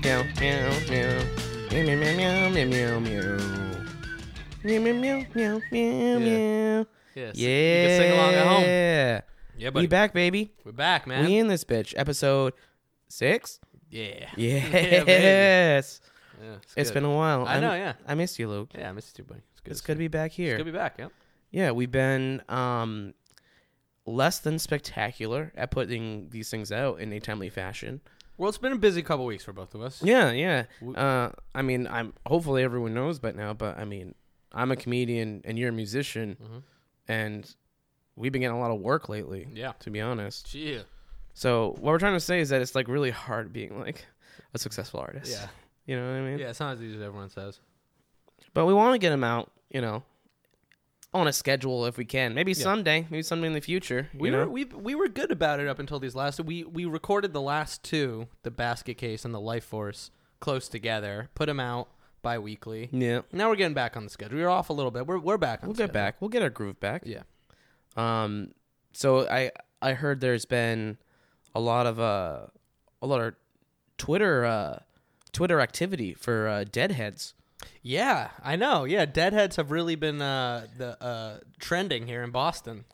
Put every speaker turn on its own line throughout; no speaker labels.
meow, meow, meow, meow, meow, meow, meow, meow. Meow, meow, meow, meow, meow, meow. Yeah.
Yes. You can sing along at home.
Yeah.
Yeah, buddy.
We back, baby.
We're back, man.
We in this bitch. Episode six?
yeah. Yeah, baby.
Yes.
Yeah, it's
It's
good.
been a while.
I
I'm-
know, yeah.
I missed you, Luke.
Yeah, I missed you, too, buddy. It's good.
It's
to
good to be back
see you.
here.
It's good to be back. Yep.
Yeah, we've been um less than spectacular at putting these things out in a timely fashion.
Well, it's been a busy couple weeks for both of us.
Yeah, yeah.
W-
Uh I mean, I'm hopefully everyone knows but now, but I mean, I'm a comedian and you're a musician
Mhm.
and we've been getting a lot of work lately,
Yeah.
to be honest.
Yeah.
So, what we're trying to say is that it's like really hard being like a successful artist.
Yeah.
You know what I mean?
Yeah. It's not as easy as everyone says.
But we want to get them out, you know, on a schedule if we can. Maybe someday, maybe someday in the future.
We
you
were
know?
we we were good about it up until these last. We we recorded the last two, the basket case and the life force, close together. Put them out bi-weekly.
yeah.
Now we're getting back on the schedule. We were off a little bit. We're we're back. On
We'll
the
get
schedule.
back. We'll get our groove back.
Yeah.
Um. So I I heard there's been a lot of uh a lot of Twitter uh Twitter activity for uh, deadheads.
Yeah, I know. Yeah, deadheads have really been uh, the uh, trending here in Boston.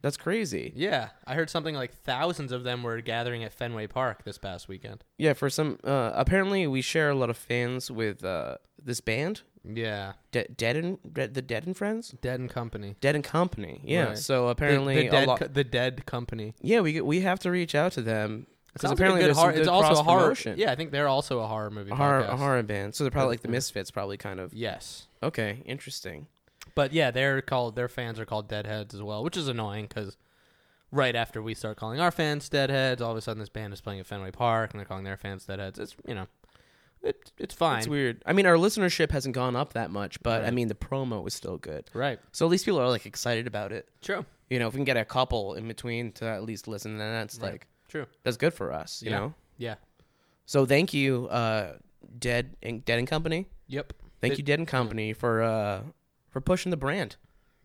That's crazy.
Yeah, I heard something like thousands of them were gathering at Fenway Park this past weekend.
Yeah. For some uh apparently we share a lot of fans with uh this band
Yeah,
De- Dead and De- the Dead and Friends.
Dead and Company.
Dead and Company. Yeah.
Right.
So apparently
the, the,
a
dead
lot.
co- the Dead Company.
yeah, we we have to reach out to them because
Sounds like a
apparently
good
there's some
horror-
good
It's also a horror.
cross-promotion.
Yeah, I think they're also a horror movie.
A horror, a
podcast.
horror band. So they're probably like the Misfits, probably kind of.
Yes,
Okay, interesting.
but yeah, they're called. Their fans are called Deadheads as well, which is annoying because right after we start calling our fans Deadheads, all of a sudden this band is playing at Fenway Park and they're calling their fans Deadheads. It's you know, it, it's fine.
It's weird. I mean, our listenership hasn't gone up that much, but I
Right.
mean, the promo was still good.
Right.
So at least people are like excited about it.
True.
You know, if we can get a couple in between to at least listen, then that's
Right.
like
True.
that's good for us. You
Yeah.
know.
Yeah.
So thank you, uh, Dead and Dead and Company.
Yep.
Thank
It-
you, Dead and Company, for uh, for pushing the brand.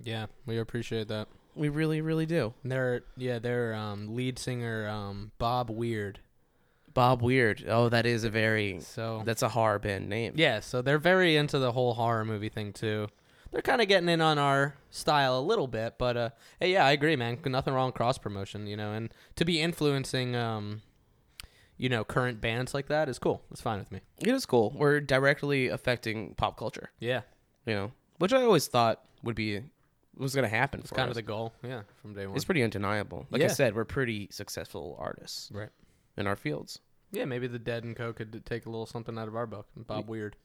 Yeah, we appreciate that.
We really, really do.
And Their yeah, their um, lead singer um, Bob Weird.
Bob Weird. Oh, that is a very
So
that's a horror band name.
yeah, so they're very into the whole horror movie thing too. They're kind of getting in on our style a little bit, but uh, hey, yeah, I agree, man. Nothing wrong with cross promotion, you know, and to be influencing, um, you know, current bands like that is cool. It's fine with me.
It is cool. We're directly affecting pop culture.
Yeah,
You know, which I always thought would be was going to happen.
it's
for
kind
us.
of the goal. Yeah, from day one.
It's pretty undeniable. Like I
Yeah.
said, we're pretty successful artists
right.
in our fields.
Yeah, maybe the Dead and Co could d- take a little something out of our book. Bob Weird.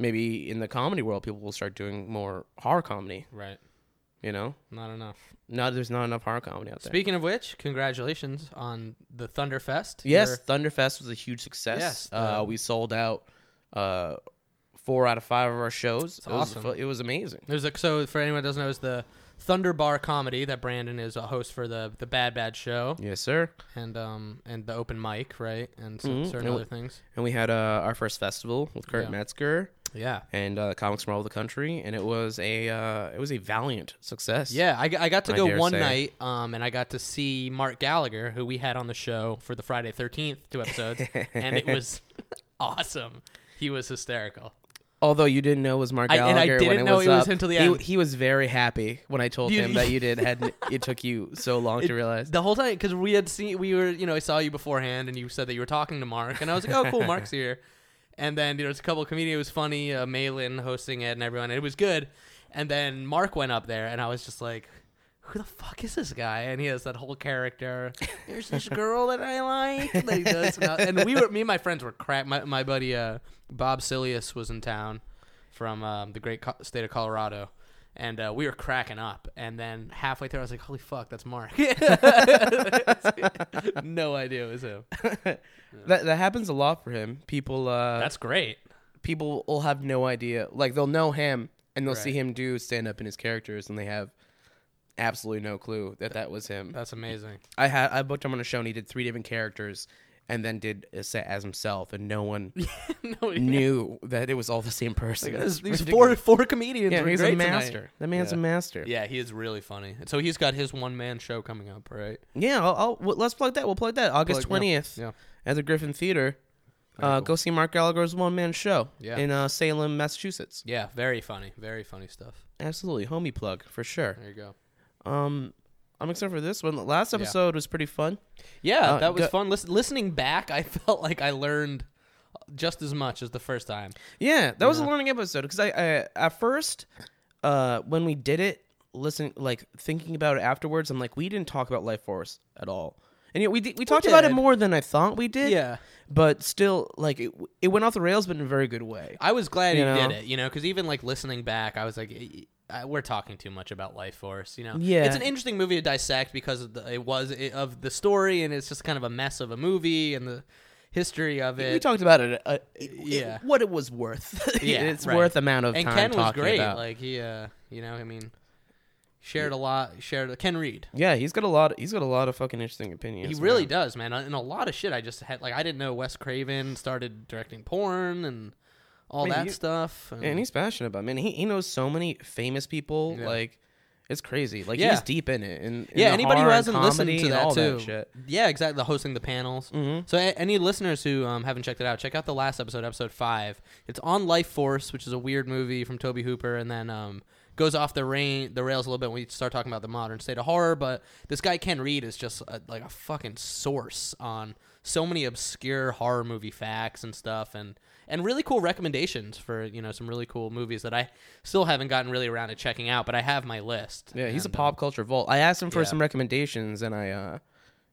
Maybe in the comedy world, people will start doing more horror comedy.
Right.
You know,
Not enough.
not there's not enough horror comedy out there.
Speaking of which, congratulations on the Thunderfest.
yes,
Your-
Thunderfest was a huge success.
Yes,
uh,
the-
we sold out uh, four out of five of our shows. It was,
awesome.
fu- It was amazing.
There's a so for anyone that doesn't know, is the Thunder Bar comedy that Brandon is a host for the the Bad Bad Show
Yes, sir.
and um and the open mic right and
Mhm.
some certain
And
other
we-
things.
And we had uh, our first festival with Kurt
Yeah.
Metzger
Yeah.
and uh, comics from all over the country, and it was a uh, it was a valiant success.
Yeah, I, g- I got to
I
go
dare
one
say.
night, um, and I got to see Mark Gallagher, who we had on the show for the Friday Thirteenth two episodes, and it was awesome. He was hysterical.
Although you didn't know it was Mark
I- and I
Gallagher, when
didn't
it
know
was
it was
up,
until the
he,
end.
He was very happy when I told
You-
him that you did. Had it took you so long to realize?
the whole time because we had seen we were you know I saw you beforehand and you said that you were talking to Mark and I was like oh cool Mark's here, and then there was a couple of comedians it was funny uh, Malin hosting it and everyone it was good, and then Mark went up there and I was just like. Who the fuck is this guy? And he has that whole character. There's this girl that I like. That he does not- and we were, me and my friends were crack. My, my buddy uh, Bob Silius was in town from um, the great co- state of Colorado, and uh, we were cracking up. And then halfway through, I was like, "Holy fuck, that's Mark!" no idea it was him.
That that happens a lot for him. People uh,
That's great.
people will have no idea. Like they'll know him and they'll see
Right.
him do stand up in his characters, and they have absolutely no clue that that was him.
That's amazing.
I had I booked him on a show, and he did three different characters, and then did a set as himself, and no one
no, yeah.
knew that it was all the same person.
These-
It's
these four
ridiculous.
four comedians.
Yeah,
were
he's a
great tonight.
master. That man's a master.
Yeah, he is really funny. So he's got his one man show coming up, right?
Yeah, I'll, I'll, well, let's plug that. We'll plug that August
Plug- yeah,
twentieth
yeah.
at the Griffin Theater. Uh, Go see Mark Gallagher's one man show
Yeah.
in uh, Salem, Massachusetts.
Yeah, very funny, very funny stuff.
Absolutely, homie plug for sure.
There you go.
Um, I'm excited for this one. The last episode was pretty fun.
Yeah,
Uh,
that was
go-
fun. Listen, listening back, I felt like I learned just as much as the first time.
Yeah, that was a learning episode because I, I at first uh, when we did it, listen like thinking about it afterwards, I'm like we didn't talk about life force at all, and yet we did, we talked about it
did.
more than I thought we did. but still, like it, it went off the rails, but in a very good way.
I was glad
You
you,
know?
did it, you know, because even like listening back, I was like, "Eh, eh, we're talking too much about Life Force, you know.
Yeah.
it's an interesting movie to dissect because of the, it was it, of the story, and it's just kind of a mess of a movie and the history of it.
we talked about it, uh,
Yeah.
yeah, what it was worth.
Yeah,
it's
right.
worth amount of
and
time
Ken was
talking
great,
about.
like he, uh, you know, I mean, shared a lot. Shared Ken Reed.
yeah, he's got a lot. He's got a lot of fucking interesting opinions.
He
man.
really does, man. And a lot of shit I just had like I didn't know Wes Craven started directing porn and all
mean,
that
you-
stuff. And,
and he's passionate about. It. Man, he he knows so many famous people.
Mm-hmm. Yeah.
Like, it's crazy. Like
Yeah.
he's deep in it. And
yeah, anybody who hasn't listened
comedy
to
and
that
all
too.
that shit. Mm-hmm.
Yeah, exactly. The hosting the panels. So a- any listeners who um, haven't checked it out, check out the last episode, episode five. It's on Life Force, which is a weird movie from Toby Hooper, and then um, goes off the rain the rails a little bit when we start talking about the modern state of horror. But this guy Ken Reed is just a, like a fucking source on so many obscure horror movie facts and stuff, and and really cool recommendations for you know some really cool movies that I still haven't gotten really around to checking out, but I have my list.
Yeah, he's a
And,
pop culture vault. I asked him for
yeah.
some recommendations, and I uh,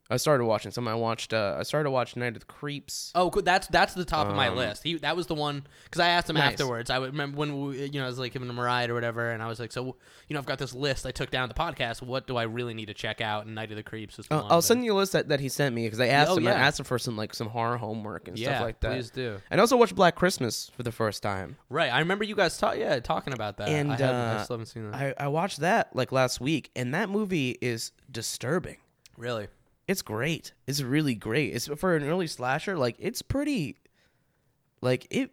I started watching some. I watched uh, I started watching Night of the Creeps.
Oh, cool. that's that's the top of my list. He that was the one because I asked him
Um, Nice.
afterwards. I would remember when we, you know I was like giving him a ride or whatever, and I was like, so you know I've got this list. I took down the podcast. What do I really need to check out? And Night of the Creeps is the one.
I'll
that-
send you a list that, that he sent me because I asked
Oh,
him. I
yeah.
asked him for some like some horror homework and
Yeah,
stuff like that.
please do.
And I also watched Black Christmas for the first time.
right. I remember you guys ta- yeah talking about that.
And,
I, haven't- I
uh,
still haven't seen that.
I, I watched that like last week, and that movie is disturbing.
really.
It's great. It's really great. It's for an early slasher. Like it's pretty. Like it,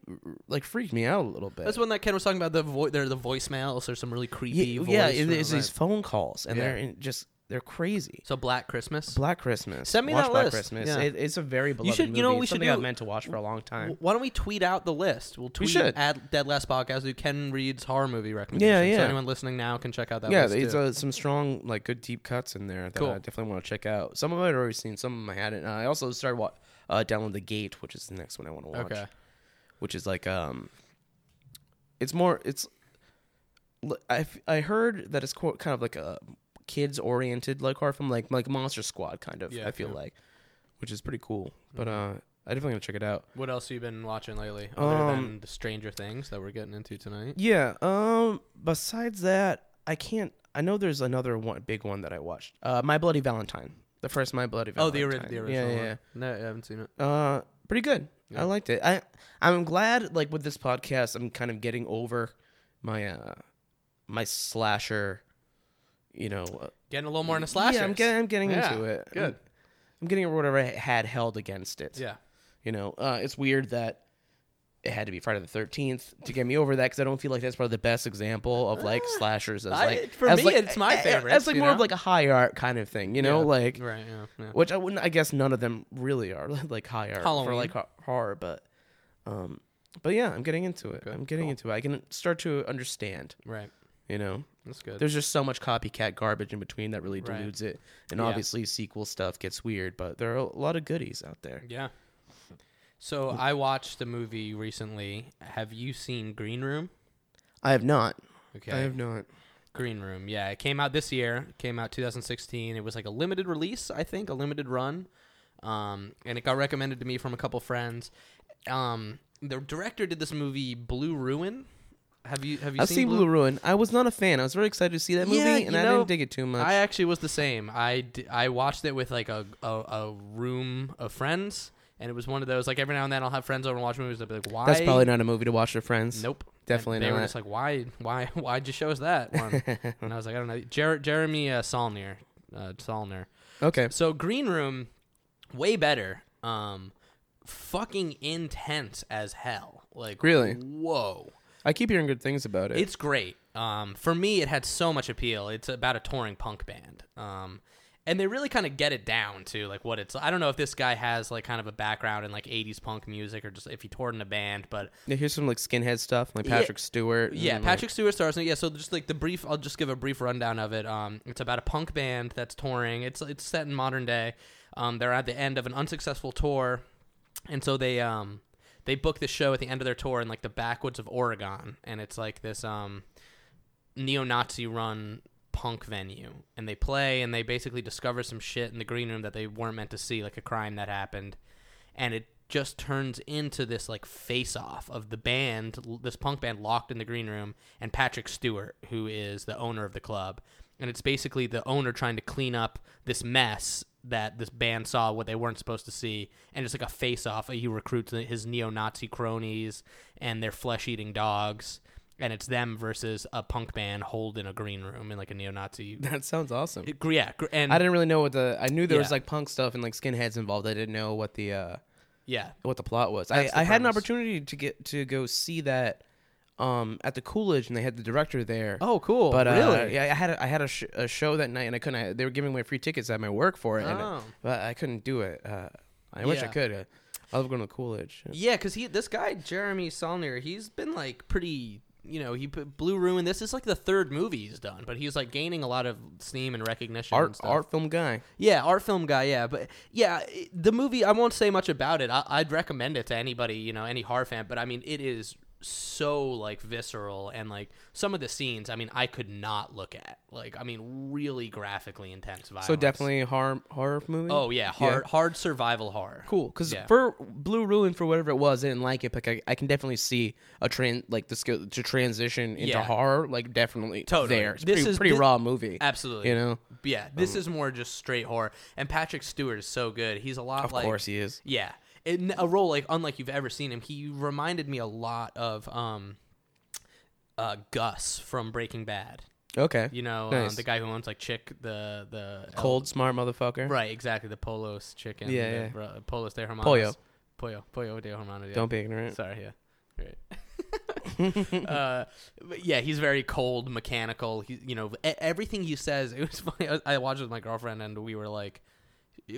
like freaked me out a little bit.
That's one that Ken was talking about. The vo- there are the voicemails. There's some really creepy.
yeah,
voice
yeah it- it's
right.
these phone calls, and
Yeah.
they're in just they're crazy.
So Black Christmas.
Black Christmas.
Send me
watch
that
Black
list.
Christmas.
Yeah.
It, it's a very beloved
should-
movie.
you know what
It's
we should
something I've
do?
meant to watch for a long time.
Why don't we tweet out the list? We'll tweet
should.
at Dead Last Podcast. Do Ken Reed's horror movie recommendation.
yeah.
So anyone listening now can check out that.
yeah,
list
there's
too.
uh, some strong, like, good deep cuts in there that
Cool.
I definitely want to check out. Some of them I'd already seen, some of them I hadn't. Uh, I also started wa- uh, download the Gate, which is the next one I want to watch.
Okay.
Which is like, um, it's more, it's. l- I, f- I heard that it's co- kind of like a kids oriented like horror film, like like Monster Squad kind of.
Yeah,
I feel
yeah.
like, which is pretty cool. But uh, I definitely gonna check it out.
What else have you been watching lately, other
Um,
than the Stranger Things that we're getting into tonight?
Yeah. Um. Besides that, I can't. I know there's another one, big one that I watched. Uh, My Bloody Valentine. The first My Bloody
Oh,
Valentine.
the, ori- the original.
Yeah,
one.
yeah.
No, I haven't seen it.
yeah. Uh, pretty good. I liked it. I I'm glad. Like with this podcast, I'm kind of getting over my uh my slasher. You know. Uh,
Getting a little more into slashers.
Yeah, I'm getting I'm getting
Yeah,
into it.
good.
I'm, I'm getting over whatever I had held against it.
Yeah.
You know, uh, it's weird that it had to be Friday the Thirteenth to get me over that because I don't feel like that's probably the best example of like slashers. As
Ah, I-
like
for
as,
me,
like,
it's my
a- a-
favorites,
As like
you
more of
know?
like a high art kind of thing, you know,
Yeah.
like
right. Yeah. yeah.
which I wouldn't. I guess none of them really are like high art for
Halloween.
like ho- horror, but um, but yeah, I'm getting into it. I'm getting into it. I can start to understand.
right.
You know,
That's good.
there's just so much copycat garbage in between that really
Right.
dilutes it, and
Yeah.
obviously sequel stuff gets weird. But there are a lot of goodies out there.
yeah. So I watched a movie recently. Have you seen Green Room?
I have not.
Okay.
I have not.
Green Room. Yeah, it came out this year. It came out 2016. It was like a limited release, I think, a limited run. Um, and it got recommended to me from a couple friends. Um, the director did this movie Blue Ruin. Have you have you
I've
seen,
seen Blue Ruin. I was not a fan. I was very excited to see that movie,
Yeah,
and
you
I
know,
didn't dig it too much.
I actually was the same. I, d- I watched it with like a, a a room of friends, and it was one of those like every now and then I'll have friends over and watch movies. I'll be like, why?
That's probably not a movie to watch with friends.
Nope.
Definitely
and they
not.
were just like, why, why, why'd you show us that one? and I was like, I don't know. Jer- Jeremy uh, Solnier, uh, Solner.
Okay.
So Green Room, way better. Um, fucking intense as hell. Like
Really?
Whoa.
I keep hearing good things about it.
It's great. Um, for me, it had so much appeal. It's about a touring punk band. Um, and they really kind of get it down to like what it's. I don't know if this guy has like kind of a background in like '80s punk music or just if he toured in a band, but
Yeah, here's some like skinhead stuff, like
Yeah.
Patrick Stewart. Mm-hmm. and,
yeah,
like-
Patrick Stewart stars. in it. Yeah, so just like the brief, I'll just give a brief rundown of it. Um, it's about a punk band that's touring. It's it's set in modern day. Um, they're at the end of an unsuccessful tour, and so they um they book the show at the end of their tour in like the backwoods of Oregon, and it's like this um neo-Nazi run punk venue, and they play, and they basically discover some shit in the green room that they weren't meant to see, like a crime that happened, and it just turns into this like face off of the band this punk band locked in the green room and Patrick Stewart who is the owner of the club and it's basically the owner trying to clean up this mess that this band saw what they weren't supposed to see and it's like a face off he recruits his neo-Nazi cronies and their flesh-eating dogs and it's them versus a punk band holed in a green room in like a neo-Nazi
That sounds awesome.
yeah gr- and
I didn't really know what the. I knew there was
Yeah.
like punk stuff and like skinheads involved. I didn't know what the uh
yeah
what the plot was. I,
That's the
I had an
premise.
opportunity to get to go see that um at the Coolidge, and they had the director there.
oh cool
But uh,
really
yeah, I had a, I had a, sh- a show that night, and I couldn't. I, they were giving away free tickets at my work for it, and, uh,
Oh.
but I couldn't do it. Uh, I wish I
Yeah.
could. Uh, I love going to Coolidge.
Yeah, because he this guy Jeremy Solnier, he's been like pretty. You know, he put Blue Ruin. This is like the third movie he's done, but he's like gaining a lot of steam and recognition. and
Art
stuff.
art film guy.
yeah, art film guy. Yeah, but yeah, it- the movie. I won't say much about it. I, I'd recommend it to anybody. You know, any horror fan. But I mean, it is so like visceral and like some of the scenes. I mean, I could not look at. Like, I mean, really graphically intense violence.
So definitely a horror horror movie.
Oh yeah, hard hard survival horror.
cool because
Yeah.
for blue ruin for whatever it was i didn't like it but i, I can definitely see a tran like the skill to transition into
Yeah.
horror like definitely
Totally.
there it's
This
pretty,
is-
pretty
thi-
raw movie
Absolutely.
you know um,
Yeah, this is more just straight horror. And Patrick Stewart is so good. He's a lot
of
like
course he is
yeah, in a role like unlike you've ever seen him. He reminded me a lot of um, uh, Gus from Breaking Bad.
okay
You know,
Nice.
um, the guy who owns like Chick the the
cold smart motherfucker
right? Exactly, the Polos chicken.
Yeah,
the
yeah.
bro- Polos de Hermanos.
Pollo.
Pollo, Pollo de Hermanos. Yeah.
don't be ignorant
Sorry, yeah. Right. uh, but yeah, he's very cold, mechanical. He, you know, e- everything he says. It was funny. I, was- I watched it with my girlfriend, and we were like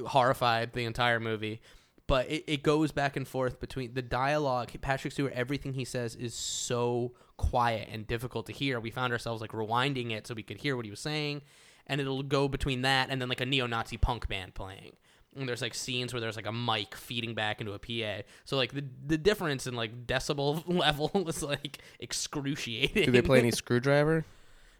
horrified the entire movie. But it, it goes back and forth between the dialogue. Patrick Stewart, everything he says is so quiet and difficult to hear. We found ourselves like rewinding it so we could hear what he was saying, and it'll go between that and then like a neo-Nazi punk band playing and there's like scenes where there's like a mic feeding back into a PA. So like the the difference in like decibel level was like excruciating.
do they play any screwdriver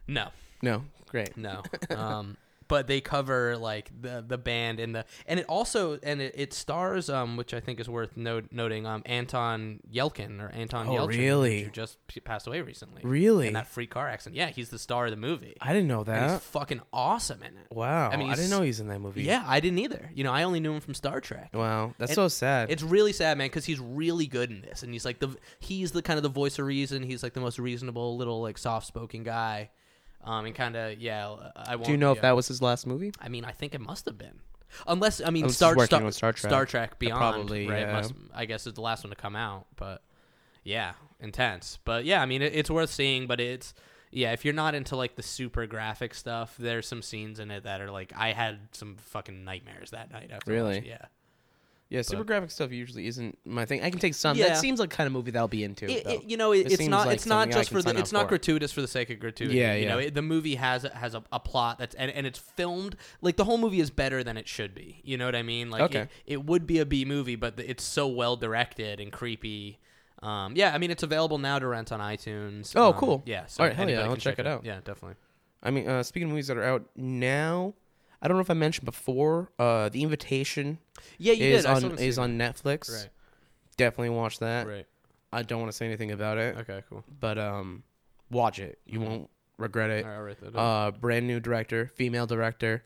No,
no great
no. Um, but they cover like the the band and the and it also and it, it stars um which I think is worth note, noting um Anton Yelkin or Anton
Oh,
Yelchin
really?
who just p- passed away recently
Really?
in that free car accident. Yeah, he's the star of the movie.
i didn't know
and he's
that
fucking awesome in it.
wow i,
I mean,
didn't
he's-
know he was in that movie
Yeah, I didn't either. You know, I only knew him from Star Trek.
wow that's
It-
so sad
It's really sad, man, because he's really good in this, and he's like the he's the kind of the voice of reason. He's like the most reasonable, little like soft spoken guy, um, and kind of yeah. I won't,
do you know
yeah.
if that was his last movie
I mean, I think it must have been, unless I mean,
Unless he's
Star,
Oh, working
Star,
on Star Trek.
Star Trek Beyond,
probably,
right?
yeah.
Must, I guess it's the last one to come out, but yeah, intense. But yeah, I mean, it, it's worth seeing, but it's. Yeah, if you're not into like the super graphic stuff, there's some scenes in it that are like I had some fucking nightmares that night after.
Really?
watching- Yeah.
yeah super graphic stuff usually isn't my thing i can take some
Yeah.
that seems like the kind of movie that i'll be into
It-
though.
it- you know, it,
It
it's
seems
not.
like
it's not
something I
just
can
for the.
sign
It's
up
not
for.
gratuitous for the sake of gratuity.
Yeah,
You know,
yeah.
it, the movie has has a, a plot that's and, and it's filmed like the whole movie is better than it should be. You know what I mean? Like
Okay.
it, it would be a B movie, but the, it's so well directed and creepy. Um, yeah, I mean it's available now to rent on iTunes.
Oh,
Um,
cool.
Yeah. So
All right, hell yeah,
anybody
I'll
can
check it out.
Yeah, definitely.
I mean, uh, speaking of movies that are out now, I don't know if I mentioned before, uh, The Invitation
Yeah, you
is
did. I still
on
haven't seen
is
it.
on Netflix.
Right.
Definitely watch that.
Right.
I don't want to say anything about it,
Okay. Cool.
but um, watch it. You
Mm-hmm.
won't regret it.
All right. I'll write that down.
Uh, brand new director, female director.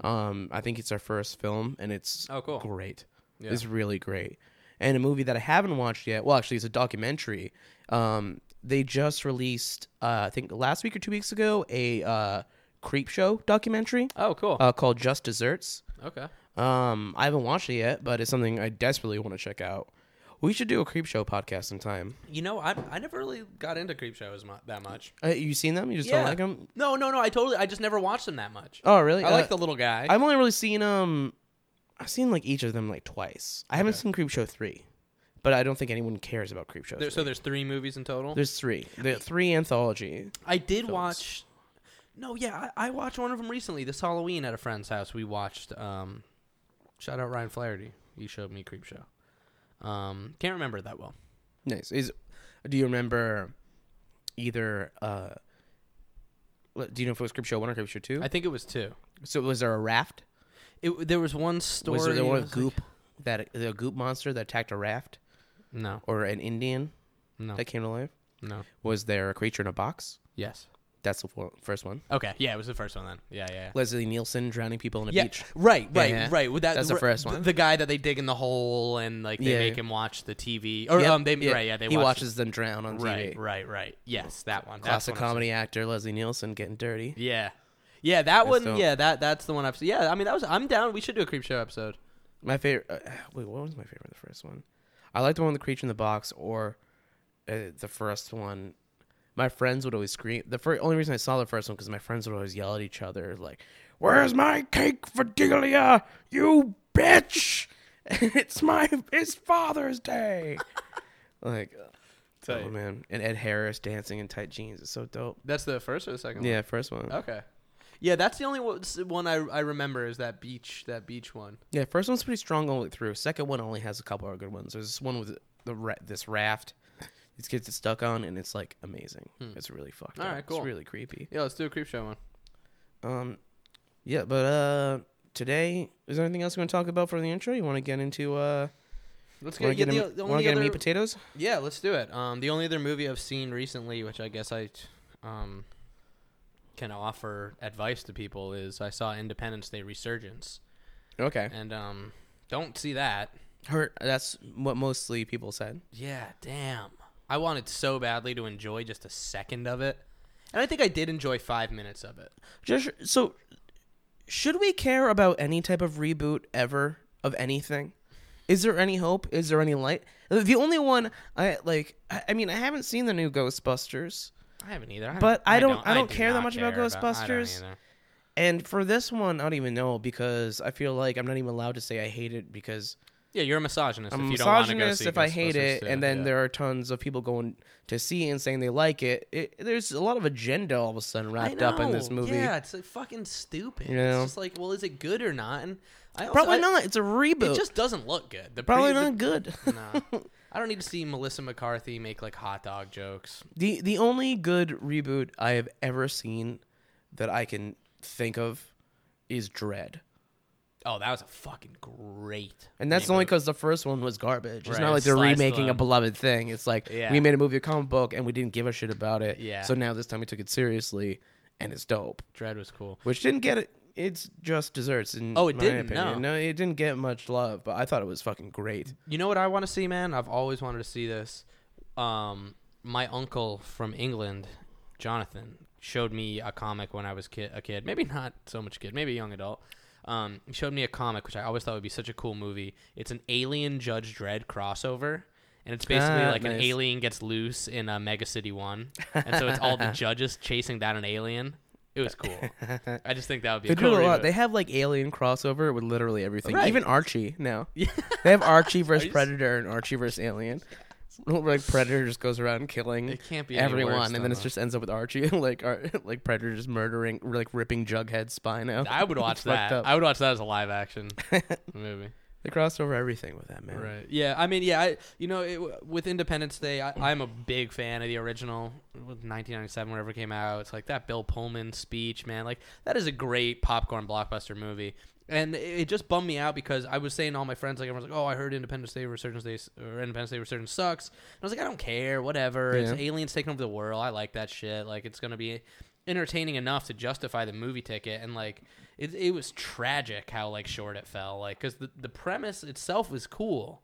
Um, I think it's our first film, and it's
Mm-hmm. Oh, cool.
great.
Yeah.
It's really great. And a movie that I haven't watched yet. Well, actually, it's a documentary. Um, they just released, uh, I think last week or two weeks ago, a uh, creep show documentary
oh, cool.
uh, called Just Desserts.
okay.
Um, I haven't watched it yet, but it's something I desperately want to check out. We should do a creep show podcast sometime.
You know, I I never really got into creep shows mu- that much.
Uh, you seen them? You just don't like them?
No, no, no. I totally. I just never watched them that much.
Oh, really?
I
Uh,
like the little guy.
I've only really seen um, I've seen like each of them like twice. I haven't seen Creep Show three, but I don't think anyone cares about Creep Show.
There- so there's three movies in total.
There's three. The three anthology.
I did watch. No, yeah, I, I watched one of them recently. This Halloween at a friend's house, we watched. Um, shout out Ryan Flaherty. You showed me Creep Show. Um, can't remember it that well.
Nice. Is do you remember either uh what- do you know if it was Creep Show one or Creep Show two?
I think it was two.
So was there a raft?
It there was one story.
was there the one
I
with
was like-
goop that the goop monster that attacked a raft
no,
or an Indian
no,
that came to life?
no.
Was there a creature in a box?
Yes.
That's the fo- first one.
Okay. Yeah, it was the first one then. Yeah, yeah. yeah.
Leslie Nielsen drowning people on a
Yeah,
beach.
right, right,
yeah.
right. With that,
That's the
r-
first
th-
one.
The, guy that they dig in the hole and like they
Yeah.
make him watch the TV. Or
Yep,
um, they right, yeah, they
he
watch
watches them drown on
Right,
TV.
right, right. Yes, that one. That's
Classic
the one I've seen.
comedy actor Leslie Nielsen getting dirty.
Yeah, yeah, that one.
dope.
Yeah, that that's the one I've seen. Yeah, I mean that was. I'm down. We should do a creep show episode.
My favorite. Uh, wait, what was my favorite? The first one. I liked the one with the creature in the box, or uh, the first one. My friends would always scream. The fir- only reason I saw the first one because my friends would always yell at each other, like, "Where's my cake for Delia, you bitch? it's my it's Father's Day." like, oh man, and Ed Harris dancing in tight jeans is so dope.
That's the first or the second
Yeah, first one.
one. Okay. Yeah, that's the only one- s- one I, I remember is that beach that beach one.
Yeah, first one's pretty strong all the way through. Second one only has a couple of good ones. There's this one with the ra- this raft these kids get stuck on, and it's like amazing. It's really fucked
Hmm. All
up.
right, cool.
It's really creepy.
Yeah, let's do a creep show one.
Um, yeah, but uh, today is there anything else we want to talk about for the intro? You want to get into uh,
Let's
want to
get,
get,
get the,
in-
the
wanna
only
get into
other,
meat potatoes?
Yeah, let's do it. Um, the only other movie I've seen recently, which I guess I um, can offer advice to people, is I saw Independence Day Resurgence,
Okay,
and um, don't see that.
hurt. That's what mostly people said.
Yeah, damn. I wanted so badly to enjoy just a second of it. And I think I did enjoy five minutes of it.
Just so, should we care about any type of reboot ever of anything? Is there any hope? Is there any light? The only one I like, I I mean, I haven't seen the new Ghostbusters,
I haven't either.
But I don't- I don't
do
care that
not
much about
care I don't
Ghostbusters.
either.
and for this one, I don't even know because I feel like I'm not even allowed to say I hate it because
yeah, you're a misogynist
I'm
if
a
you don't want to go
misogynist
see
if I hate
Ghostbusters
it,
two.
and then
yeah.
there are tons of people going to see it and saying they like it. it there's a lot of agenda all of a sudden
I
wrapped up in this
know,
movie.
Yeah, it's like fucking stupid.
You know?
It's just like, well, is it good or not? And I also,
Probably
I-
not. It's a reboot.
It just doesn't look good. The
Probably
pre-
not good.
the- nah. I don't need to see Melissa McCarthy make like hot dog jokes.
The the only good reboot I have ever seen that I can think of is Dread.
Oh, that was a fucking great.
And that's only because the first one was garbage. It's
Right,
not like they're
sliced
remaking a
them.
beloved thing. It's like
Yeah.
we made a movie, a comic book, and we didn't give a shit about it.
Yeah.
So now this time we took it seriously, and it's dope.
Dread was cool.
Which didn't get it. It's just desserts. In
Oh, it
my
didn't,
Opinion.
no.
no, it didn't get much love, but I thought it was fucking great.
You know what I want to see, man? I've always wanted to see this. Um, my uncle from England, Jonathan, showed me a comic when I was ki- a kid. Maybe not so much kid, maybe a young adult. Um, he showed me a comic which I always thought would be such a cool movie. It's an Alien Judge Dredd crossover, and it's basically
Ah,
like an
nice.
alien gets loose in uh, Mega City One, and so it's all the judges chasing down an alien. It was cool. I just think that would be
They
a cool
do a lot.
reboot.
They have like alien crossover with literally everything,
Right.
even Archie now. they have Archie versus
you s-
Predator and Archie versus Alien. like Predator just goes around killing
It can't be any worse
everyone, and
than
then it
that.
just ends up with Archie like Ar- like Predator just murdering, like ripping Jughead's spine out.
I would watch
It's fucked
that.
up.
I would watch that as a live action movie.
They crossed over everything with that man.
Right. Yeah. I mean, yeah. I you know it, with Independence Day, I, I'm a big fan of the original, with 1997, whenever it came out. It's like that Bill Pullman speech, man. Like that is a great popcorn blockbuster movie. And it it just bummed me out because I was saying to all my friends, like everyone's like, "Oh, I heard Independence Day Resurgence Day or Independence Day Resurgence sucks." And I was like, "I don't care, whatever. It's
Yeah.
aliens taking over the world. I like that shit. Like it's gonna be entertaining enough to justify the movie ticket and like it, it was tragic how like short it fell like because the, the premise itself was cool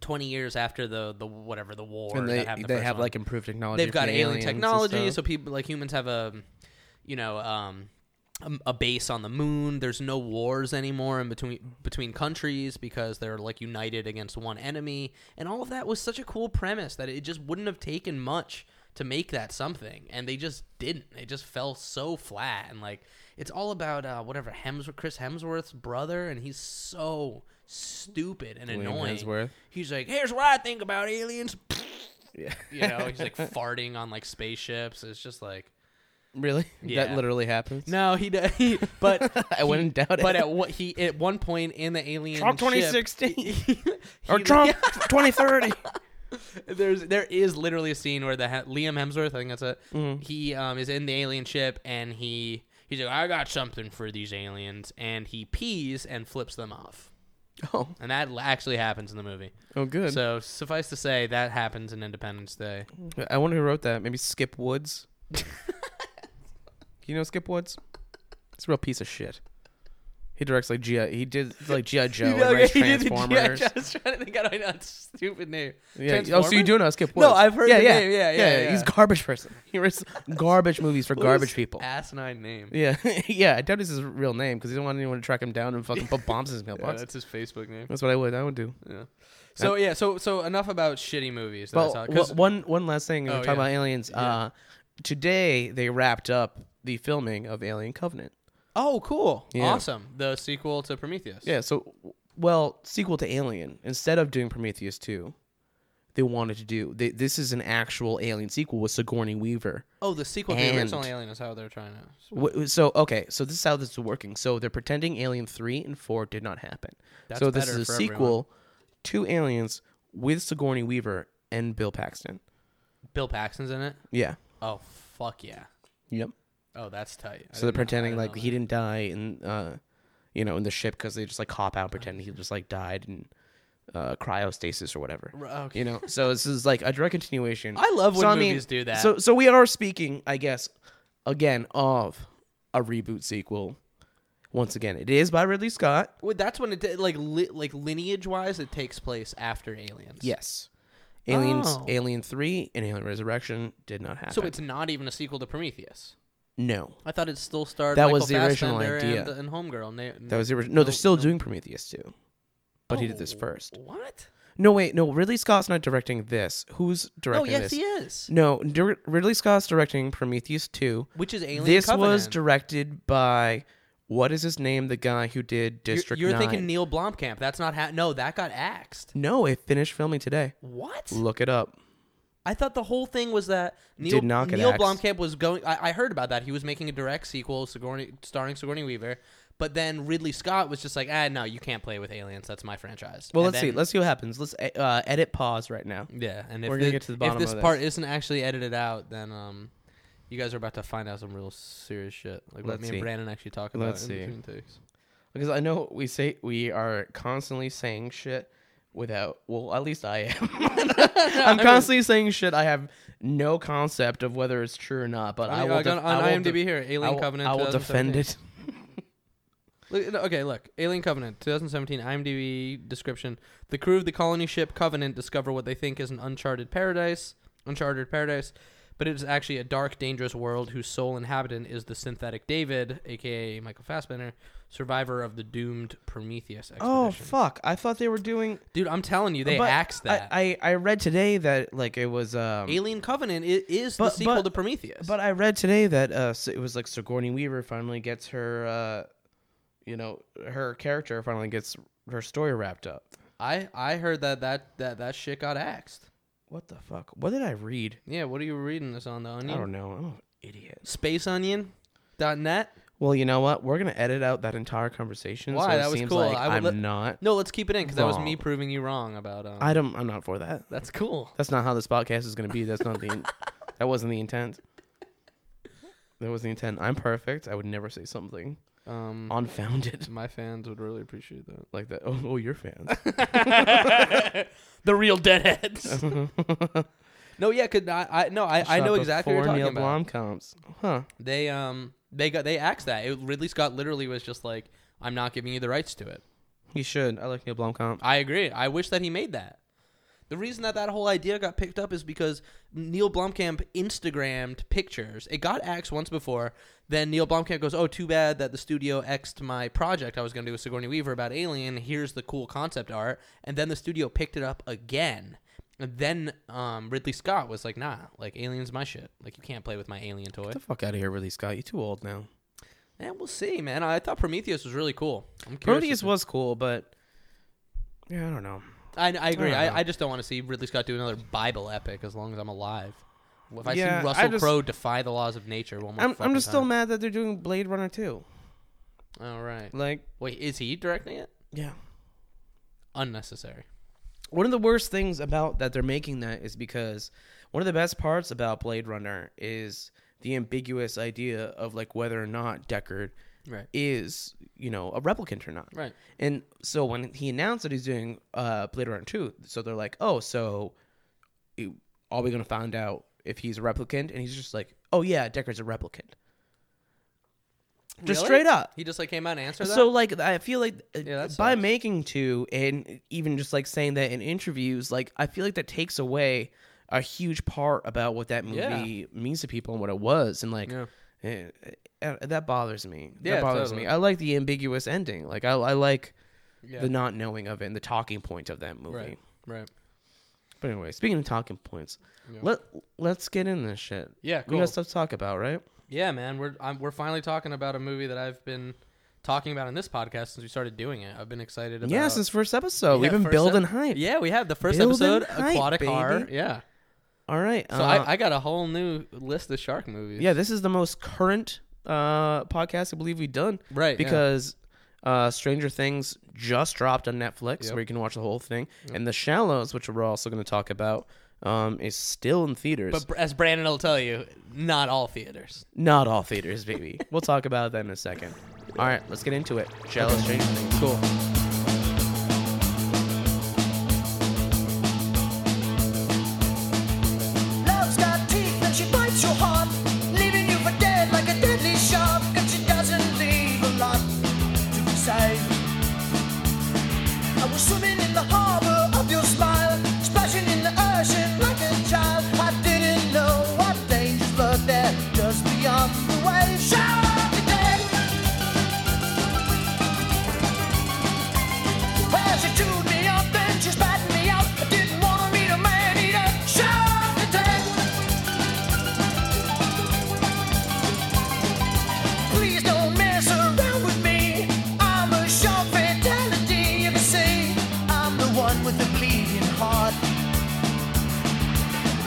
20 years after the the whatever the war
And
that
they
happened the
they
first
have
one.
like improved technology.
they've got
for
alien
aliens and
technology
stuff.
so people like humans have a you know um um, a base on the moon. There's no wars anymore in between between countries because they're like united against one enemy, and all of that was such a cool premise that it just wouldn't have taken much to make that something, and they just didn't. It just fell so flat, and like it's all about uh, whatever Hemsworth, Chris Hemsworth's brother, and he's so stupid and
William
annoying.
Hemsworth.
He's like, here's what I think about aliens.
Yeah.
You know, he's like farting on like spaceships. It's just like
Really?
Yeah.
That literally happens.
no, he does. He, but
I
he-
wouldn't doubt it.
But at what he at one point in the alien
Trump
ship-
2016
he-
or
he-
Trump 2030.
there's there is literally a scene where the He- Liam Hemsworth, I think that's it.
Mm-hmm.
He um is in the alien ship and he he's like, I got something for these aliens, and he pees and flips them off,
Oh,
and that actually happens in the movie.
oh, good.
So suffice to say, that happens in Independence Day.
I wonder who wrote that. Maybe Skip Woods. you know Skip Woods? It's a real piece of shit. He directs like G. He did like GI Joe and writes Transformers.
I was trying to think out that stupid name.
Yeah. Oh, so you do know Skip Woods?
No, I've heard
yeah,
the
yeah.
name. Yeah, yeah, yeah.
He's a garbage person. He writes garbage movies for garbage people.
Asinine name.
Yeah, yeah. I doubt it's his real name because he didn't want anyone to track him down and fucking put bombs in his
Yeah,
mailbox.
that's his Facebook name.
that's what I would. I would do.
Yeah. So yeah, so so enough about shitty movies. That's
Well,
all.
wha-
'cause-
one one last thing. we're
Oh,
talking
yeah.
about aliens. Uh, today they wrapped up the filming of Alien Covenant.
oh, cool,
Yeah.
awesome. The sequel to Prometheus.
Yeah. So, well, sequel to Alien. Instead of doing Prometheus two, they wanted to do. They, this is an actual Alien sequel with Sigourney Weaver.
Oh, the sequel to the
And-
original Alien is how they're trying to.
Wh- So okay, so this is how this is working. So they're pretending Alien three and four did not happen.
That's
so this
better
is a
for everyone.
sequel to Aliens with Sigourney Weaver and Bill Paxton.
Bill Paxton's in it.
Yeah.
Oh fuck yeah.
Yep.
Oh, that's tight. I
So they're
didn't know- I
pretending
didn't
like
know
he didn't die in, uh, you know, in the ship because they just like hop out pretending he just like died in uh, cryostasis or whatever.
that. R- Okay.
You know, so this is like a direct continuation.
I love when
So, mean,
movies do that.
So, so we are speaking, I guess, again of a reboot sequel. Once again, it is by Ridley Scott.
well, that's when it did, like li- like lineage wise, it takes place after Aliens.
Yes, Aliens,
Oh.
Alien Three, and Alien Resurrection did not happen.
So it's not even a sequel to Prometheus.
no,
I thought it still starred.
That
Michael
was the original
Fassbender
idea.
And, and Homegirl. and they-
that was the original. No,
No,
they're still
no.
doing Prometheus too, but he did this
Oh,
first.
What?
No, wait, no, Ridley Scott's not directing this. Who's
Oh,
directing
yes,
this?
he is.
No, Dir- Ridley Scott's directing Prometheus two.
Which is Alien
this was
Covenant.
directed by what is his name? The guy who did District.
You're, you're
9.
thinking Neil Blomkamp. That's not ha- no. That got axed.
No, it finished filming today.
What?
Look it up.
I thought the whole thing was that Neil,
Did not get
Neil
axed.
Blomkamp was going. I, I heard about that. He was making a direct sequel, Sigourney, starring Sigourney Weaver. But then Ridley Scott was just like, ah, no, you can't play with aliens. That's my franchise.
Well,
And
let's
then-
see. Let's see what happens. Let's uh, edit pause right now.
yeah, and if
We're gonna
thi-
get to the
if
bottom
this
of
part isn't actually edited out, then um, you guys are about to find out some real serious shit. Like what
Let's
me
see.
and Brandon actually talk about.
Let's
in
see.
between takes.
Because I know we say we are constantly saying shit without. Well, at least I am. I'm constantly saying shit. I have no concept of whether it's true or not. But I,
Oh, I
will.
got
def- I
on
will
IMDb
def-
here. Alien
I will,
Covenant.
I will defend it.
Look, no, okay, look. Alien Covenant, 2017, IMDb description. The crew of the colony ship Covenant discover what they think is an uncharted paradise, uncharted paradise, but it is actually a dark, dangerous world whose sole inhabitant is the synthetic David, aka Michael Fassbender, survivor of the doomed Prometheus expedition.
Oh fuck! I thought they were doing.
dude, I'm telling you, they
but
axed that.
I, I I read today that like it was um.
Alien Covenant i- is the
But-
sequel
but-
to Prometheus.
But I read today that uh, s- it was like Sigourney Weaver finally gets her, uh, you know, her character finally gets her story wrapped up.
I I heard that that that that shit got axed.
What the fuck? What did I read?
Yeah, what are you reading this on the
I
Onion?
don't know. I'm an idiot.
SpaceOnion.net.
Well, you know what? We're gonna edit out that entire conversation.
Why?
So it
That was
seems
cool.
Like
I would
I'm
let-
not.
No, let's keep it in because that was me
Wrong.
proving you wrong about. Um,
I don't. I'm not for that.
that's cool.
That's not how this podcast is gonna be. That's not the. that wasn't the intent. That was the intent. I'm perfect. I would never say something
Um,
unfounded
my fans would really appreciate that.
like that. Oh, oh your fans.
the real deadheads. no, yeah, could not. I no, I, I know
Shot
exactly what you're
before
talking about.
Neil Blomkamp's. Huh.
They um they got they axed that. It, Ridley Scott literally was just like, I'm not giving you the rights to it.
He should. I like Neil Blomkamp.
I agree. I wish that he made that. The reason that that whole idea got picked up is because Neil Blomkamp Instagrammed pictures. It got axed once before. Then Neil Blomkamp goes, "Oh, too bad that the studio xed my project I was going to do with Sigourney Weaver about Alien. Here's the cool concept art." And then the studio picked it up again. And then um, Ridley Scott was like, "Nah, like Alien's my shit. Like you can't play with my Alien toy."
Get the fuck out of here, Ridley Scott. You're too old now.
And we'll see, man. I thought Prometheus was really cool. I'm curious.
Prometheus was cool, but yeah, I don't know.
I, I agree.
I don't know.
I, I just don't want to see Ridley Scott do another Bible epic as long as I'm alive. If I
Yeah, I
see Russell
just-
Crowe defy the laws of nature one more
I'm I'm
fucking
just still
time.
mad that they're doing Blade Runner 2.
All right.
Like,
Wait, is he directing it?
yeah.
Unnecessary.
One of the worst things about that they're making that is because one of the best parts about Blade Runner is the ambiguous idea of like whether or not Deckard
Right.
is, you know, a replicant or not.
Right.
And so when he announced that he's doing uh, Blade Runner 2, so they're like, oh, so it- are we going to find out if he's a replicant? And he's just like, oh, yeah, Deckard's a replicant. Just
Really?
straight up.
He just like came out and answered that.
So like I feel like uh,
Yeah, that
by
sucks.
making two and even just like saying that in interviews, like I feel like that takes away a huge part about what that movie means to people and what it was, and like
Yeah.
eh, eh, that bothers me.
Yeah,
that bothers
totally.
me. I like the ambiguous ending. Like I, I like
Yeah.
the not knowing of it and the talking point of that movie.
right. Right.
But anyway, speaking of talking points,
Yeah.
let let's get in this shit.
Yeah.
We
Cool.
got stuff to talk about, right?
Yeah, man. We're I'm, we're finally talking about a movie that I've been talking about in this podcast since we started doing it. I've been excited about.
yeah, since first episode,
Yeah,
we've been
first
building hype.
Yeah, we have the first
Building
episode,
hype,
Aquatic Horror.
baby.
Yeah.
All right.
So
uh,
I, I got a whole new list of shark movies.
Yeah, this is the most current uh, podcast I believe we've done
Right. yeah.
because uh, Stranger Things just dropped on Netflix,
Yep.
where you can watch the whole thing, and The Shallows, which we're also going to talk about, um, is still in theaters.
But br- as Brandon will tell you, not all theaters.
Not all theaters, baby. we'll talk about that in a second. All right, let's get into it. Shallows, Stranger Things.
Cool.
Love's got teeth and she bites your heart, leaving you for dead like a deadly shark. And she doesn't leave a lot to be saved. I was swimming in the harbor of your smile, splashing in the ocean like a child. I didn't know what dangers lurked there, just beyond the waves. Shout today. Well, she chewed me up and she spat me out. I didn't want to meet a man eater. Shout today. Please don't mess around with me. I'm a sharp fatality, you can see. I'm the one with the bleeding heart.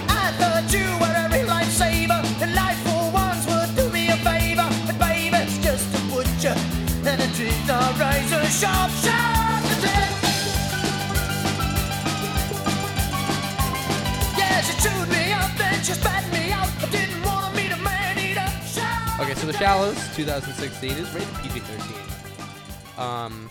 I thought you were a real lifesaver, and life for once would do me a favor. But baby, it's just a butcher and a treason razor sharp, sharp attack. Yeah, she chewed me up, then she spat me out. I didn't wanna meet a man-eater. Sharp
Okay, so The
attack.
Shallows, 2016, is rated PG-13. Um,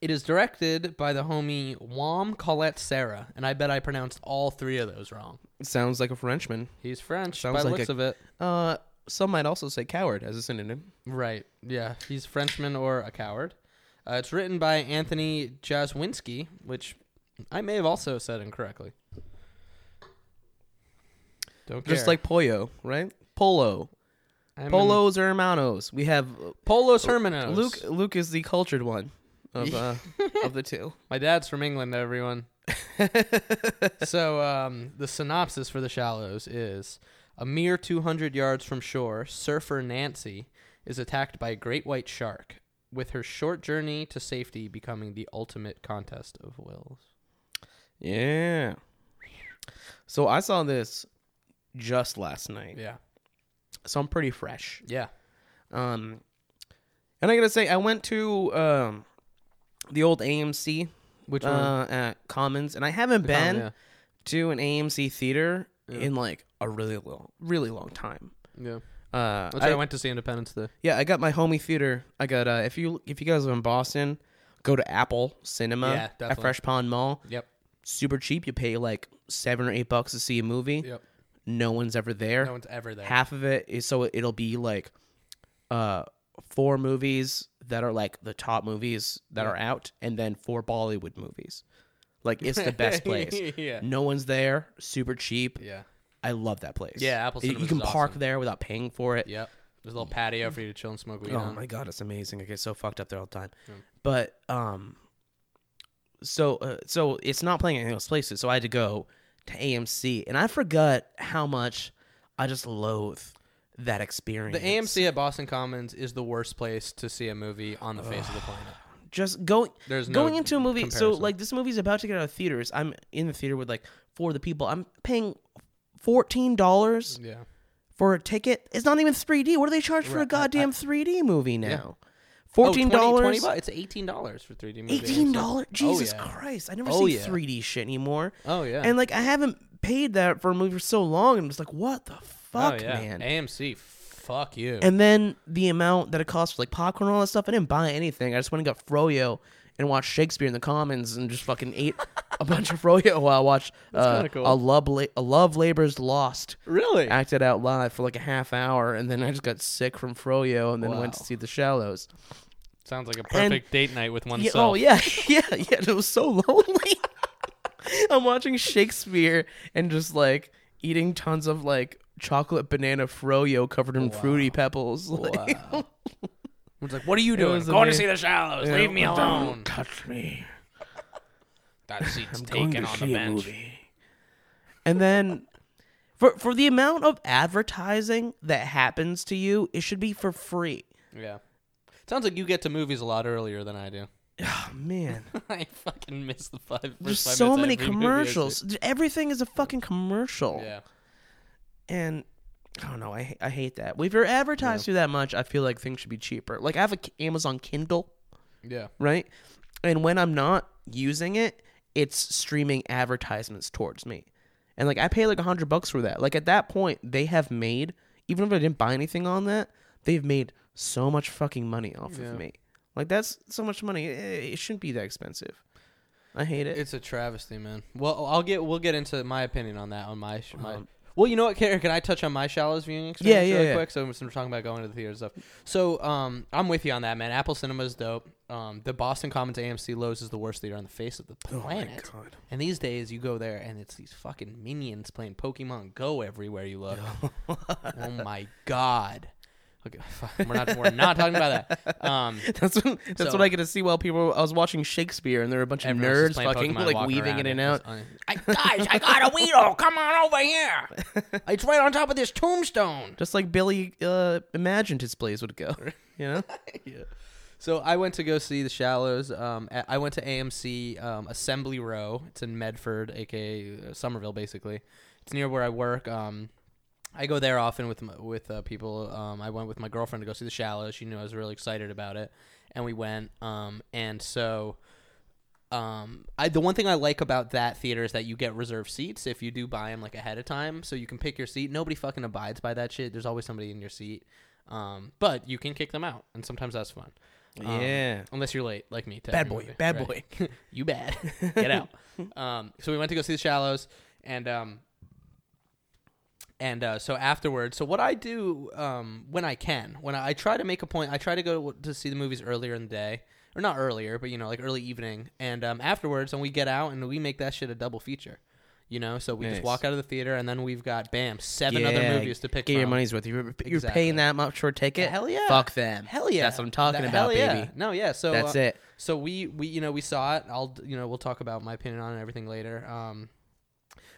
it is directed by the homie Wam Colette Sarah, and I bet I pronounced all three of those wrong.
Sounds like a Frenchman.
He's French
Sounds
by
like
looks
a-
of it.
Uh, some might also say coward as a synonym.
Right. Yeah, he's Frenchman or a coward. Uh, it's written by Anthony Jaswinski, which I may have also said incorrectly. Don't care.
Just like Pollo, right? Polo.
I'm in-
Polos or hermanos. We have uh,
Polos Hermanos.
Luke. Luke is the cultured one of uh, of the two.
My dad's from England, everyone. so um, the synopsis for The Shallows is a mere 200 yards from shore, surfer Nancy is attacked by a great white shark, with her short journey to safety becoming the ultimate contest of wills.
Yeah. So I saw this just last night,
Yeah.
so I'm pretty fresh.
Yeah.
Um, and I gotta say, I went to um the old AMC
Which one?
uh, at Commons, and I haven't been
Common, yeah.
to an AMC theater in like a really long, really long time.
Yeah.
Uh,
That's why I, went to see Independence Day.
Yeah, I got my homie theater. I got uh, if you if you guys live in Boston, go to Apple Cinema
Yeah,
at
definitely.
Fresh Pond Mall.
Yep.
Super cheap. You pay like seven or eight bucks to see a movie.
Yep.
No one's ever there.
No one's ever there.
Half of it is so it'll be like uh four movies that are like the top movies that are out, and then four Bollywood movies. Like it's the best place.
Yeah.
No one's there. Super cheap.
Yeah.
I love that place.
Yeah, Apple
You, you
Cinemas
can
is
park
awesome.
there without paying for it.
Yep. There's a little patio for you to chill and smoke weed
Oh
on.
my god, it's amazing. I get so fucked up there all the time. But um, so uh, so it's not playing at any of those places. So I had to go to AMC, and I forgot how much I just loathe that experience.
the AMC at Boston Commons is the worst place to see a movie on the face of the planet.
just going
There's no
going into a movie. So
comparison.
like this movie's about to get out of theaters. I'm in the theater with like four of the people. I'm paying fourteen dollars
Yeah.
for a ticket. It's not even 3D. What do they charge for a goddamn 3D movie now?
Oh,
Fourteen
20
dollars.
20 bucks. It's eighteen dollars for 3D movies.
Eighteen dollars. Jesus
yeah.
Christ! I never
Oh,
see
yeah.
3D shit anymore.
Oh yeah.
And like I haven't paid that for a movie for so long. I'm just like, what the fuck,
oh, yeah.
man.
AMC, fuck you.
And then the amount that it costs for like popcorn and all that stuff. I didn't buy anything. I just went and got Froyo and watched Shakespeare in the Commons and just fucking ate a bunch of Froyo while I watched uh,
kinda cool.
a love La- a love labors lost.
really?
Acted out live for like a half hour, and then I just got sick from Froyo, and then went to
Wow.
see The Shallows.
Sounds like a perfect date night with
Yeah,
oneself.
oh yeah, yeah, yeah. It was so lonely. I'm watching Shakespeare and just like eating tons of like chocolate banana froyo covered in fruity pebbles. Like,
It's like, what are you doing?
was
Going to
amazing.
see the shallows.
you know,
Leave me
"Don't
alone.
touch me.
That seat's
Going
taken
to
on
see
the
a
bench.
movie. And then for for the amount of advertising that happens to you, it should be for free.
Yeah. Sounds like you get to movies a lot earlier than I do.
Oh man.
I fucking miss the five. first
There's
five
so
minutes Ah, of
many
every movie I see.
commercials. Everything is a fucking commercial.
Yeah.
and I don't know. I I hate that. Well, if you're advertised to that much, I feel like things should be cheaper. Like I have an Amazon Kindle,
Yeah.
right? And when I'm not using it, it's streaming advertisements towards me, and like I pay like a hundred bucks for that. Like at that point, they have made even if I didn't buy anything on that, they've made so much fucking money off
Yeah.
of me. Like that's so much money. It, it shouldn't be that expensive. I hate it.
It's a travesty, man. Well, I'll get we'll get into my opinion on that on my sh- my. well, you know what, Karen? Can I touch on my shallows viewing experience
yeah,
really
yeah.
quick? So since we're talking about going to the theater and stuff. So um, I'm with you on that, man. Apple Cinema's dope. Um, the Boston Commons AMC Lowe's is the worst theater on the face of the planet.
God.
And these days, you go there and it's these fucking minions playing Pokemon Go everywhere you look. oh my god. Okay, we're not we're not talking about that. Um,
That's what, that's
So-
what I get to see while people. I was watching Shakespeare, and there were a bunch of
Everyone was
nerds
just playing
fucking
Pokemon,
like
walking
weaving
around.
in and
It was
out.
un-
I, guys, I got a Weedle. Come on over here.
it's right on top of this tombstone.
Just like Billy uh, imagined his plays would go. You know,
So I went to go see The Shallows. Um, a- I went to AMC um, Assembly Row. It's in Medford, aka uh, Somerville, basically. It's near where I work. Um, I go there often with m- with uh, people. Um, I went with my girlfriend to go see The Shallows. She knew I was really excited about it, and we went. Um, and so, um, I the one thing I like about that theater is that you get reserved seats if you do buy them like ahead of time, so you can pick your seat. Nobody fucking abides by that shit. There's always somebody in your seat, um, but you can kick them out, and sometimes that's fun. Um,
Yeah.
unless you're late like me. To
Bad
every
boy,
movie,
bad
boy. you bad. Get out. um, so we went to go see The Shallows, and um, and uh, so afterwards, so what I do um, when I can, when I, I try to make a point, I try to go to see the movies earlier in the day, or not earlier, but you know, like early evening, and um, afterwards, and we get out and we make that shit a double feature. You know, so we
Nice.
just walk out of the theater, and then we've got bam seven other
Yeah,
movies to pick
Get
from.
your money's worth. You're, you're
Exactly.
paying that much for a ticket.
Hell yeah.
Fuck them.
Hell yeah.
That's what I'm talking
That-
about,
hell yeah.
baby.
No, yeah. So
That's
uh,
it.
So we we you know we saw it. I'll you know we'll talk about my opinion on it and everything later. Um,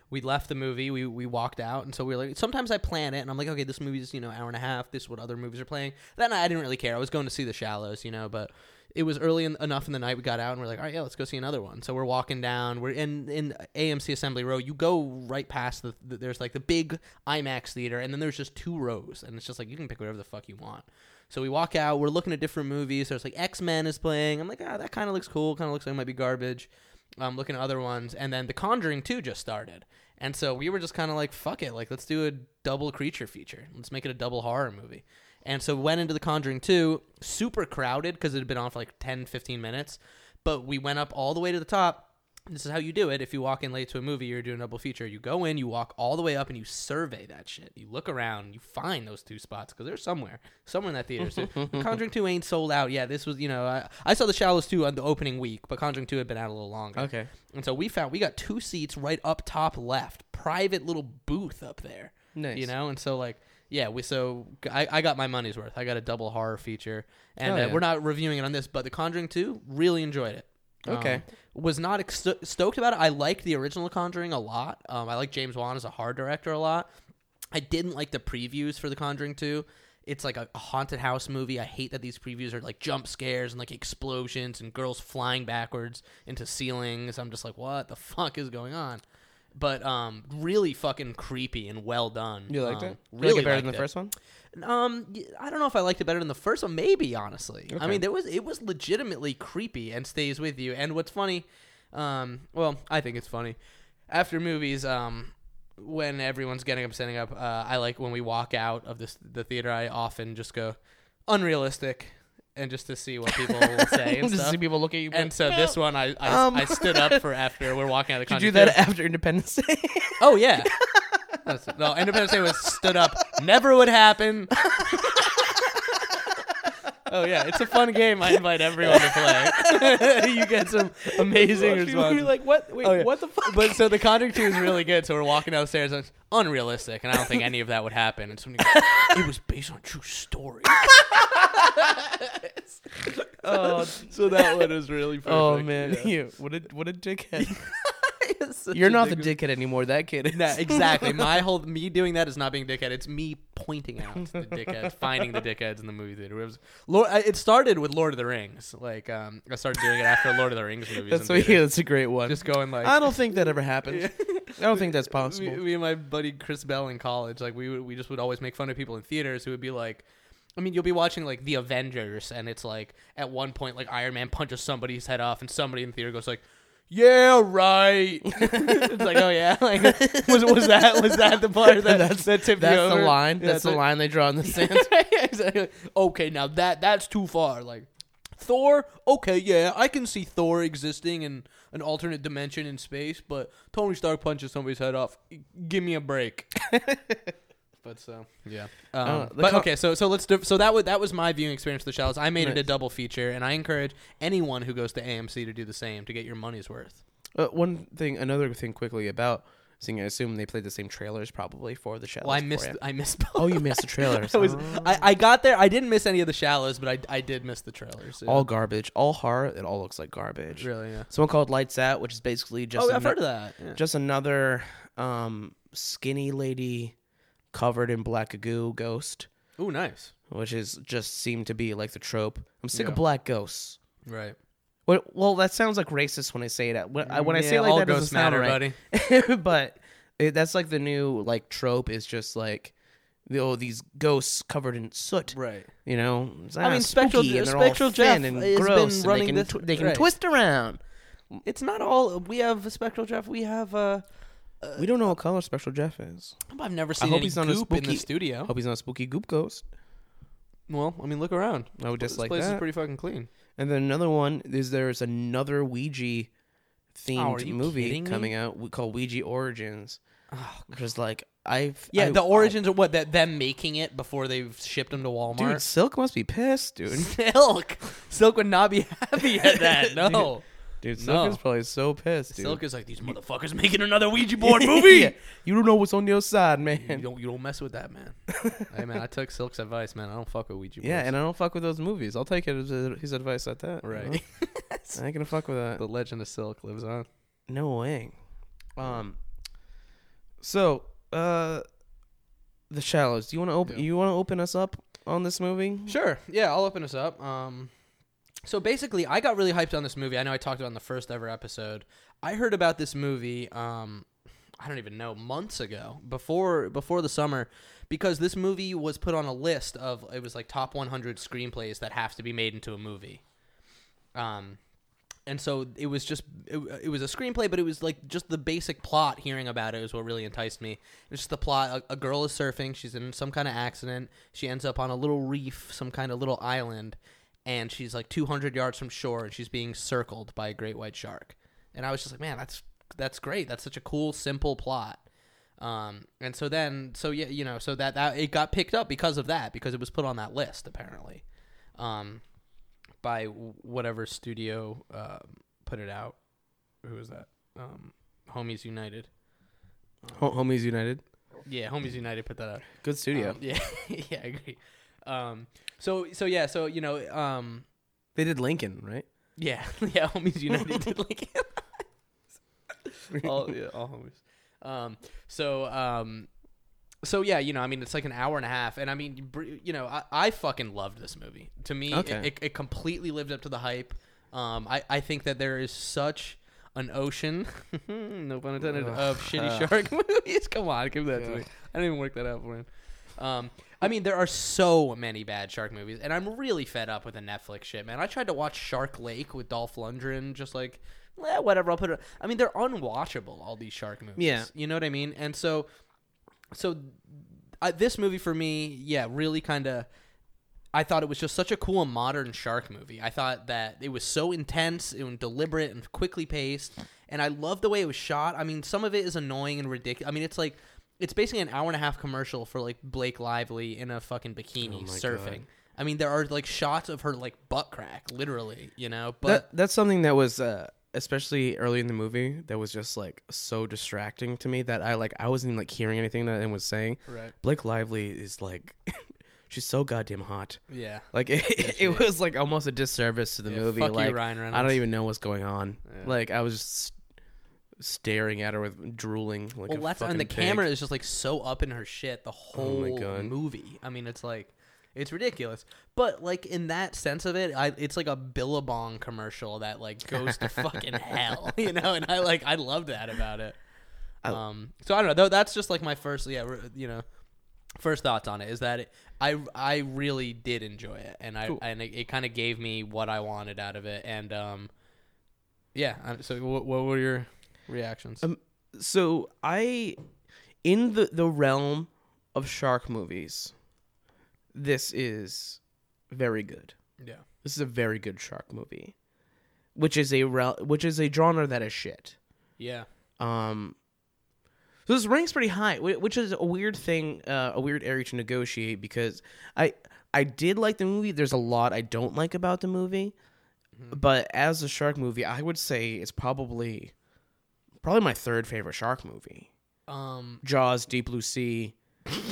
we left the movie. We we walked out, and so we were like. Sometimes I plan it, and I'm like, okay, this movie's you know hour and a half. This is what other movies are playing. That night I didn't really care. I was going to see The Shallows, you know, but it was early en- enough in the night. We got out, and we're like, all right, yeah, let's go see another one. So we're walking down. We're in in AMC Assembly Row. You go right past the, the there's like the big IMAX theater, and then there's just two rows, and it's just like you can pick whatever the fuck you want. So we walk out. We're looking at different movies. There's like X Men is playing. I'm like, ah, that kind of looks cool. Kind of looks like it might be garbage. I'm looking at other ones, and then The Conjuring 2 just started, and so we were just kind of like, fuck it, like let's do a double creature feature. Let's make it a double horror movie. And so went into The Conjuring 2, super crowded because it had been on for like 10, 15 minutes, but we went up all the way to the top This is how you do it. If you walk in late to a movie, you're doing a double feature. You go in, you walk all the way up, and you survey that shit. You look around, you find those two spots because they're somewhere, somewhere in that theater. So, The Conjuring Two ain't sold out. Yeah, this was you know I, I saw The Shallows Two on the opening week, but Conjuring Two had been out a little longer.
Okay.
And so we found we got two seats right up top left, private little booth up there.
Nice.
You know, and so like yeah, we so I, I got my money's worth. I got a double horror feature, and
Hell
uh,
yeah.
we're not reviewing it on this, but The Conjuring Two really enjoyed it.
Okay.
Um, was not ex- stoked about it. I liked the original Conjuring a lot. Um, I like James Wan as a horror director a lot. I didn't like the previews for The Conjuring 2. It's like a a haunted house movie. I hate that these previews are like jump scares and like explosions and girls flying backwards into ceilings. I'm just like, what the fuck is going on? But um, really fucking creepy and well done.
You liked
Um,
it? You like
Really
it better than
liked
the
it.
first one?
Um, y- I don't know if I liked it better than the first one. Maybe honestly, I
Okay.
mean, there was it was legitimately creepy and stays with you. And what's funny, um, well, I think it's funny. After movies, um, when everyone's getting up, standing up, uh, I like when we walk out of this the theater. I often just go unrealistic, and just to see what people will say and
Just
stuff.
see people look at you.
And so this one, I I,
Um.
I stood up for after we're walking out of the.
Did you do
Conjuring
that after Independence Day?
Oh yeah. That's- no, Independence Day was stood up. Never would happen. oh yeah, it's a fun game. I invite everyone to play. you get some amazing responses.
You're like, what? Wait,
Oh, yeah.
what the fuck?
But so the Conjuring Two is really good. So we're walking downstairs, and it's unrealistic, and I don't think any of that would happen. And somebody goes, it was based on true story.
oh,
So that one is really perfect.
oh, man,
yeah.
you what a what a dickhead!
Such
You're
a
not the
dick-
dickhead anymore. That kid is.
Yeah, exactly. My whole me doing that is not being a dickhead. It's me pointing out the dickheads, finding the dickheads in the movie theater. It, was, Lord, I, it started with Lord of the Rings. Like um, I started doing it after Lord of the Rings movies.
that's
in
what, yeah,
theaters.
that's a great one.
Just going like
I don't think that ever happened. I don't think that's possible.
me, me and my buddy Chris Bell in college, like we would, we just would always make fun of people in theaters who would be like, I mean, you'll be watching like The Avengers, and it's like at one point like Iron Man punches somebody's head off, and somebody in the theater goes like. Yeah right. it's like oh yeah, like was was that was that the part that
That's-
that tipped you
that's the
over?
line.
Yeah,
that's the line they draw in the sand.
Yeah, exactly. Okay, now that that's too far. Like Thor, okay, yeah, I can see Thor existing in an alternate dimension in space, but Tony Stark punches somebody's head off. E, Give me a break. but so yeah. Um,
Uh, the
but
co-
okay, so so let's diff- so that was that was my viewing experience with the shallows. I made it a
Nice.
double feature, and I encourage anyone who goes to AMC to do the same to get your money's worth.
Uh, one thing, another thing, quickly about seeing. I assume they played the same trailers probably for the show.
Well, I missed I missed. Both.
Oh, you missed the trailers.
I, was, I, I got there. I didn't miss any of the shallows, but I, I did miss the trailers. yeah.
all garbage, all horror. It all looks like garbage.
really, yeah.
Someone called Lights Out, which is basically just
Oh,
ano-
I've heard of that. yeah.
just another um, skinny lady covered in black goo ghost,
Ooh, nice.
which is just seemed to be like the trope. I'm sick
Yeah.
of black ghosts.
Right.
Well, well, that sounds like racist when I say it. When I, when I say it like
all
that, it doesn't
ghosts
sound
matter,
right.
buddy.
but it, that's like the new like trope is just like the, oh these ghosts covered in soot
Right.
you know ah,
I mean, Spectral-
and they're
Spectral
all thin
Jeff
and
has been
gross and
running
they can,
this-
tw- they can
right.
twist around
It's not all. We have Spectral Jeff. We have. uh
we don't know what color special jeff is
Oh, I've never seen
hope
any
he's not a
goop in the
spooky-
studio.
hope he's not a spooky goop ghost
Well, I mean, look around.
I would
This
dislike
place is
that.
pretty fucking clean.
and then another one is there's another ouija
Oh, are
themed
you
movie
kidding me? Oh,
coming out we call ouija origins which is like i've
Yeah,
I-
the origins of what that them making it before they've shipped them to
dude
Walmart.
silk must be pissed dude
Silk, Silk would not be happy at that. No,
dude silk
No.
is probably so pissed dude
Silk is like these motherfuckers making another Ouija board movie.
Yeah. you don't know what's on the other side
You
man
don't you don't mess with that, man. hey man, I took Silk's advice, man. I don't fuck with Ouija boards.
Yeah, and I don't fuck with those movies. I'll take it as a, his advice at that. you know?
right.
I ain't gonna fuck with that.
the legend of Silk lives on.
No way. Um. So, uh, the shallows. Do you want to open?
Yeah.
You want to open us up on this movie?
Sure. Yeah, I'll open us up. Um, so basically, I got really hyped on this movie. I know I talked about it in the first ever episode. I heard about this movie. Um, I don't even know months ago before before the summer because this movie was put on a list of it was like top 100 screenplays that have to be made into a movie. Um, and so it was just it, it was a screenplay but it was like just the basic plot hearing about it is what really enticed me it's just the plot a, a girl is surfing she's in some kind of accident she ends up on a little reef some kind of little island and she's like 200 yards from shore and she's being circled by a great white shark and I was just like, man, that's that's great. That's such a cool, simple plot. Um, and so then, so yeah, you know, so that, that it got picked up because of that, because it was put on that list apparently, um, by w- whatever studio um, put it out. Who was that? Um, Homies United.
Ho- Homies United,
Yeah, Homies United put that out.
good studio.
Um, yeah, yeah, I agree. Um, so so yeah, so you know, um,
they did Lincoln, right?
yeah, yeah, homies united did like all, yeah, all homies. Um, so um, so yeah, you know, I mean, it's like an hour and a half, and I mean, br- you know, I, I fucking loved this movie. To me,
Okay.
it, it, it completely lived up to the hype. Um, I I think that there is such an ocean, no pun intended, of shitty shark movies. Come on, give that to me. I didn't even work that out for him. Um, I mean, there are so many bad shark movies, and I'm really fed up with the Netflix shit, man. I tried to watch Shark Lake with Dolph Lundgren, just like, eh, whatever, I'll put it. I mean, they're unwatchable, all these shark movies.
Yeah.
You know what I mean? And so, so I, this movie for me, yeah, really kind of. I thought it was just such a cool modern shark movie. I thought that it was so intense and deliberate and quickly paced, and I love the way it was shot. I mean, some of it is annoying and ridiculous. I mean, it's like it's basically an hour and a half commercial for like Blake Lively in a fucking bikini
Oh my
surfing.
God.
I mean, there are like shots of her like butt crack, literally, you know. But
That, that's something that was uh, especially early in the movie that was just like so distracting to me that I like I wasn't even like hearing anything that anyone was saying.
Right.
Blake Lively is like she's so goddamn hot.
yeah,
Like it, it was like almost a disservice to the
Yeah,
movie.
fuck you,
like
Ryan
I don't
Reynolds.
even know what's going on. Like I was just staring at her with drooling like
well,
a
that's and
fucking
the
pig. Oh
camera is just like so up in her shit the
my
whole
God.
movie. I mean, it's like it's ridiculous. But like in that sense of it, I, it's like a Billabong commercial that like goes to fucking hell, you know. And I like I love that about it. Um, so I don't know. Though that's just like my first, yeah, re- you know, first thoughts on it is that it, I I really did enjoy it, and I and it, it kind of gave me what I wanted out of it, and um, yeah. I- So what, what were your reactions?
Um, so I in the the realm of shark movies, this is very good.
yeah.
This is a very good shark movie, which is a rel- which is a genre that is shit.
Yeah.
Um, so this ranks pretty high, whi- which is a weird thing, uh, a weird area to negotiate because I I did like the movie. There's a lot I don't like about the movie, but as a shark movie, I would say it's probably probably my third favorite shark movie.
Um,
Jaws, Deep Blue Sea,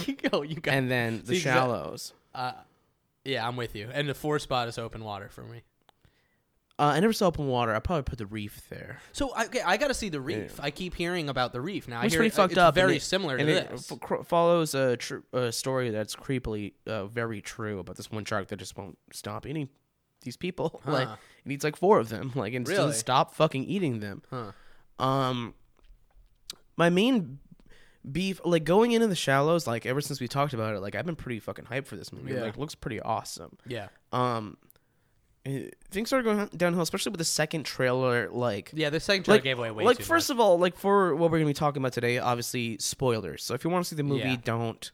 you go, you go.
and then The
See, 'cause I-
Shallows.
yeah, I'm with you. And the four spot is open water for me.
Uh, I never saw Open Water. I probably put The Reef there.
So I, okay, I got to see the reef. I keep hearing about the reef now. I
It's
hear
pretty
it- uh,
fucked
it's
up. and
Very
it-
similar to
and it
this.
f- cr- follows a, tr- a story that's creepily uh, very true about this one shark that just won't stop eating these people. Like,
Huh.
it eats like four of them. Like, and just
Really?
doesn't stop fucking eating them.
Huh.
Um, my main beef, like going into the shallows, like ever since we talked about it, like I've been pretty fucking hyped for this movie.
Yeah.
Like, looks pretty awesome.
yeah,
Um, eh, things started going downhill, especially with the second trailer. Like,
yeah. The second trailer
like,
gave away way
like
too
first
much.
of all, like for what we're gonna be talking about today, obviously spoilers. So if you want to see the movie,
Yeah.
don't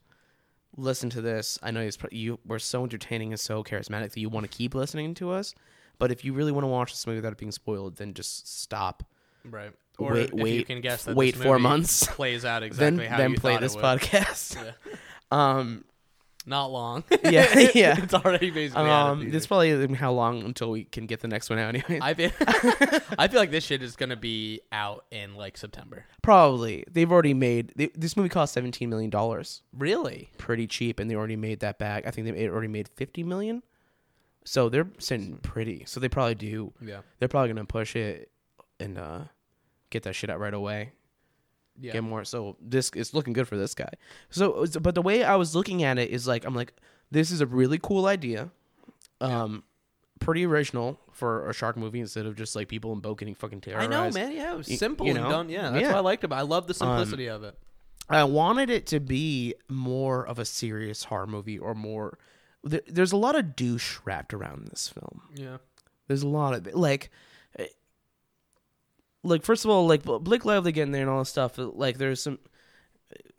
listen to this. I know it's pro- you we're so entertaining and so charismatic that you want to keep listening to us. But if you really want to watch this movie without it being spoiled, then just stop.
right? Or
wait-
if you
wait-
can guess that
wait
this
four
movie
months.
plays out exactly
then
how
then
you
play
thought
this
it would.
podcast. um,
Not long.
Yeah, yeah.
it's already basically. out of
um,
theaters.
it's probably how long until we can get the next one out. Anyway,
I feel, I feel like this shit is gonna be out in like September.
probably they've already made they, this movie cost seventeen million dollars.
Really?
pretty cheap and they already made that back. I think they already made 50 million. So they're sitting pretty. So they probably do.
Yeah.
They're probably going to push it and uh, get that shit out right away.
Yeah.
Get more. So this it's looking good for this guy. So it's- but the way I was looking at it is like I'm like this is a really cool idea. Um pretty original for a shark movie instead of just like people in boat getting fucking
I
terrorized.
know, man. Yeah, it was
Y-
simple
you
and
know?
done. Yeah, Um, that's
Yeah.
what I liked about. it. I love the simplicity of it.
I wanted it to be more of a serious horror movie or more. There, there's a lot of douche wrapped around this film.
Yeah.
There's a lot of like, eh, like first of all, like Bl- Blake Lively getting there and all this stuff. Like there's some eh,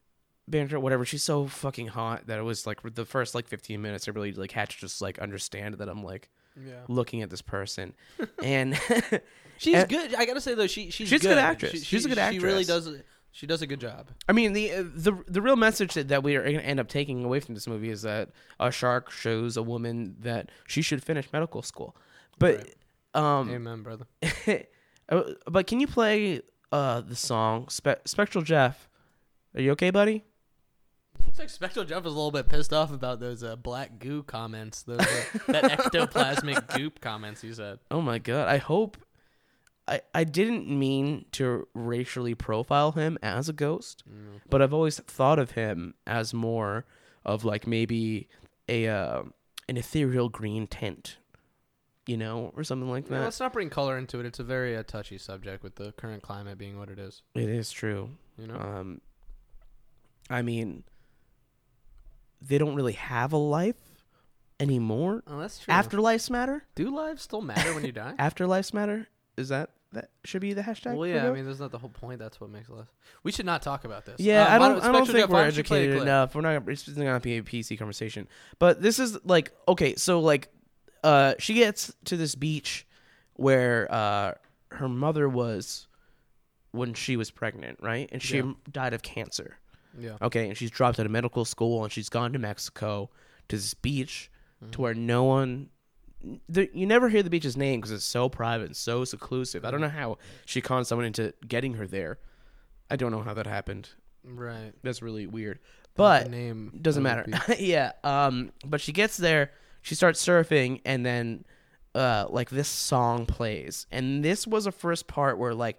banter, whatever. She's so fucking hot that it was like the first like 15 minutes. I really like had to just like understand that I'm like
Yeah.
looking at this person, and
She's
And-
good. I gotta say though, she she's,
She's a good
good
actress.
She-
She's a
she-
good
She really
actress.
does. She does a good job.
I mean the uh, the the real message that, that we are going to end up taking away from this movie is that a shark shows a woman that she should finish medical school. But um
Amen, brother.
uh, but can you play uh the song Spe- Spectral Jeff? Are you okay, buddy?
Looks like Spectral Jeff is a little bit pissed off about those uh, black goo comments, those, uh, that ectoplasmic goop comments he said.
Oh my god. I hope I I didn't mean to racially profile him as a ghost,
Mm.
but I've always thought of him as more of like maybe a uh, an ethereal green tint, you know, or something like
No,
that.
let's not bring color into it. It's a very uh, touchy subject with the current climate being what it is.
It is true.
You know?
Um, I mean, they don't really have a life anymore.
Oh, that's true.
Afterlives matter.
do lives still matter when you die?
Afterlives matter. Is that that should be the hashtag?
well,
for
yeah. I
that?
mean, that's not the whole point. That's what makes life. We should not talk about this.
Yeah,
Um,
I
why
don't. I don't
Spectral
think
Jeff, why
we're
don't you play a
educated
clip?
enough. We're not. It's not gonna be a PC conversation. But this is like okay. So like, uh, she gets to this beach where uh her mother was when she was pregnant, right? And she
Yeah.
died of cancer.
Yeah.
Okay, and she's dropped out of medical school and she's gone to Mexico to this beach
Mm-hmm.
to where no one. The, you never hear the beach's name because it's so private and so seclusive. I don't
Mm-hmm.
know how she conned someone into getting her there. I don't know how that happened.
Right.
That's really weird. But
the name
doesn't
of
matter.
the
yeah. Um. But she gets there. She starts surfing, and then, uh, like this song plays, and this was a first part where like,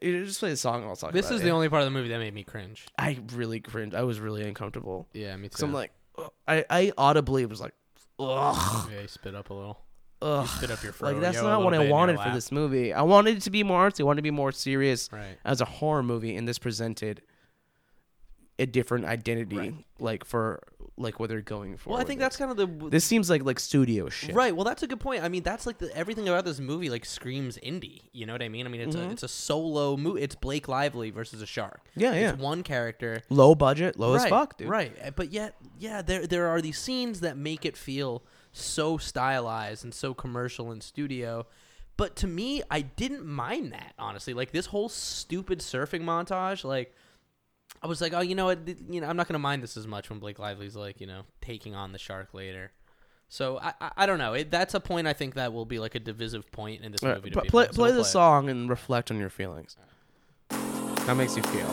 you just play the song. And I'll talk.
This
about
is
it.
the only part of the movie that made me cringe.
I really cringed. I was really uncomfortable.
Yeah, me too.
So I'm like, ugh. I, I audibly was like, ugh,
yeah, you spit up a little.
ugh.
Spit up your fro.
Like that's not what I wanted for this movie. I wanted it to be more artsy. I wanted it to be more serious
Right.
as a horror movie, and this presented a different identity, like for like what they're going for.
Well, I
with
think
it.
that's kind of the
this seems like like studio shit.
Right. Well, that's a good point. I mean, that's like the, everything about this movie like screams indie. You know what I mean? I mean, it's a it's a solo movie. It's Blake Lively versus a shark.
Yeah, yeah.
It's one character.
Low budget, low
right,
as fuck, dude.
Right. Uh, But yet, yeah, there there are these scenes that make it feel so stylized and so commercial and studio. But to me, I didn't mind that honestly. Like this whole stupid surfing montage, like. I was like, oh, you know what? th- You know, I'm not gonna mind this as much when Blake Lively's like, you know, taking on the shark later. So I, I, I don't know. It, that's a point I think that will be like a divisive point in this
All right,
movie. To
but
people.
play
So
play
we'll
the
it.
song and reflect on your feelings. How it makes you feel?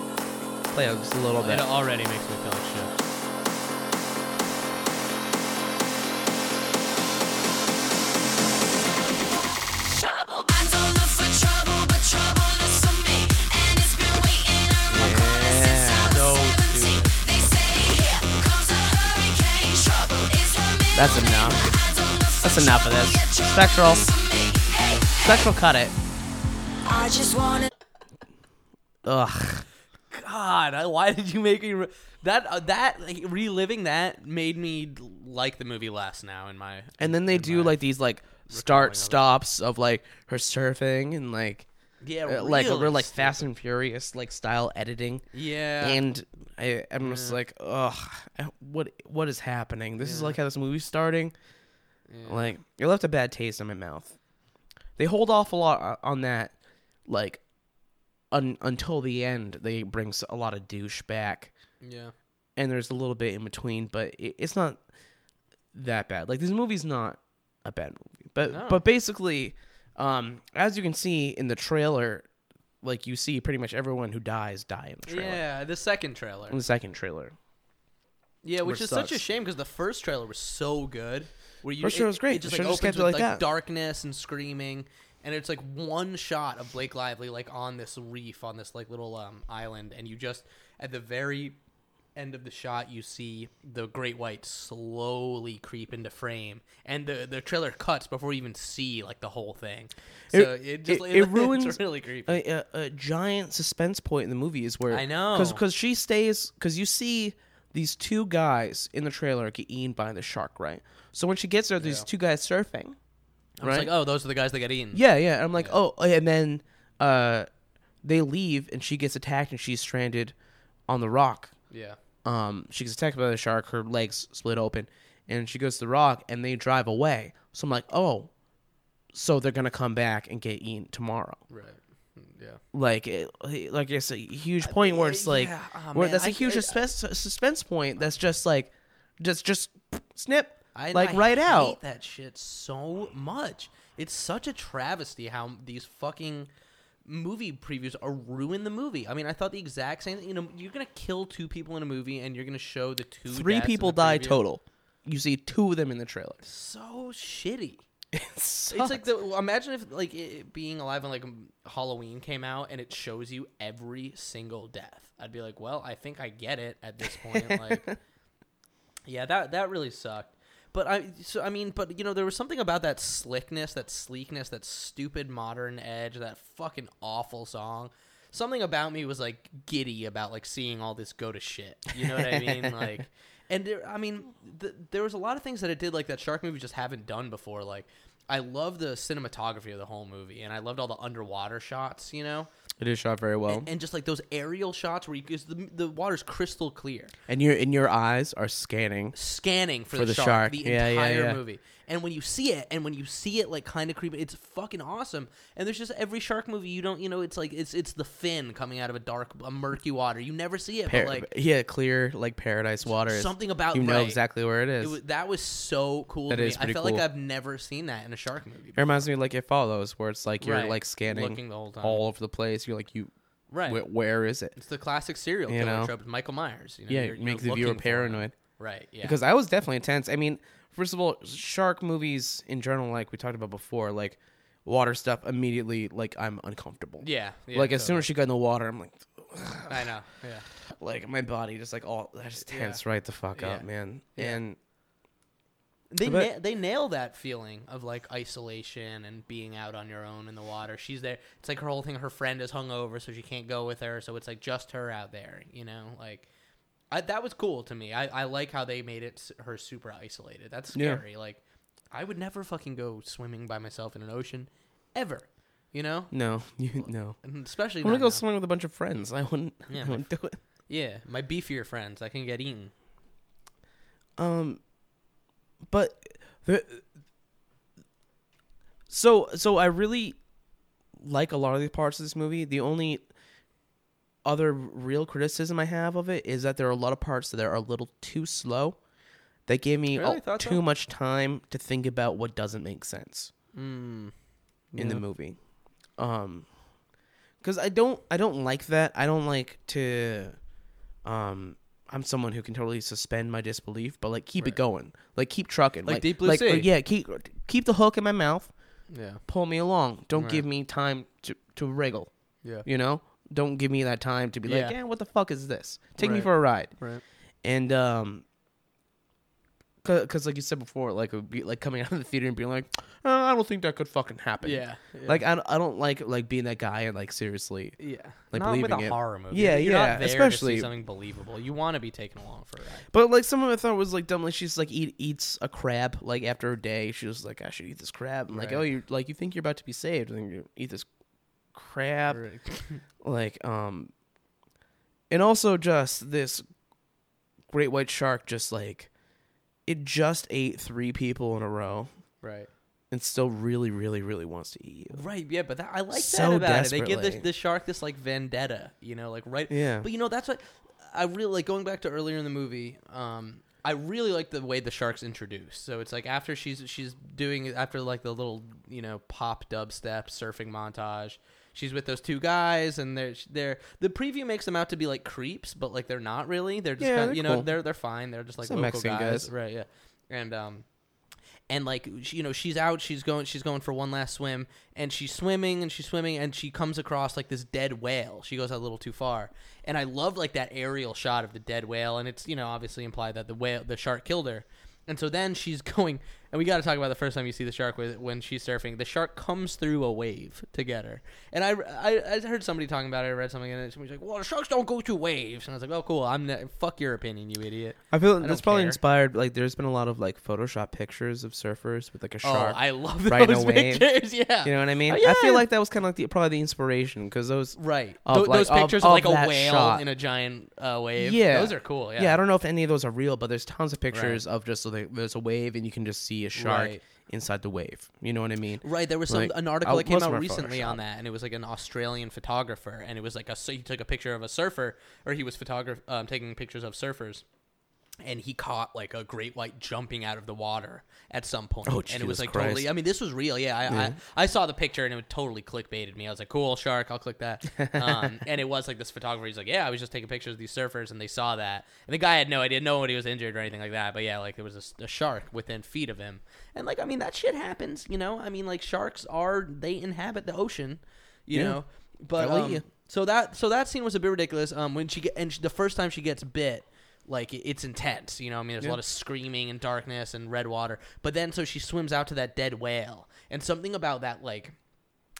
Play it just a little bit.
It already makes me feel like shit.
I don't look for trouble, but trouble looks for me, and it's been waiting on my corner since I was seventeen. They say here comes a hurricane, trouble is her middle
That's enough. That's enough of this. Spectral. Spectral, cut it.
I just wanna.
Ugh.
God, I, why did you make me re- that? Uh, that like, reliving that made me like the movie less now in my.
And then they do like these like start stops of like her surfing and like
yeah,
uh, like
really
real like
stupid.
Fast and Furious like style editing.
Yeah,
And I I'm just like ugh, I- what what is happening? This is like how this movie's starting. Like it left a bad taste in my mouth. They hold off a lot o- on that, like un- until the end. They brings a lot of douche back.
yeah.
and there's a little bit in between, but it, it's not that bad. Like this movie's not a bad movie, but
No.
but basically, um, as you can see in the trailer, like you see pretty much everyone who dies die in the trailer.
Yeah, the second trailer.
In the second trailer,
Yeah, which,
Which
is such a
sucks.
shame because the first trailer was so good. Where you,
First trailer was great.
It just
They
like
should've just
opens
kept it
with like
like that.
darkness and screaming, and it's like one shot of Blake Lively like on this reef on this like little um island, and you just at the very end of the shot you see the great white slowly creep into frame, and the the trailer cuts before you even see like the whole thing. So it, just
it, it
it's
ruins Uh,
really creepy.
A, a, a giant suspense point in the movie is where
I know.
because she stays because you see these two guys in the trailer get eaten by the shark, right? So when she gets there, these two guys surfing,
I'm just like, oh, those are the guys that get eaten.
Yeah, yeah. And I'm like, oh, and then uh, they leave, and she gets attacked, and she's stranded on the rock.
yeah.
Um, she gets attacked by the shark. Her legs split open, and she goes to the rock and they drive away. So I'm like, oh, so they're gonna come back and get eaten tomorrow.
Right. Mm, Yeah.
Like, it, like it's a huge point where it's like,
yeah. Aw,
where
man,
that's a
I- uh,
huge
I-
suspense, suspense point. That's just like, just just snip,
I
like
I
right
hate
out.
that shit so much. It's such a travesty how these fucking movie previews are ruin the movie. I mean, I thought the exact same. You know, you're gonna kill two people in a movie, and you're gonna show the two.
Three
deaths in
people
the
die
preview.
total. You see two of them in the trailer.
So shitty.
It
It's like
sucks.
the imagine if like it, being alive on like um, Halloween came out and it shows you every single death. I'd be like, well, I think I get it at this point. Like, yeah, that that really sucked. But I so I mean, but you know, there was something about that slickness, that sleekness, that stupid modern edge, that fucking awful song. Something about me was like giddy about like seeing all this go to shit. You know what I mean? Like, and there, I mean, th- there was a lot of things that it did like that shark movie just haven't done before. Like, I love the cinematography of the whole movie, and I loved all the underwater shots. You know,
it is shot very well.
and just like those aerial shots where you because the the water's crystal clear
and your and your eyes are scanning.
scanning for,
For
the,
the
shark,
shark.
the
Yeah, yeah,
entire
yeah.
movie. And when you see it, and when you see it like kind of creepy, it's fucking awesome. And there's just every shark movie you don't, you know, it's like it's it's the fin coming out of a dark, a murky water. You never see it,
Par-
but like
yeah, clear like paradise water. is-
something about
you know
right.
exactly where it is.
It was, that was so cool.
That
to
is
me. I
pretty
felt like
cool.
I've never seen that in a shark movie.
It reminds me of, like it follows, where it's like you're
Right.
like scanning
Looking the whole time.
all over the place. You're like you,
Right.
wh- where is it?
It's the classic serial
You
killer
know?
trope, Michael Myers. You know,
yeah,
you're-
it makes
you're
the viewer
looking for him.
paranoid.
Right. Yeah.
Because I was definitely intense. I mean, first of all, shark movies in general, like we talked about before, like water stuff immediately, like I'm uncomfortable.
yeah, yeah,
like as soon as she got in the water, I'm like,
totally. I know. Yeah.
like my body just like all I just tense right the fuck up,
Yeah.
man.
Yeah.
And
They
But-
na- they nail that feeling of like isolation and being out on your own in the water. She's there. It's like her whole thing. Her friend is hungover, so she can't go with her. So it's like just her out there. You know, like I, that was cool to me. I, I like how they made it s- her super isolated. That's
Yeah.
scary. Like I would never fucking go swimming by myself in an ocean, ever. You know,
no, you no.
and especially
I'm gonna
not
go
now.
swimming with a bunch of friends. I wouldn't.
Yeah,
I
my
wouldn't do it.
yeah, my beefier friends. I can get eaten.
Um, but the so so I really like a lot of the parts of this movie. The only other real criticism I have of it is that there are a lot of parts that are a little too slow. That gave me
Really?
a-
Thought so?
too much time to think about what doesn't make sense
Hmm.
in the movie. Um, because I don't I don't like that. I don't like to um I'm someone who can totally suspend my disbelief, but like keep it going. Like keep trucking.
Like
Like
Deep Blue
like, uh,
Sea.
Yeah, keep keep the hook in my mouth.
Yeah,
Pull me along. Don't give me time to to wriggle.
Yeah.
You know? Don't give me that time to be
Yeah.
like, "Yeah, what the fuck is this? Take me
Right.
for a ride."
right.
And um cuz like you said before, like it would be like coming out of the theater and being like, "Uh, "I don't think that could fucking happen."
Yeah, yeah.
Like I don't, I don't like like being that guy and like seriously
Yeah,
Like
not with a
believing it.
horror movie.
Yeah,
You're
yeah,
Not there to
especially-
see something believable. You want to be taken along for a ride.
But like some of I thought was like dumb. Like she's like eat, eats a crab like after a day. She was like, I should eat this crab. I'm like,
Right.
oh, you like you think you're about to be saved, and then you eat this crab. Like um, and also just this great white shark just like it just ate three people in a row
Right.
and still really really really wants to eat you.
Right. Yeah, but that, I like
So
that about it. They give the,
desperately.
the shark this like vendetta, you know, like right.
Yeah.
But you know that's what I really like. Going back to earlier in the movie, um, I really like the way the shark's introduced. So it's like after she's she's doing after like the little you know pop dubstep surfing montage. She's with those two guys, and they're they're the preview makes them out to be like creeps, but like they're not really. They're just
Yeah,
kind
they're
of, you know
cool.
they're they're fine. They're just like
Some
local
Mexican
guys,
guys.
right? Yeah, and um, and like she- you know she's out she's going she's going for one last swim and she's swimming and she's swimming and she comes across like this dead whale she goes a little too far and i love like that aerial shot of the dead whale and it's you know obviously implied that the whale the shark killed her and so then she's going And we got to talk about the first time you see the shark with, when she's surfing. The shark comes through a wave to get her. And I, I, I heard somebody talking about it. I read something and somebody's like, "Well, the sharks don't go through waves." And I was like, "Oh, cool. I'm ne- fuck your opinion, you idiot."
I feel
don't
that's probably
care.
inspired. Like, there's been a lot of like Photoshop pictures of surfers with like a shark.
Oh, I love those
riding a wave.
pictures. Yeah,
you know what I mean?
Oh,
I feel
yeah.
like that was kind of like the probably the inspiration because those
right.
of,
Tho-
like,
those
of-
pictures
of
of, like
that
a whale
shot.
in a giant uh, wave.
Yeah.
those are cool. Yeah,
yeah. I don't know if any of those are real, but there's tons of pictures of just like there's a wave and you can just see a shark
Right.
inside the wave. You know what I mean?
Right, there was some
Like,
an article
uh,
that came
most of
out
our
recently on
Photoshop.
that, and it was like an Australian photographer, and it was like a so he took a picture of a surfer, or he was photograph um, taking pictures of surfers, and he caught like a great white jumping out of the water at some point,
Oh,
and it was
Jesus
like
Christ.
totally. I mean, this was real. Yeah, I, I I saw the picture and it totally clickbaited me. I was like, cool shark, I'll click that. Um, and it was like this photographer. He's like, yeah, I was just taking pictures of these surfers, and they saw that, and the guy had no idea, nobody was injured or anything like that. But yeah, like there was a s- a, shark within feet of him, and like I mean, that shit happens, you know. I mean, like sharks are they inhabit the ocean, you know. But
They'll eat
um,
you.
so that so that scene was a bit ridiculous. Um, when she get and she, the first time she gets bit, like it- it's intense. You know, what I mean, there's a lot of screaming and darkness and red water. But then so she swims out to that dead whale, and something about that like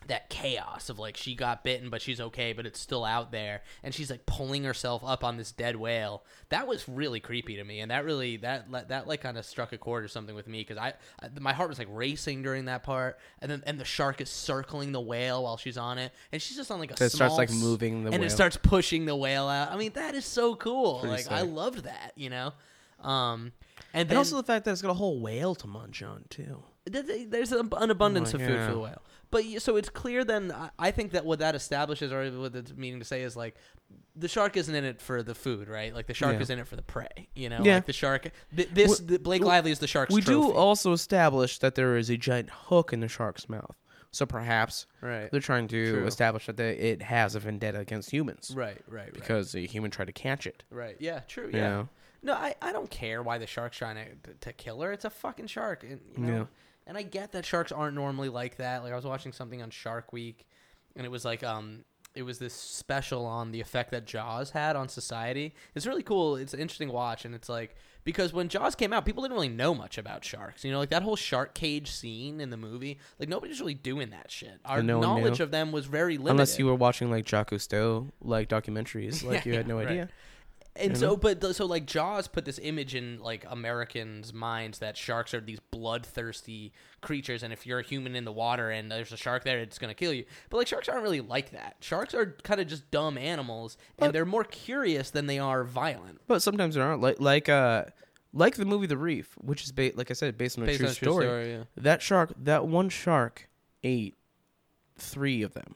that chaos of like she got bitten but she's okay but it's still out there and she's like pulling herself up on this dead whale that was really creepy to me and that really that that, that like kind of struck a chord or something with me because I, I my heart was like racing during that part and then and the shark is circling the whale while she's on it and she's just on like a
It starts,
small
like,
s-
moving the
and it
whale.
starts pushing the whale out i mean that is so cool
pretty
like i
sick.
loved that you know um and
And
then
also the fact that it's got a whole whale to munch on too.
th- th- there's an
Oh
an abundance
Like,
of food
yeah.
for the whale. But y- so it's clear then. I- I think that what that establishes, or what it's meaning to say, is like the shark isn't in it for the food, right? Like the shark
Yeah.
is in it for the prey. You know,
Yeah.
like the shark. Th- this
We-
th- Blake
we-
Lively is the shark's.
We do
trophy.
also establish that there is a giant hook in the shark's mouth. So perhaps
Right.
they're trying to
True.
establish that they, it has a vendetta against humans.
Right, right, right.
Because a human tried to catch it.
Right. Yeah. True. Yeah.
You know?
No, I, I don't care why the shark's trying to, to kill her. It's a fucking shark. And, you know?
Yeah.
and I get that sharks aren't normally like that. Like I was watching something on Shark Week, and it was like um it was this special on the effect that Jaws had on society. It's really cool. It's an interesting watch, and it's like because when Jaws came out, people didn't really know much about sharks. You know, like that whole shark cage scene in the movie. Like nobody's really doing that shit. Our
And no one
knowledge
knew?
of them was very limited.
Unless you were watching like Jacques Cousteau like documentaries, like you had no
Right.
idea.
And so, but th- so like Jaws put this image in like Americans' minds that sharks are these bloodthirsty creatures, and if you're a human in the water and there's a shark there, it's gonna kill you. But like sharks aren't really like that. Sharks are kind of just dumb animals, and they're more curious than they are violent.
But sometimes there aren't like like uh like the movie The Reef, which is ba- like I said based on a,
Based
true,
on a true
story.
story, yeah.
That shark, that one shark, ate three of them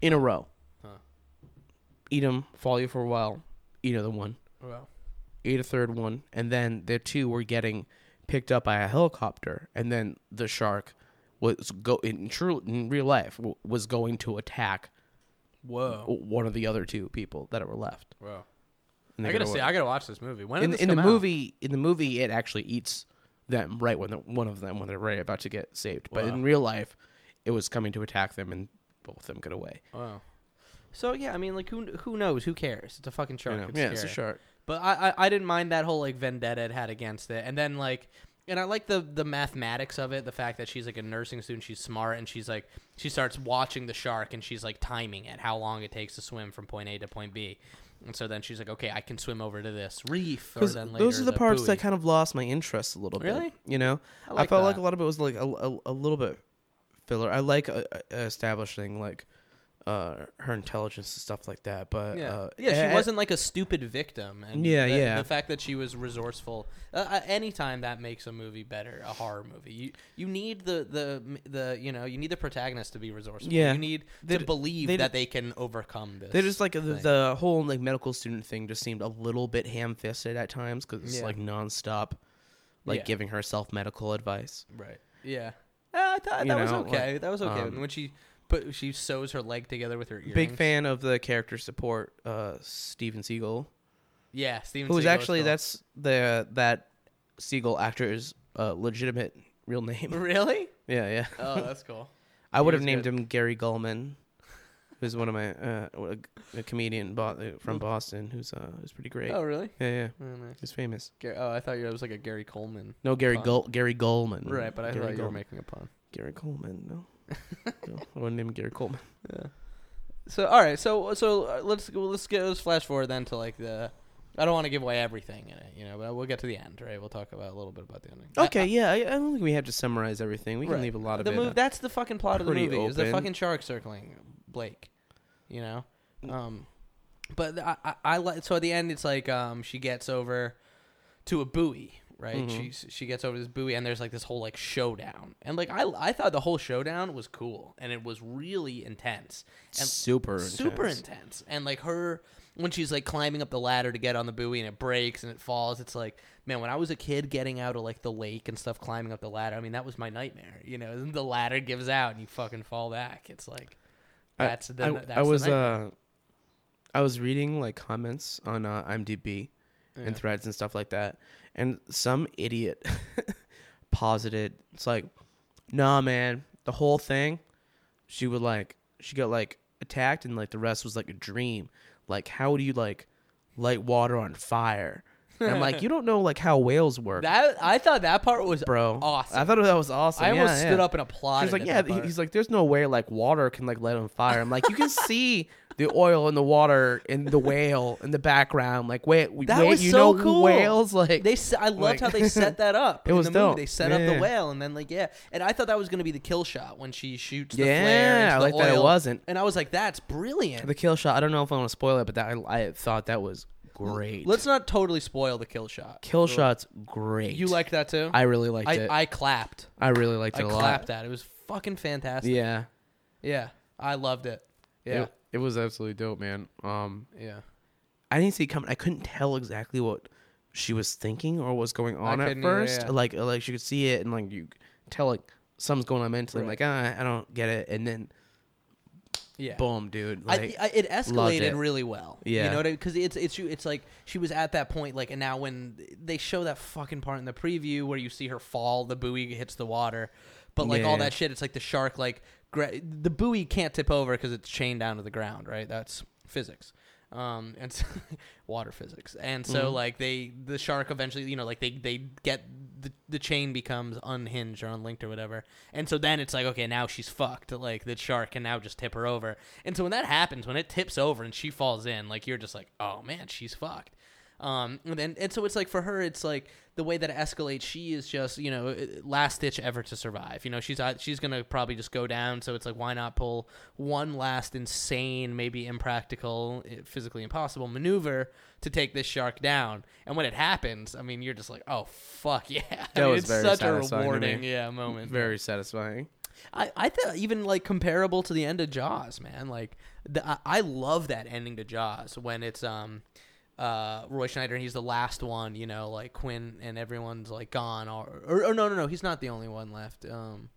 in a row. Eat 'em, Eat them, follow you for a while, eat another one,
Well,
ate a third one, and then the two were getting picked up by a helicopter, and then the shark was go in true in real life w- was going to attack
whoa,
one of the other two people that were left.
whoa!
And they
I gotta
got
say,
away.
I gotta watch this movie. When did
in,
this
in the
come out?
movie in the movie it actually eats them right when the, one of them when they're right about to get saved but in real life it was coming to attack them and both of them got away
Wow. So yeah, I mean, like who who knows? Who cares? It's a fucking shark.
You know?
It's
yeah it's a
scary.
shark
But I, I I didn't mind that whole like vendetta it had against it, and then like, and I like the the mathematics of it, the fact that she's like a nursing student, she's smart, and she's like she starts watching the shark, and she's like timing it, how long it takes to swim from point A to point B, and so then she's like, okay, I can swim over to this reef. Or
'Cause
then later
those are the parts
buoy.
that kind of lost my interest a little bit
Really?
you know i,
like
felt
that.
like a lot of it was like a, a, a little bit filler i like uh, uh, establishing like uh, her intelligence and stuff like that but
Yeah,
uh,
yeah. She
I- I-
wasn't like a stupid victim. And
Yeah,
the,
yeah.
The fact that she was resourceful. Uh, uh, anytime that makes a movie better, a horror movie. You you need the the the you know you need the protagonist to be resourceful.
Yeah.
you need
They d-
to believe
they d-
that they can overcome this.
They just like the,
thing.
the whole like medical student thing just seemed a little bit ham-fisted at times because it's
Yeah.
like nonstop, like
Yeah.
giving herself medical advice.
right. Yeah,
Eh,
uh, I thought
You
that was
know,
okay.
like,
that was okay.
um,
when she put she sews her leg together with her earrings.
Big fan of the character support, uh, Steven Seagal,
Yeah, Steven.
who is
Seagal
actually
cool.
that's the that Seagal actor's uh, legitimate real name.
really.
yeah, yeah.
Oh, that's cool.
I would have
was
named
good.
him Gary Gulman. who's one of my uh, a, a comedian bo- uh, from Boston who's uh who's pretty great.
Oh, really?
Yeah, yeah,
Oh, nice.
he's famous.
Gar- oh, I thought you it was like a Gary Coleman.
No, Gary
Pun.
Gol- Gary Goldman.
Right, but I
Mm, Gary
thought you were
Goldman.
making a pun.
Gary Coleman. No, no I wouldn't name him Gary Coleman.
So all right, so so uh, let's go- let's get let's flash forward then to like the. I don't want to give away everything in it, you know, but we'll get to the end, right? We'll talk about a little bit about the ending. I-
Okay, yeah, I, I don't think we have to summarize everything. We can
Right.
leave a lot of
the
it. uh,
move. That's the fucking plot of the
pretty
movie. Is the
open.
fucking shark circling Blake, you know? Um, but I, I, I like so at the end it's like um she gets over to a buoy, right?
Mm-hmm.
She's she gets over this buoy and there's like this whole like showdown and like I I thought the whole showdown was cool and it was really intense and
super
super intense and like her when she's like climbing up the ladder to get on the buoy and it breaks and it falls it's like man when i was a kid getting out of like the lake and stuff climbing up the ladder i mean that was my nightmare you know then the ladder gives out and you fucking fall back it's like that's the
I,
that's
I was
the nightmare.
uh, I was reading like comments on uh, IMDb and threads and stuff like that, and some idiot posited it's like, nah, man, the whole thing, she would like she got like attacked and like the rest was like a dream. Like, how do you like light water on fire? And I'm like, you don't know like how whales work,
that i thought that part was
bro.
awesome
I thought that was awesome.
I almost
yeah,
stood
yeah.
up and applauded
He's like,
at
yeah.
that
he-
part.
He's like, there's no way like water can like light on fire. I'm like, you can see the oil in the water and the whale in the background. Like, wait, we-
that
wait,
was
you
so
know
cool.
whales like
they, s- I loved
like-
how they set that up.
It
in
was
the movie.
dope.
They set
Yeah,
up the
yeah.
whale, and then like yeah, and I thought that was gonna be the kill shot when she shoots. The
Yeah,
flare into
I
the
like that it
oil.
wasn't.
And I was like, that's brilliant.
the kill shot. I don't know if I want to spoil it, but that I, I thought that was great.
Let's not totally spoil the kill shot.
kill shots great.
You liked that too?
I really liked
I,
it. I,
I clapped.
really liked
I
it a
clapped
lot.
that. It was fucking fantastic. Yeah.
Yeah.
I loved it. Yeah.
It, it was absolutely dope, man. Um,
yeah.
I didn't see it coming. I couldn't tell exactly what she was thinking or what was going on at
couldn't either,
first.
yeah.
Like uh, like she could see it and like you could tell like something's going on mentally. I'm
Right.
like ah, I don't get it, and then
Yeah.
boom, dude.
I,
Like,
I, it escalated
it.
really well.
Yeah.
you know what I mean? Because it's it's you- it's like she was at that point, like, and now when they show that fucking part in the preview where you see her fall, the buoy hits the water, but like all
Yeah.
that shit, it's like the shark, like gra- the buoy can't tip over because it's chained down to the ground, right? That's physics. Um, and so, water physics, and so like they, the shark eventually, you know, like they they get the, the chain becomes unhinged or unlinked or whatever, and so then it's like okay, now she's fucked. Like the shark can now just tip her over, and so when that happens, when it tips over and she falls in, like you're just like, oh man, she's fucked. Um, and then and so it's like for her, it's like the way that it escalates. She is just you know uh, last ditch effort to survive. You know she's uh, she's gonna probably just go down. So it's like why not pull one last insane, maybe impractical, eh, physically impossible maneuver to take this shark down. And when it happens, I mean you're just like oh fuck yeah. I
That
mean,
was
it's
very
such a
satisfying to me.
rewarding yeah moment.
very satisfying.
I, I thought even like comparable to the end of Jaws, man. Like the, I, I love that ending to Jaws when it's um uh Roy Schneider and he's the last one, you know, like Quinn and everyone's like gone or or, or no no no he's not the only one left. Um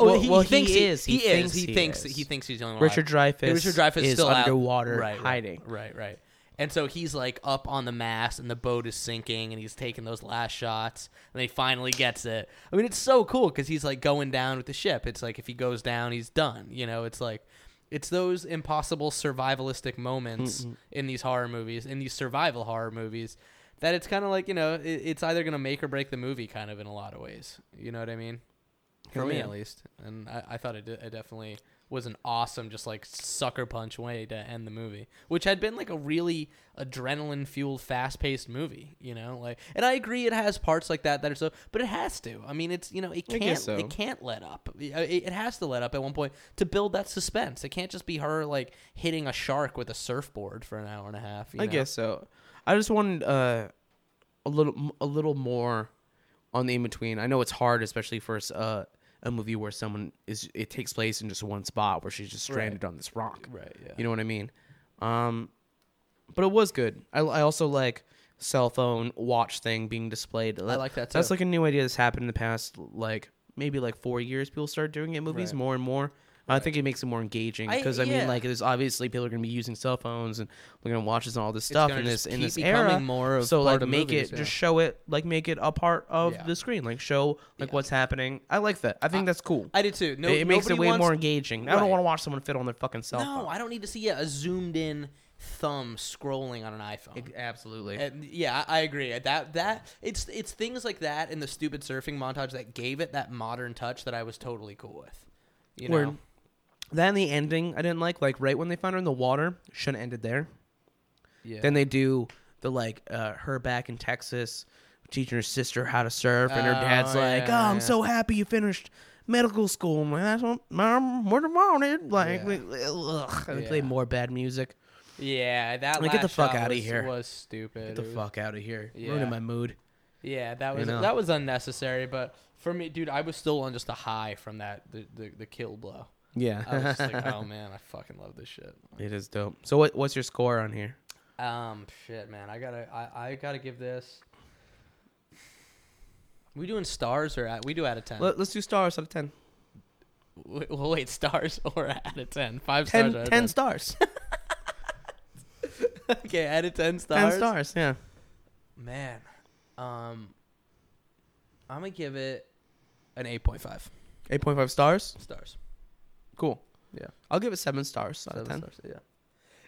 Oh,
Well-
he,
well,
he thinks
he
he
is. He
He, is.
thinks
He
he
thinks
is.
he thinks he's the only one.
Richard
alive.
Dreyfuss
Richard Dreyfuss
is
still out.
underwater
Right, right,
hiding.
Right, right. And so he's like up on the mast, and the boat is sinking, and he's taking those last shots, and then he finally gets it. I mean, it's so cool because he's like going down with the ship. It's like if he goes down, he's done. You know, it's like it's those impossible survivalistic moments in these horror movies, in these survival horror movies, that it's kind of like you know, it, it's either gonna make or break the movie, kind of in a lot of ways. You know what I mean? for
Hell
me
yeah.
at least. And I, I thought it, de- it definitely was an awesome, just like sucker punch way to end the movie, which had been like a really adrenaline fueled, fast paced movie, you know. Like, and I agree, it has parts like that that are so, but it has to. I mean, it's you know, it
I guess
can't,
so.
it can't let up. It, it has to let up at one point to build that suspense. It can't just be her like hitting a shark with a surfboard for an hour and a half. you
I
know?
guess so. I just wanted uh, a little a little more on the in between. I know it's hard, especially for uh, a movie where someone is it takes place in just one spot where she's just stranded on this rock.
Right, yeah.
You know what I mean? Um, but it was good. I, I also like cell phone watch thing being displayed. I
like that
That's
too.
like a new idea that's happened in the past, like maybe like four years. People start doing it in movies more and more. I think it makes it more engaging
I-
because I, mean,
yeah.
like, there's obviously people are going to be using cell phones and we're going to watch this and all this stuff
gonna
in this
just
in
keep
this era.
becoming more of
so
part
like,
of
make
movies,
it
yeah.
just show it, like, make it a part of
Yeah.
the screen, like, show like what's happening. I like that. I think that's cool.
I did too. No,
it, it makes it
nobody
way
wants-
more engaging. I don't
Right.
want to watch someone fit on their fucking cell phone.
No, I don't need to see yeah, a zoomed in thumb scrolling on an iPhone.
Absolutely.
And Uh, yeah, I I agree. Uh, That that it's it's things like that and the stupid surfing montage that gave it that modern touch that I was totally cool with. You know,
Word. Then the ending I didn't like. Like right when they found her in the water, shouldn't have ended there.
yeah.
Then they do the like uh, her back in Texas, teaching her sister how to surf, and her
Oh,
dad's like,
yeah,
"Oh, I'm
yeah.
so happy you finished medical school. I'm like, That's what mom would have wanted." Like,
Yeah.
we- ugh. And they play
Yeah.
more bad music.
yeah, that
Like, get the
last
fuck
shot
outta
was-
here.
was stupid.
Get the
It was-
fuck out of here.
Yeah.
Ruining my mood.
Yeah, that was
know?
that was unnecessary. But for me, dude, I was still on just a high from that the the, the kill blow. I was
Yeah,
just like, oh man, I fucking love this shit.
Uh, it is dope. So what? What's your score on here?
Um, shit, man, I gotta, I, I gotta give this. We doing stars or at, we do out of ten?
Let, us do stars out of ten.
Wait, well, wait, stars or out of ten? Five
Ten,
stars. out of
10 stars.
10. okay, out of ten stars.
ten stars. Yeah.
Man, um, I'm gonna give it an eight point five
Eight point five stars.
stars.
Cool.
Yeah.
I'll give it seven stars out
Seven
of ten.
stars, yeah.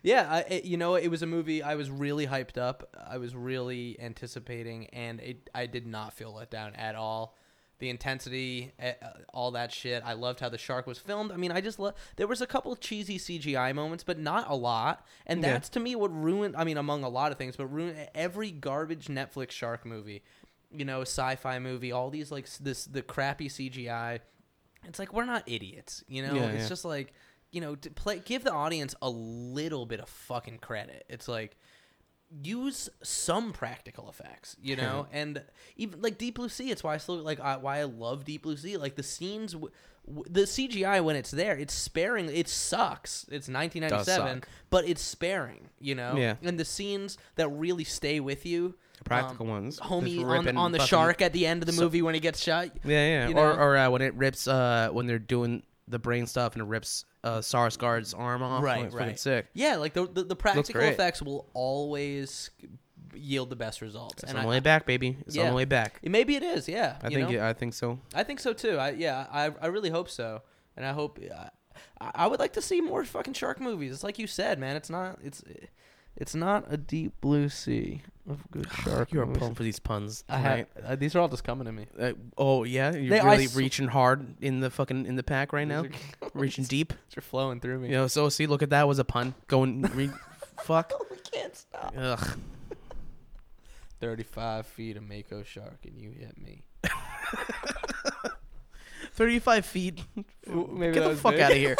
Yeah, I, it, you know, it was a movie I was really hyped up. I was really anticipating, and it, I did not feel let down at all. The intensity, eh, uh, all that shit. I loved how the shark was filmed. I mean, I just love. There was a couple cheesy CGI moments, but not a lot. And
Yeah.
that's to me what ruined. I mean, among a lot of things, but ruined every garbage Netflix shark movie, you know, sci-fi movie. All these like s- this the crappy CGI. It's like we're not idiots, you know.
Yeah,
it's
yeah.
just like you know, to play give the audience a little bit of fucking credit. It's like use some practical effects, you know, and even like Deep Blue Sea. It's why I still like I, why I love Deep Blue Sea. Like the scenes, w- w- the CGI when it's there, it's sparing. It sucks. It's 1997,
suck.
but it's sparing, you know.
Yeah.
And the scenes that really stay with you,
The practical ones, just
Um, homie on,
ripping
on the
fucking-
shark at the end of the movie when he gets shot.
Yeah, yeah.
you
Or
know?
or uh, when it rips uh when they're doing the brain stuff and it rips uh Sarsgaard's arm off.
right,
Like, it's fucking
right.
Sick.
Yeah, like the the, the practical
great.
effects will always yield the best results.
It's
and
on
I-
the way back, baby. It's on
Yeah.
the way back.
maybe it is. Yeah,
I
you
think
know?
it- I think so.
I think so too. I yeah, I I really hope so, and I hope I, I would like to see more fucking shark movies. It's like you said, man. It's not it's it's not a deep blue sea of good shark.
You are
movies.
pulling for these puns.
I have, uh, these are all just coming to me.
Uh, oh yeah, you're
They- I
really
s-
reaching hard in the fucking in the pack right now,
These
reaching deep.
They're flowing through me.
You know, so see, look at that was a pun. Going re- fuck.
Oh, we can't stop.
Ugh.
Thirty-five feet of mako shark, and you hit me.
Thirty-five feet.
Maybe
Get the fuck out of here.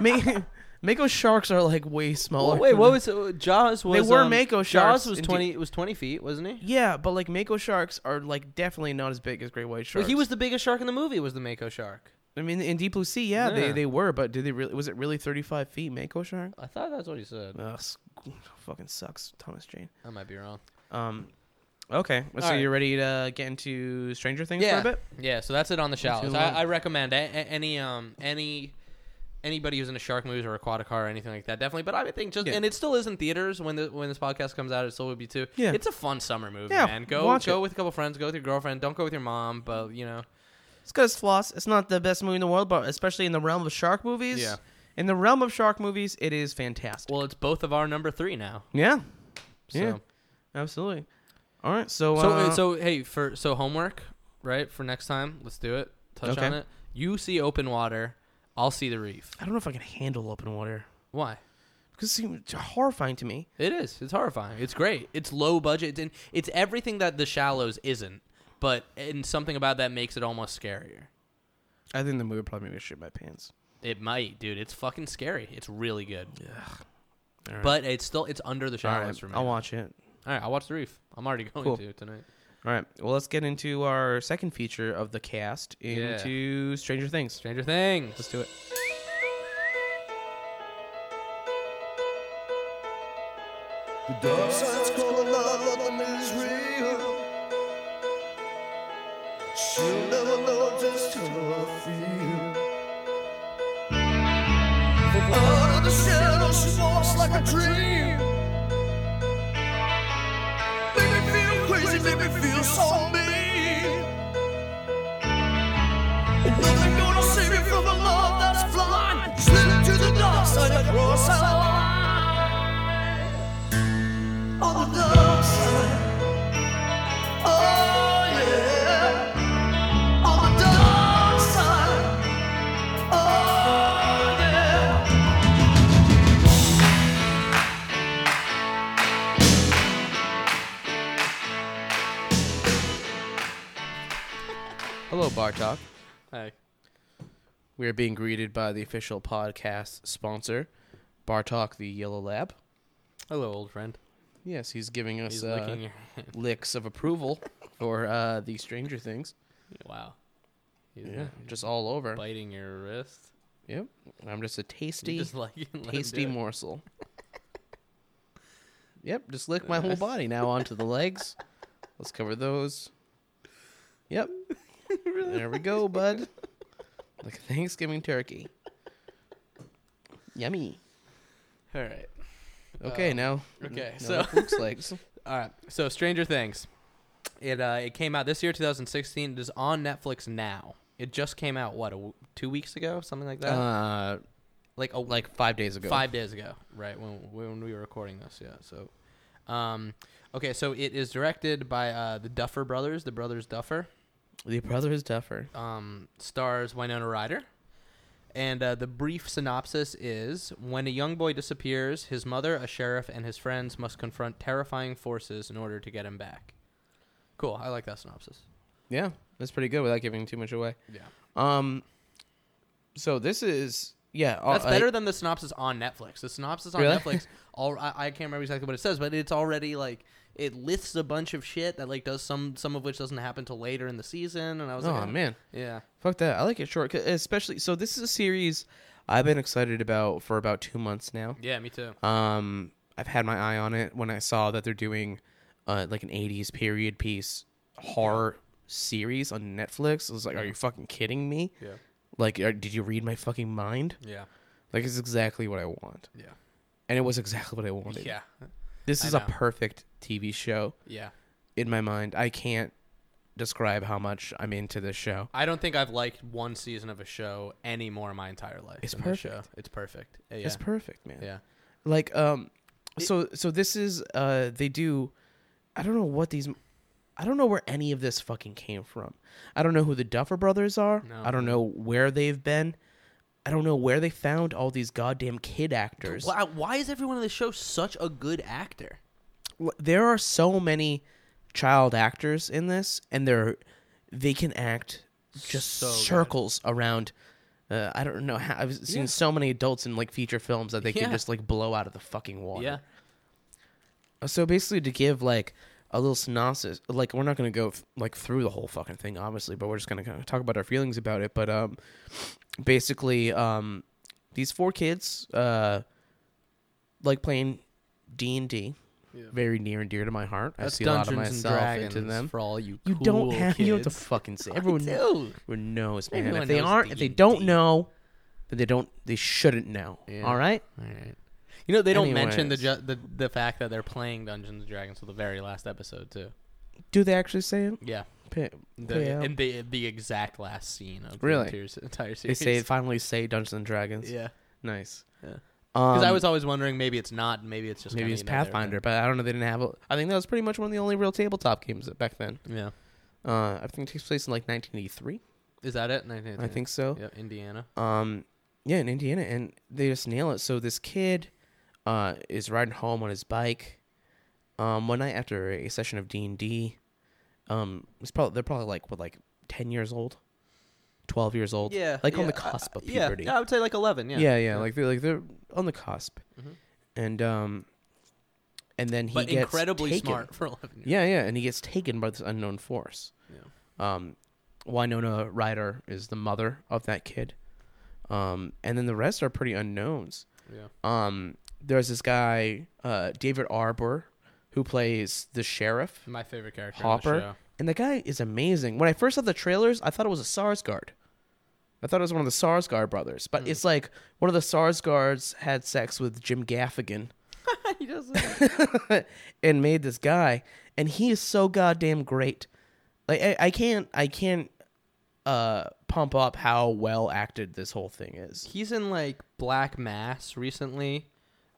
Ma- Mako sharks are like way smaller.
wait,
than-
what was uh, Jaws? Was
were
um,
mako sharks
Jaws was
in
twenty. was twenty feet, wasn't he?
Yeah, but like Mako sharks are like definitely not as big as great white
Well,
sharks.
he was the biggest shark in the movie. Was the mako shark?
I mean, in deep blue sea, yeah, They,
Yeah.
they were, but did they really? Was it really thirty five feet Mako shark?
I thought that's what he said.
Ugh, s- fucking sucks, Thomas Jane.
I might be wrong.
Um, okay, so
All right.
you're ready to get into Stranger Things
yeah.
for a bit?
Yeah, so that's it on the shallows.
too
I,
long.
I recommend a, a- any um any anybody who's into shark movies or aquatic horror or anything like that definitely. But I would think just
Yeah.
and it still is in theaters when the when this podcast comes out. It still would be too.
Yeah.
it's a fun summer movie,
Yeah,
man. Go
watch
go
it.
with a couple friends. Go with your girlfriend. Don't go with your mom, but you know.
It's got its flaws. It's not the best movie in the world, but especially in the realm of shark movies.
Yeah.
In the realm of shark movies, it is fantastic.
Well, it's both of our number three now.
yeah.
So
Yeah. Absolutely. All right. So.
so
uh,
so hey for so homework right for next time. Let's do it. Touch
Okay.
on it. You see open water. I'll see the reef.
I don't know if I can handle open water
Why?
because it seems horrifying to me.
It is. It's horrifying. It's great. It's low budget. It's, in, it's everything that The Shallows isn't, but and something about that makes it almost scarier.
I think the movie would probably made me shit my pants.
It might, dude. It's fucking scary. It's really good.
All right.
But it's still it's under The
All
Shallows
right,
for me.
I'll watch it.
All right, I'll watch The Reef. I'm already going
Cool.
to tonight.
All right. Well, let's get into our second feature of the cast into Stranger Things.
Stranger Things.
Let's do it.
Dark side scrolling out the misery. She'll never know just how I feel. by the shadow, she walks like a dream. Make me feel crazy, make me feel so mean. Nothing gonna save me from the love that's blind. Slip to the dark side across our line. On the dark side. Oh, yeah. On the dark side. Oh, yeah.
Hello, Bar Talk.
Hey.
We are being greeted by the official podcast sponsor, Bar Talk, the Yellow Lab.
Hello, old friend.
Yes, he's giving us
He's
uh,
licking your hand.
licks of approval for uh, the Stranger Things.
Wow. He's
Yeah, just all over.
biting your wrist.
Yep, I'm just a tasty,
You just like let him do
tasty
it.
morsel. yep, just lick my whole body now onto the legs. Let's cover those. Yep, there we go, bud. Like a Thanksgiving turkey. Yummy.
All right.
Okay, now.
Um, okay,
now
so-
that Luke's legs.
All right. So Stranger Things. It uh, it came out this year, 2016. It is on Netflix now. It just came out what a w- two weeks ago, something like that.
Uh,
like a
like five days ago.
five days ago, right when when we were recording this. Yeah. So, um, okay. So it is directed by uh, the Duffer brothers, the brothers Duffer.
The brother is tougher.
um, stars Winona Ryder. And uh, the brief synopsis is When a young boy disappears, his mother, a sheriff, and his friends must confront terrifying forces in order to get him back. Cool. I like that synopsis.
Yeah, that's pretty good without giving too much away.
Yeah.
Um, so this is yeah.
That's
uh,
better than the synopsis on Netflix. The synopsis on
Really?
Netflix, all I, I can't remember exactly what it says, but it's already like it lists a bunch of shit that like does some some of which doesn't happen till later in the season, and I was
Oh
like,
man,
yeah,
fuck that. I like it short, 'cause- especially. So this is a series I've been excited about for about two months now.
yeah, me too.
Um, I've had my eye on it when I saw that they're doing, uh, like an '80s period piece horror series on Netflix. I was like, are you fucking kidding me?
Yeah.
Like, are, did you read my fucking mind?
Yeah,
Like, it's exactly what I want,
yeah,
and it was exactly what I wanted.
yeah,
This
I
is a
know.
perfect TV show.
yeah.
in my mind. I can't describe how much I'm into this show.
I don't think I've liked one season of a show anymore in my entire life.
It's
than this
perfect.
Show. It's perfect. Uh, Yeah.
It's perfect, man.
Yeah.
Like um so so this is uh they do I don't know what these I don't know where any of this fucking came from. I don't know who the Duffer brothers are.
No.
I don't know where they've been. I don't know where they found all these goddamn kid actors.
Wow. Why is everyone on the show such a good actor?
L- There are so many child actors in this and they're they can act just
So good.
circles around uh, I don't know how I've seen
Yeah.
so many adults in like feature films that they
Yeah.
can just like blow out of the fucking water.
Yeah.
So basically, to give like a little synopsis, like we're not gonna go like through the whole fucking thing, obviously, but we're just gonna kind of talk about our feelings about it. But um, basically, um, these four kids uh, like playing D and D, very near and dear to my heart. I see a lot of myself into them.
for all you.
You
cool
don't have
kids.
you don't have to fucking say. Everyone,
do.
everyone knows, man.
Everyone
if they
knows
aren't, if they don't
D&D.
know, then they don't. They shouldn't know. All right.
All right. You know they don't mention the,
Anyways.
ju- the the fact that they're playing Dungeons and Dragons till the very last episode too.
Do they actually say it?
Yeah.
Pay,
The,
pay out.
In the the exact last scene of
Really?
the entire, entire
They
series.
say finally say Dungeons and Dragons.
Yeah.
Nice.
Yeah.
Um,
Because I was always wondering, maybe it's not, maybe it's just
maybe
kinda,
it's
you know, they're-
Pathfinder, but I don't know. They didn't have. A, I think that was pretty much one of the only real tabletop games that- back then.
Yeah,
Uh, I think it takes place in like 1983.
is that it? 1983.
I think so.
Yeah, Indiana.
Um, yeah, in Indiana, and they just nail it. So this kid, uh, is riding home on his bike, um, one night after a session of D and D. Um, it's probably they're probably like what like 10 years old, 12 years old. like on the cusp of puberty.
Yeah, I would say like eleven. Yeah, Mm-hmm.
yeah, yeah, like they're like they're on the cusp, and um, and then he
but
gets
incredibly
taken.
smart for eleven. Years.
Yeah, yeah, and he gets taken by this unknown force. Yeah. Um, Winona Ryder is the mother of that kid, um, and then the rest are pretty unknowns.
Yeah.
Um, there's this guy, uh, David Arbor, who plays the sheriff
my favorite character.
Hopper,
on the show.
and the guy is amazing. When I first saw the trailers, I thought it was a SARS guard. I thought it was one of the Sarsgaard brothers, but it's like one of the Sarsgaards had sex with Jim Gaffigan
he doesn't.
and made this guy, and he is so goddamn great. Like I, I can't, I can't uh, pump up how well acted this whole thing is.
He's in like Black Mass recently.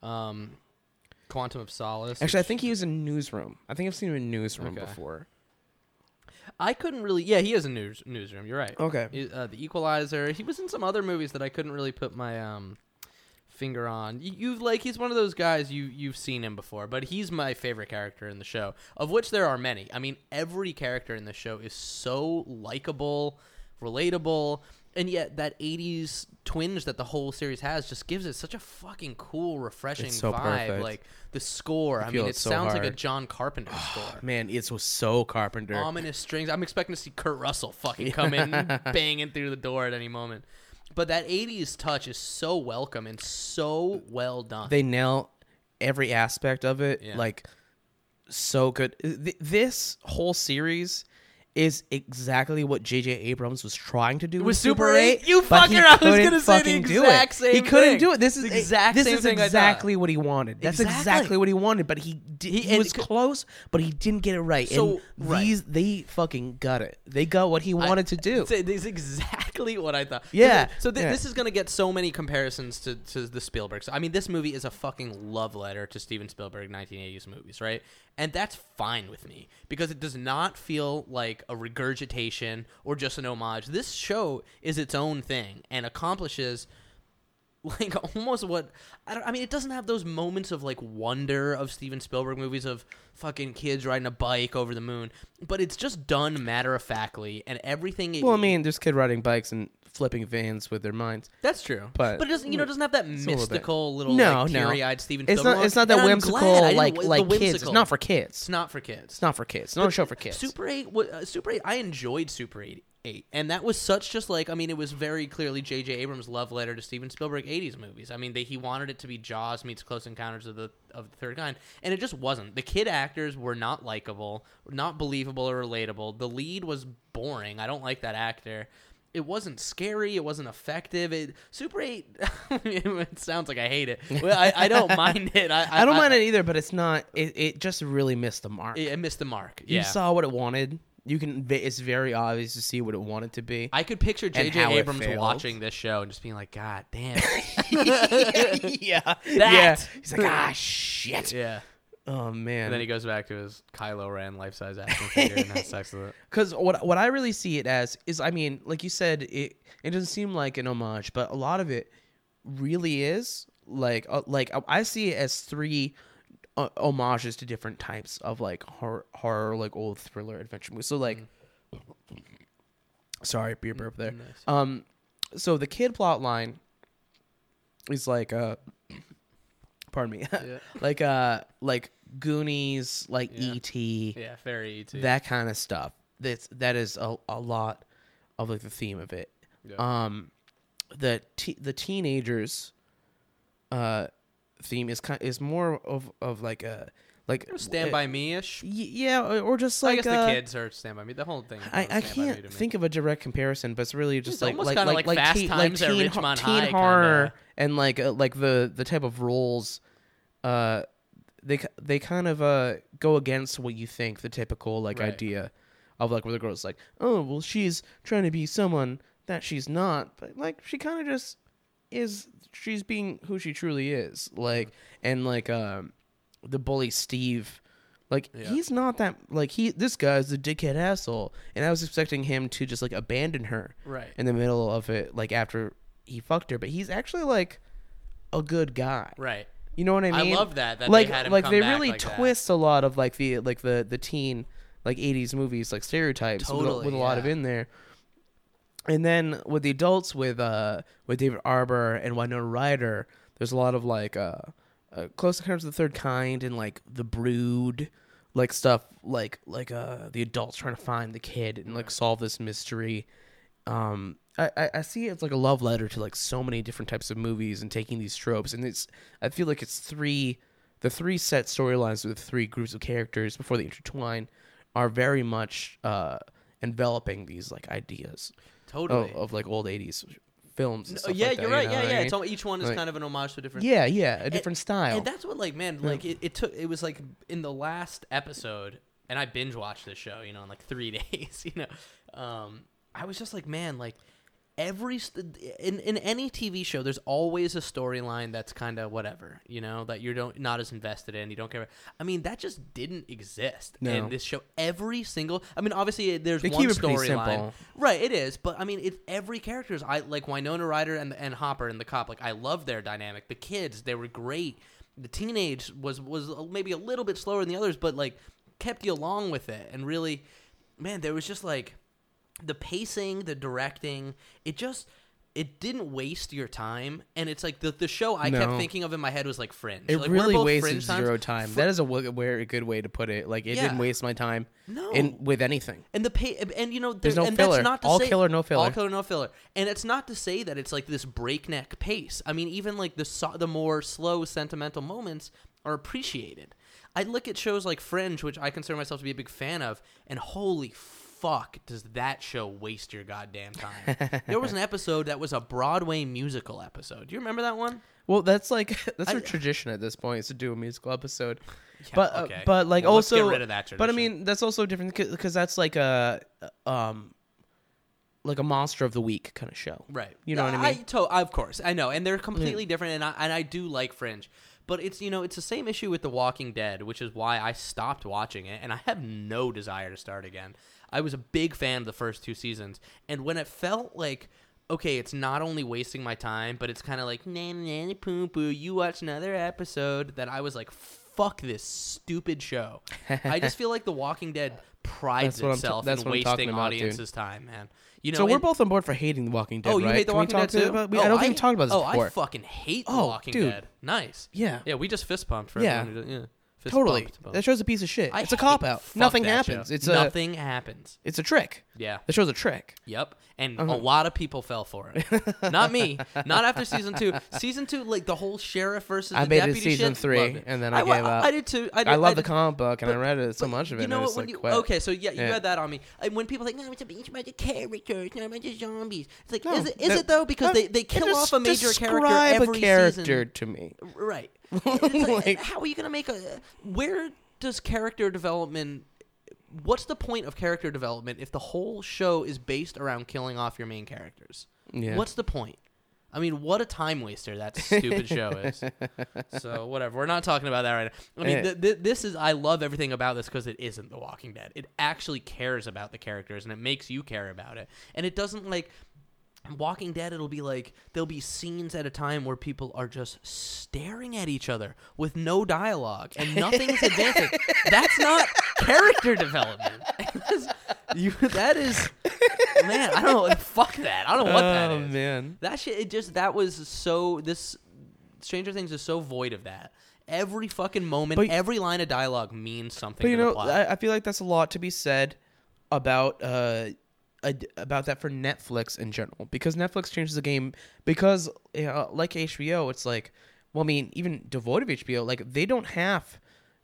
Um, Quantum of Solace.
Actually, I think he was in Newsroom. I think I've seen him in Newsroom
Okay.
before.
I couldn't really. Yeah, he is in news newsroom. You're right.
Okay.
He- uh, the Equalizer. He was in some other movies that I couldn't really put my um finger on. You, you've like he's one of those guys you you've seen him before, but he's my favorite character in the show, of which there are many. I mean, every character in the show is so likable, relatable. And yet, that '80s twinge that the whole series has just gives it such a fucking cool, refreshing
It's so
vibe.
perfect.
Like the score, I,
feel
mean, it
it so
sounds like a
hard.
John Carpenter score
Man, it was so Carpenter.
ominous strings. I'm expecting to see Kurt Russell fucking come in banging through the door at any moment. But that 80s touch is so welcome and so well done.
they nail every aspect of it
Yeah.
like so good Th- this whole series is exactly what J.J. Abrams was trying to do with,
Super 8? You
but he
fucker, I was
couldn't
gonna say the
fucking do
exact
it.
same
He couldn't
thing.
do it. This is
The exact
this
same
is
thing I thought.
exactly what he wanted. That's
Exactly.
exactly, what he wanted, but he di- he,
and-
was close, but he didn't get it right. and
So- right.
these they fucking got it. They got what he
I-
wanted to do.
Th- This is exactly what I thought.
Yeah,
This is- So thi-
yeah.
this is going to get so many comparisons to, to the Spielbergs. I mean, this movie is a fucking love letter to Steven Spielberg 1980s movies, right? And that's fine with me because it does not feel like a regurgitation or just an homage. This show is its own thing and accomplishes like almost what I don't. I mean, it doesn't have those moments of like wonder of Steven Spielberg movies of fucking kids riding a bike over the moon, but it's just done matter of factly, and everything. it-
well, I mean, there's kid riding bikes and flipping vans with their minds.
that's true,
but-
but it doesn't. You know, it doesn't have that
a little bit.
mystical little,
no,
like,
no.
teary-eyed Steven
It's
Spielberg.
not. It's not
and
that
I'm glad I
whimsical
didn't
like
w- the
like kids.
whimsical.
It's not for kids.
It's not for kids.
It's not for kids. It's not a show for kids.
Super Eight, wa- uh, Super Eight. I enjoyed Super Eight, Eight, and that was such just like I mean, it was very clearly J.J. Abrams' love letter to Steven Spielberg '80s movies. I mean, they, he wanted it to be Jaws meets Close Encounters of the of the Third Kind, and it just wasn't. The kid actors were not likable, not believable or relatable. The lead was boring. I don't like that actor. It wasn't scary. It wasn't effective. It Super Eight. it sounds like I hate it. Well, I, I don't mind it. I,
I don't mind it either, but it's not. It, it just really missed the mark.
It, it missed the mark.
You
yeah.
saw what it wanted. You can. It's very obvious to see what it wanted to be.
I could picture
and
J.J.
how it
Abrams
failed.
watching this show and just being like, "God damn!"
yeah, that.
That.
He's like, ah, shit.
yeah.
Oh man.
And then he goes back to his Kylo Ren life-size action figure and has sex with it.
Because what what I really see it as is, I mean, like you said, it it doesn't seem like an homage, but a lot of it really is like uh, like I- I see it as three uh, homages to different types of like horror, horror like old thriller adventure movies. So like,
Mm.
sorry, beer burp there. Um, so the kid plot line is like uh, pardon me, like uh, like Goonies, like E E.T
Yeah, very E E.T.
that kind of stuff. That's that is a, a lot of like the theme of it. Um, the te- the teenagers, uh, theme is kind is more of of like a like uh,
Stand by me ish.
Y- yeah, or- or just like
I guess
uh,
the kids are Stand by Me. The whole thing. is
I,
kinda
I
Stand By Me to
can't
me.
think of a direct comparison, but it's really just like
almost
like
kinda
like
like
like
Fast
teen,
Times at
like teen, ho-
Ridgemont
teen
High kinda.
horror and like uh, like the the type of roles, uh, they ki- they kind of uh go against what you think the typical like
Right.
idea of like where the girl's like oh well she's trying to be someone that she's not, but like she kind of just is she's being who she truly is like and like um the bully Steve. Like he's not that like he this guy's the dickhead asshole, and I was expecting him to just like abandon her
Right.
in the middle of it, like after he fucked her. But he's actually like a good guy,
Right.
You know what I
I
mean?
love that- that they
like
had him
like
come
they
back
really
like that.
twist a lot of like the like the the teen like '80s movies like stereotypes with a-
Totally,
with, a lot of
yeah.
in there. And then with the adults with uh with David Arbor and Winona Ryder, there's a lot of like uh, uh Close Encounters of the Third Kind and like The Brood, like stuff like like uh the adults trying to find the kid and like solve this mystery. Um I, I, I see it's like a love letter to like so many different types of movies and taking these tropes and it's I feel like it's three the three set storylines with three groups of characters before they intertwine are very much uh enveloping these like ideas.
Totally.
of, of like old '80s films. and
No,
stuff
Uh, yeah,
like that,
you're
you
right.
know
yeah,
what I
yeah.
mean?
It's all, each one is
Like-
kind of an homage to a different.
yeah, yeah, a
And-
different style.
And that's what, like, man, like it, it took. It was like in the last episode, and I binge watched this show, you know, in like three days. You know, um, I was just like, man, like every st- in in any TV show, there's always a storyline that's kind of whatever, you know, that you don't not as invested in. You don't care. about. I mean, that just didn't exist
No.
in this show. Every single. I mean, obviously, there's
They
one
keep it pretty
storyline.
simple.
Right, it is, but I mean, it's every character's. I like Winona Ryder and and Hopper and the cop. Like, I love their dynamic. The kids, they were great. The teenage was was maybe a little bit slower than the others, but like kept you along with it. And really, man, there was just like the pacing, the directing. It just it didn't waste your time. And it's like the the show I kept
No.
thinking of in my head was like Fringe.
it
like, we're
really
both
wasted
Fringe times.
zero time.
Fr-
that is a w- where a good way to put it. Like it
Yeah.
didn't waste my time.
No.
In with anything.
And the pay, and you know, there,
There's no
and
filler.
That's not to
All
say,
killer, no
All
filler.
killer, no filler. And it's not to say that it's like this breakneck pace. I mean, even like the so- the more slow, sentimental moments are appreciated. I look at shows like Fringe, which I consider myself to be a big fan of, and holy fuck, does that show waste your goddamn time? there was an episode that was a Broadway musical episode. Do you remember that one?
Well, that's like that's
I-
our tradition at this point is to do a musical episode. but uh,
okay.
but like
Well, let's
also
get rid of that
But I
tradition.
mean that's also different because that's like a um like a monster of the week kind of show.
Right.
You know what I mean? Mm.
to- of course, I know, and they're completely different, and I and I do like Fringe, but it's you know it's the same issue with The Walking Dead, which is why I stopped watching it, and I have no desire to start again. I was a big fan of the first two seasons, and when it felt like okay, it's not only wasting my time, but it's kind of like nah nah nah, poo poo. You watch another episode that I was like. Fuck this stupid show! I just feel like The Walking Dead prides
That's what I'm t-
itself
that's
in
what I'm talking
wasting
about, dude.
audiences' time, man. You know,
so we're
and-
both on board for hating The Walking Dead.
Oh, you
right?
hate The
Can we
Walking
talk
Dead
to-
too?
about- we-
oh,
I don't think we talked about this
oh,
before.
I fucking hate The
Oh,
Walking
dude.
Dead. Nice.
Yeah.
Yeah, we just fist pumped for
Yeah.
everyone. who did- yeah. Fist
totally.
Pumped, but-
That show's a piece of shit.
I
it's a
hate-
cop out.
fuck
Nothing
that show.
happens. It's a
nothing happens.
it's a trick.
Yeah.
The show's a trick.
Yep. And
Uh-huh.
a lot of people fell for it. Not me. Not after season two. Season two, like the whole sheriff versus
I
the
made it
deputy
season
shit,
three,
loved it.
and then I
wa-
gave up.
I did too. I, did,
I love the
did-
comic book, and I
but-
read it so
but
much of it.
You know
and I
what?
just,
when
like,
you,
quit.
okay, so yeah, you
Yeah.
had that on me. And when people think, no, it's a- it's about the characters, not about the zombies. It's like, is
No,
it, is
that-
it though? Because
no,
they, they
it
kill
just
off a major character
describe
every
a character
season.
to me.
Right. It's like,
Like-
how are you going to make a. Where does character development. What's the point of character development if the whole show is based around killing off your main characters?
Yeah.
What's the point? I mean, what a time waster that stupid show is. So, whatever. We're not talking about that right now. I mean,
Eh.
th- th- this is. I love everything about this because it isn't The Walking Dead. It actually cares about the characters and it makes you care about it. And it doesn't, like. Walking Dead, it'll be like there'll be scenes at a time where people are just staring at each other with no dialogue and nothing is advancing. That's not character development. you, that is, man, I don't know. Fuck that. I don't know what that
Oh,
is.
man.
That shit, it just, that was so, this, Stranger Things is so void of that. Every fucking moment,
But-
every line of dialogue means something
But you
to the
know,
plot.
I, I feel like that's a lot to be said about uh, ad- about that for Netflix in general because Netflix changes the game because you know, like HBO, it's like, well, I mean, even devoid of HBO, like they don't have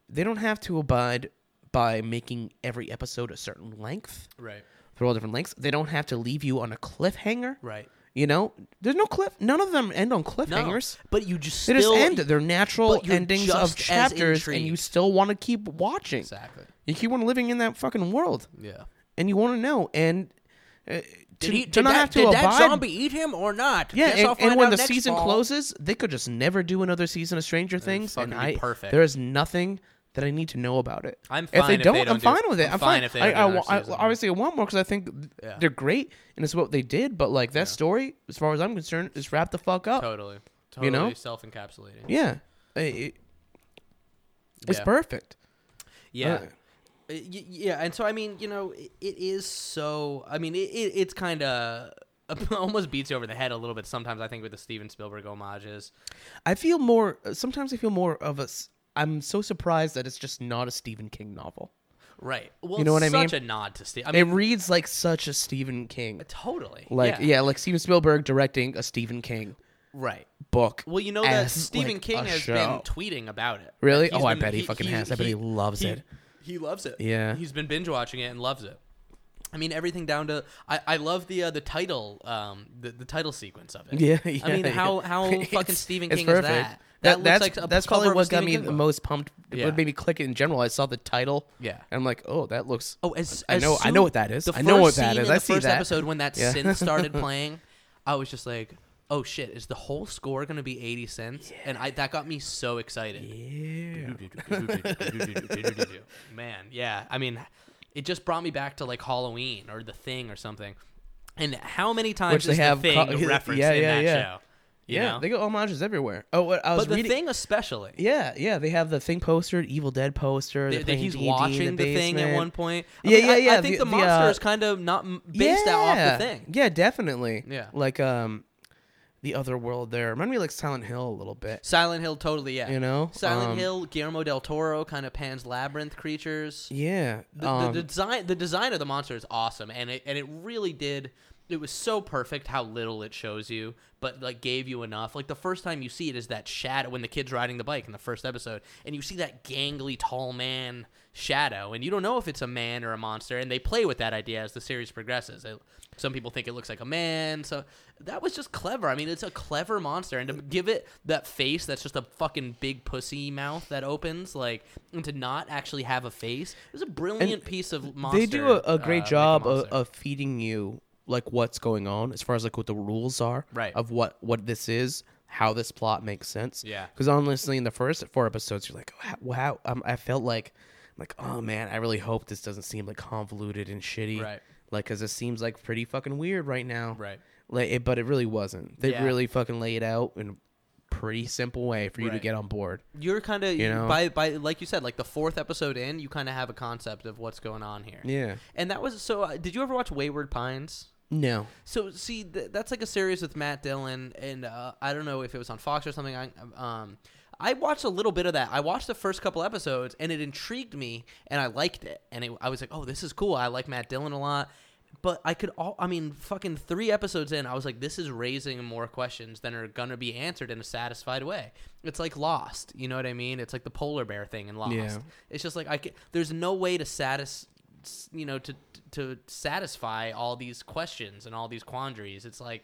they don't have to abide by making every episode a certain length.
right.
They're all different lengths. They don't have to leave you on a cliffhanger.
Right.
You know, there's no cliff. None of them end on cliffhangers.
But you just
They just
still
end their natural
but you're
endings
just
of
as
chapters, and you
intrigued.
still want to keep watching.
Exactly.
You keep on living in that fucking world,
Yeah.
and you want to know. And uh, to,
Did, he,
to
did,
not
that,
have to
did
abide.
that zombie eat him or not?
yeah,
Guess
and,
I'll
and
find
when
out
the
next
season
fall.
closes, they could just never do another season of Stranger Things, and
fucking be
I
perfect.
there is nothing that I need to know about it.
I'm
if
fine
they
if they
don't, I'm
don't do-
fine with it.
I'm
I'm
fine
fine
if they
I,
don't do
I
another
wa- I-
season.
obviously I want more because I think th-
Yeah.
they're great, and it's what they did. But like that story, as far as I'm concerned, is wrapped the fuck up.
Totally. Totally
You know?
self-encapsulating.
Yeah, I- it- it's
Yeah.
perfect.
Yeah.
Uh,
Uh, y- yeah, and so I mean, you know, it, it is so. I mean, it, it, it's kind of almost beats you over the head a little bit sometimes. I think with the Steven Spielberg homages.
I feel more. uh, Sometimes I feel more of a. s- I'm so surprised that it's just not a Stephen King novel.
Right. Well,
You know
it's
what I mean?
Such a nod to Steve. I
It
mean,
reads like such a Stephen King.
totally.
Like yeah, like Steven Spielberg directing a Stephen King
Right.
book.
Well, you know that
as,
Stephen
like,
King
a
has
show.
been tweeting about it.
Really?
He's
Oh, I
been-
bet he fucking has. I bet he loves it.
He loves it.
Yeah.
He's been binge watching it and loves it. I mean everything down to I, I love the uh, the title um the, the title sequence of it.
Yeah, yeah,
I mean
yeah.
how how fucking
It's-
Stephen
it's
King
perfect.
is that?
That,
looks
that's
like a
that's
cover
probably
of a
what got
Stephen
me
King
the
book.
most pumped. It
Yeah.
would make me click it in general. I saw the title.
Yeah.
And I'm like, oh, that looks.
Oh, as,
I
as
know- I
soon-
know what that is.
the
I know what
first
that
scene
is.
in
I
the
see
first
that.
episode when that
Yeah.
synth started playing, I was just like, "Oh shit! Is the whole score gonna be eighty cents?" And I that got me so excited.
Yeah.
Man, yeah. I mean, it just brought me back to like Halloween or The Thing or something. And how many times
Which they
is
have
The Thing
co-
referenced
yeah,
in
yeah,
that
yeah.
show? You
Yeah,
know?
they got homages everywhere. Oh, what I was
but The
reading.
Thing especially.
yeah, yeah, they have the thing poster, Evil Dead poster.
Th-
they're playing
that he's
D&D in
watching the, thing at
basement.
one point. I
Yeah,
mean, I-
yeah, yeah,
I think
the- the,
the, monster
uh,
is kind of not m- based out off the thing.
Yeah, definitely.
Yeah.
Like um, the other world there. Remind me of, like Silent Hill a little bit.
Silent Hill, totally, yeah.
You know,
Silent
um,
Hill, Guillermo del Toro, kind of Pan's Labyrinth creatures.
Yeah.
The,
um,
the design, the design of the monster is awesome, and it and it really did. It was so perfect how little it shows you, but like gave you enough. Like the first time you see it is that shadow when the kid's riding the bike in the first episode, and you see that gangly tall man shadow, and you don't know if it's a man or a monster. And they play with that idea as the series progresses. It- some people think it looks like a man, so that was just clever. I mean, it's a clever monster, and to give it that face that's just a fucking big pussy mouth that opens, like, and to not actually have a face, it was a brilliant piece of monster.
um, they do a, a great
uh, like
job of,
monster.
of feeding you like what's going on as far as like what the rules are
Right.
of what what this is how this plot makes sense
Yeah.
because honestly in the first four episodes you're like wow um, i felt like I'm like oh man i really hope this doesn't seem like convoluted and shitty
Right.
like because it seems like pretty fucking weird right now
Right.
like it, but it really wasn't they
Yeah.
really fucking lay it out in a pretty simple way for you to
Right.
get on board
You're kind of
you know?
by by like you said, like the fourth episode in, you kind of have a concept of what's going on here.
yeah
And that was so. Uh, did you ever watch Wayward Pines?
no
So see, th- that's like a series with Matt Dillon, and uh, I don't know if it was on Fox or something. I, um, I watched a little bit of that. I watched the first couple episodes, and it intrigued me, and I liked it, and it, I was like, "Oh, this is cool. I like Matt Dillon a lot." But I could all, I mean, fucking three episodes in, I was like, "This is raising more questions than are gonna be answered in a satisfied way." It's like Lost, you know what I mean? It's like the polar bear thing in Lost.
Yeah.
It's just like I ca there's no way to satis, s- you know, to to satisfy all these questions and all these quandaries. It's like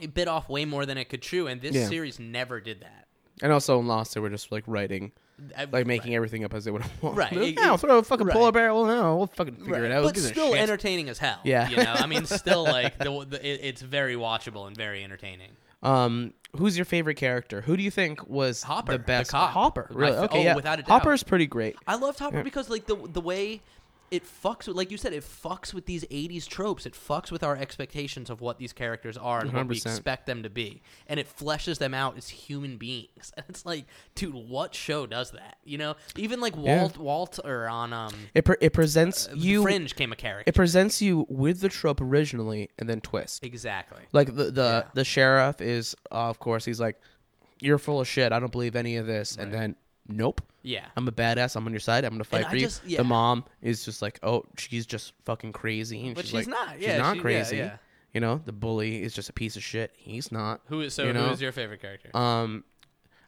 it bit off way more than it could chew, and this
Yeah.
series never did that.
and also in lost they were just like writing
I-
like making everything up as they would want.
Right,
They're like,
it-
Yeah,
it-
throw a fucking
right.
polar bear. Well, no, we'll fucking figure
right.
it out.
but
Who gives a
still
shit?
entertaining as hell.
Yeah.
you know, I mean, still like the, the it, it's very watchable and very entertaining.
Um, who's your favorite character? Who do you think was
Hopper,
the
the
best?
cop.
Hopper,
My
really?
fa-
okay,
oh,
yeah.
without a doubt.
Hopper's pretty great.
I loved Hopper because like the the way it fucks with like you said, it fucks with these eighties tropes. It fucks with our expectations of what these characters are and what we
100%.
expect them to be. And it fleshes them out as human beings. And it's like, dude, what show does that? You know? Even like Walt Walter on um
It pre- it presents
you,
you.
Fringe came a character.
It presents you with the trope originally, and then twist.
exactly.
Like the the
Yeah.
the sheriff is, uh, of course, he's like, "You're full of shit. I don't believe any of this." And then, nope.
Yeah.
I'm a badass. I'm on your side. I'm gonna fight
I
for you.
just- yeah.
The mom is just like, oh, she's just fucking crazy. And
But
she's,
she's
like,
not. Yeah,
she's not
she- yeah,
crazy.
yeah.
You know, the bully is just a piece of shit. He's not.
Who is so
you know?
who is your favorite character?
Um,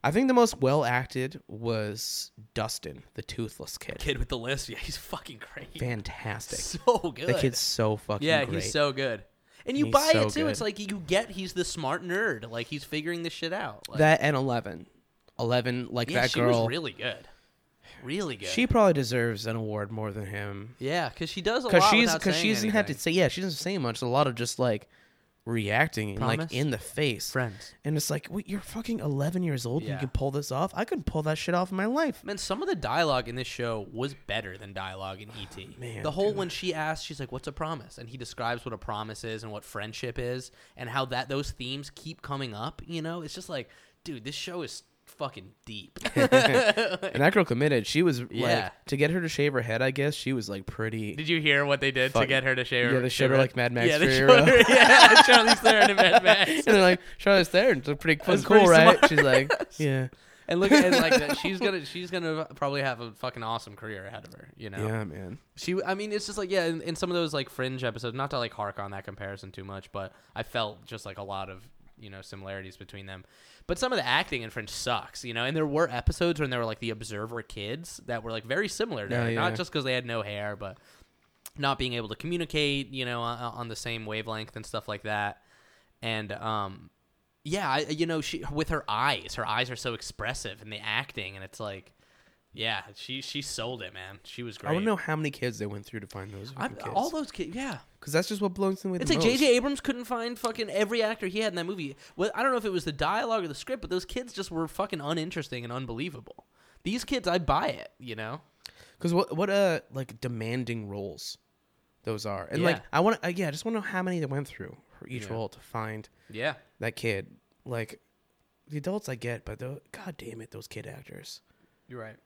I think the most well acted was Dustin, the toothless kid.
Kid with the list, yeah, he's fucking great.
Fantastic.
So good.
the kid's so fucking.
Yeah,
great.
he's so good. And you
He's
buy
so
it too. It's
good.
like you get he's the smart nerd. Like he's figuring this shit out. Like,
that and Eleven. Eleven, like
yeah,
that
she
girl.
was really good. Really good.
she probably deserves an award more than him.
yeah, because she does a lot.
because she's
because
because she doesn't have to say yeah she doesn't say much a lot of just like reacting and like
Promise?
in the face
Friends.
and it's like wait you're fucking 11 years old and
Yeah.
you can pull this off i could pull that shit off in my life
Man, some of the dialogue in this show was better than dialogue in ET.
Oh, Man,
the whole
dude.
when she asks, she's like, "What's a promise?" and he describes what a promise is and what friendship is and how that those themes keep coming up. You know, it's just like, dude, this show is fucking deep.
and that girl committed she was
Yeah.
like to get her to shave her head i guess she was like pretty
Did you hear what they did to
Fuck.
get her to shave?
Yeah, they showed her like Mad Max
Yeah, they
Fury
showed her.
Road.
Yeah, Charlize Theron in Mad Max.
and they're like charlotte's there and it's pretty fucking
That's
cool
pretty
right
smart.
she's like yeah
And look at it like that. She's gonna she's gonna probably have a fucking awesome career ahead of her. You know.
yeah man
She. I mean, it's just like yeah. In, in some of those like fringe episodes, not to like hark on that comparison too much, but I felt just like a lot of you know similarities between them. But some of the acting in Fringe sucks, you know. And there were episodes when there were like the observer kids that were like very similar to
Yeah,
her,
yeah.
not just because they had no hair, but not being able to communicate, you know, on, on the same wavelength and stuff like that. And um, yeah, I, you know, she with her eyes, her eyes are so expressive and the acting, and it's like, yeah, she she sold it, man. She was great.
I want to know how many kids they went through to find those
I'm-
fucking kids.
all those kids, yeah.
because that's just what blows me away.
It's
the
like
most.
J.J. Abrams couldn't find fucking every actor he had in that movie. Well, I don't know if it was the dialogue or the script, but those kids just were fucking uninteresting and unbelievable. These kids, I buy it, you know.
Because what what uh like demanding roles those are, and like
Yeah.
I want to uh, yeah, I just want to know how many they went through for each
Yeah.
role to find
Yeah,
that kid. Like the adults I get, but the, god damn it, those kid actors.
you're right.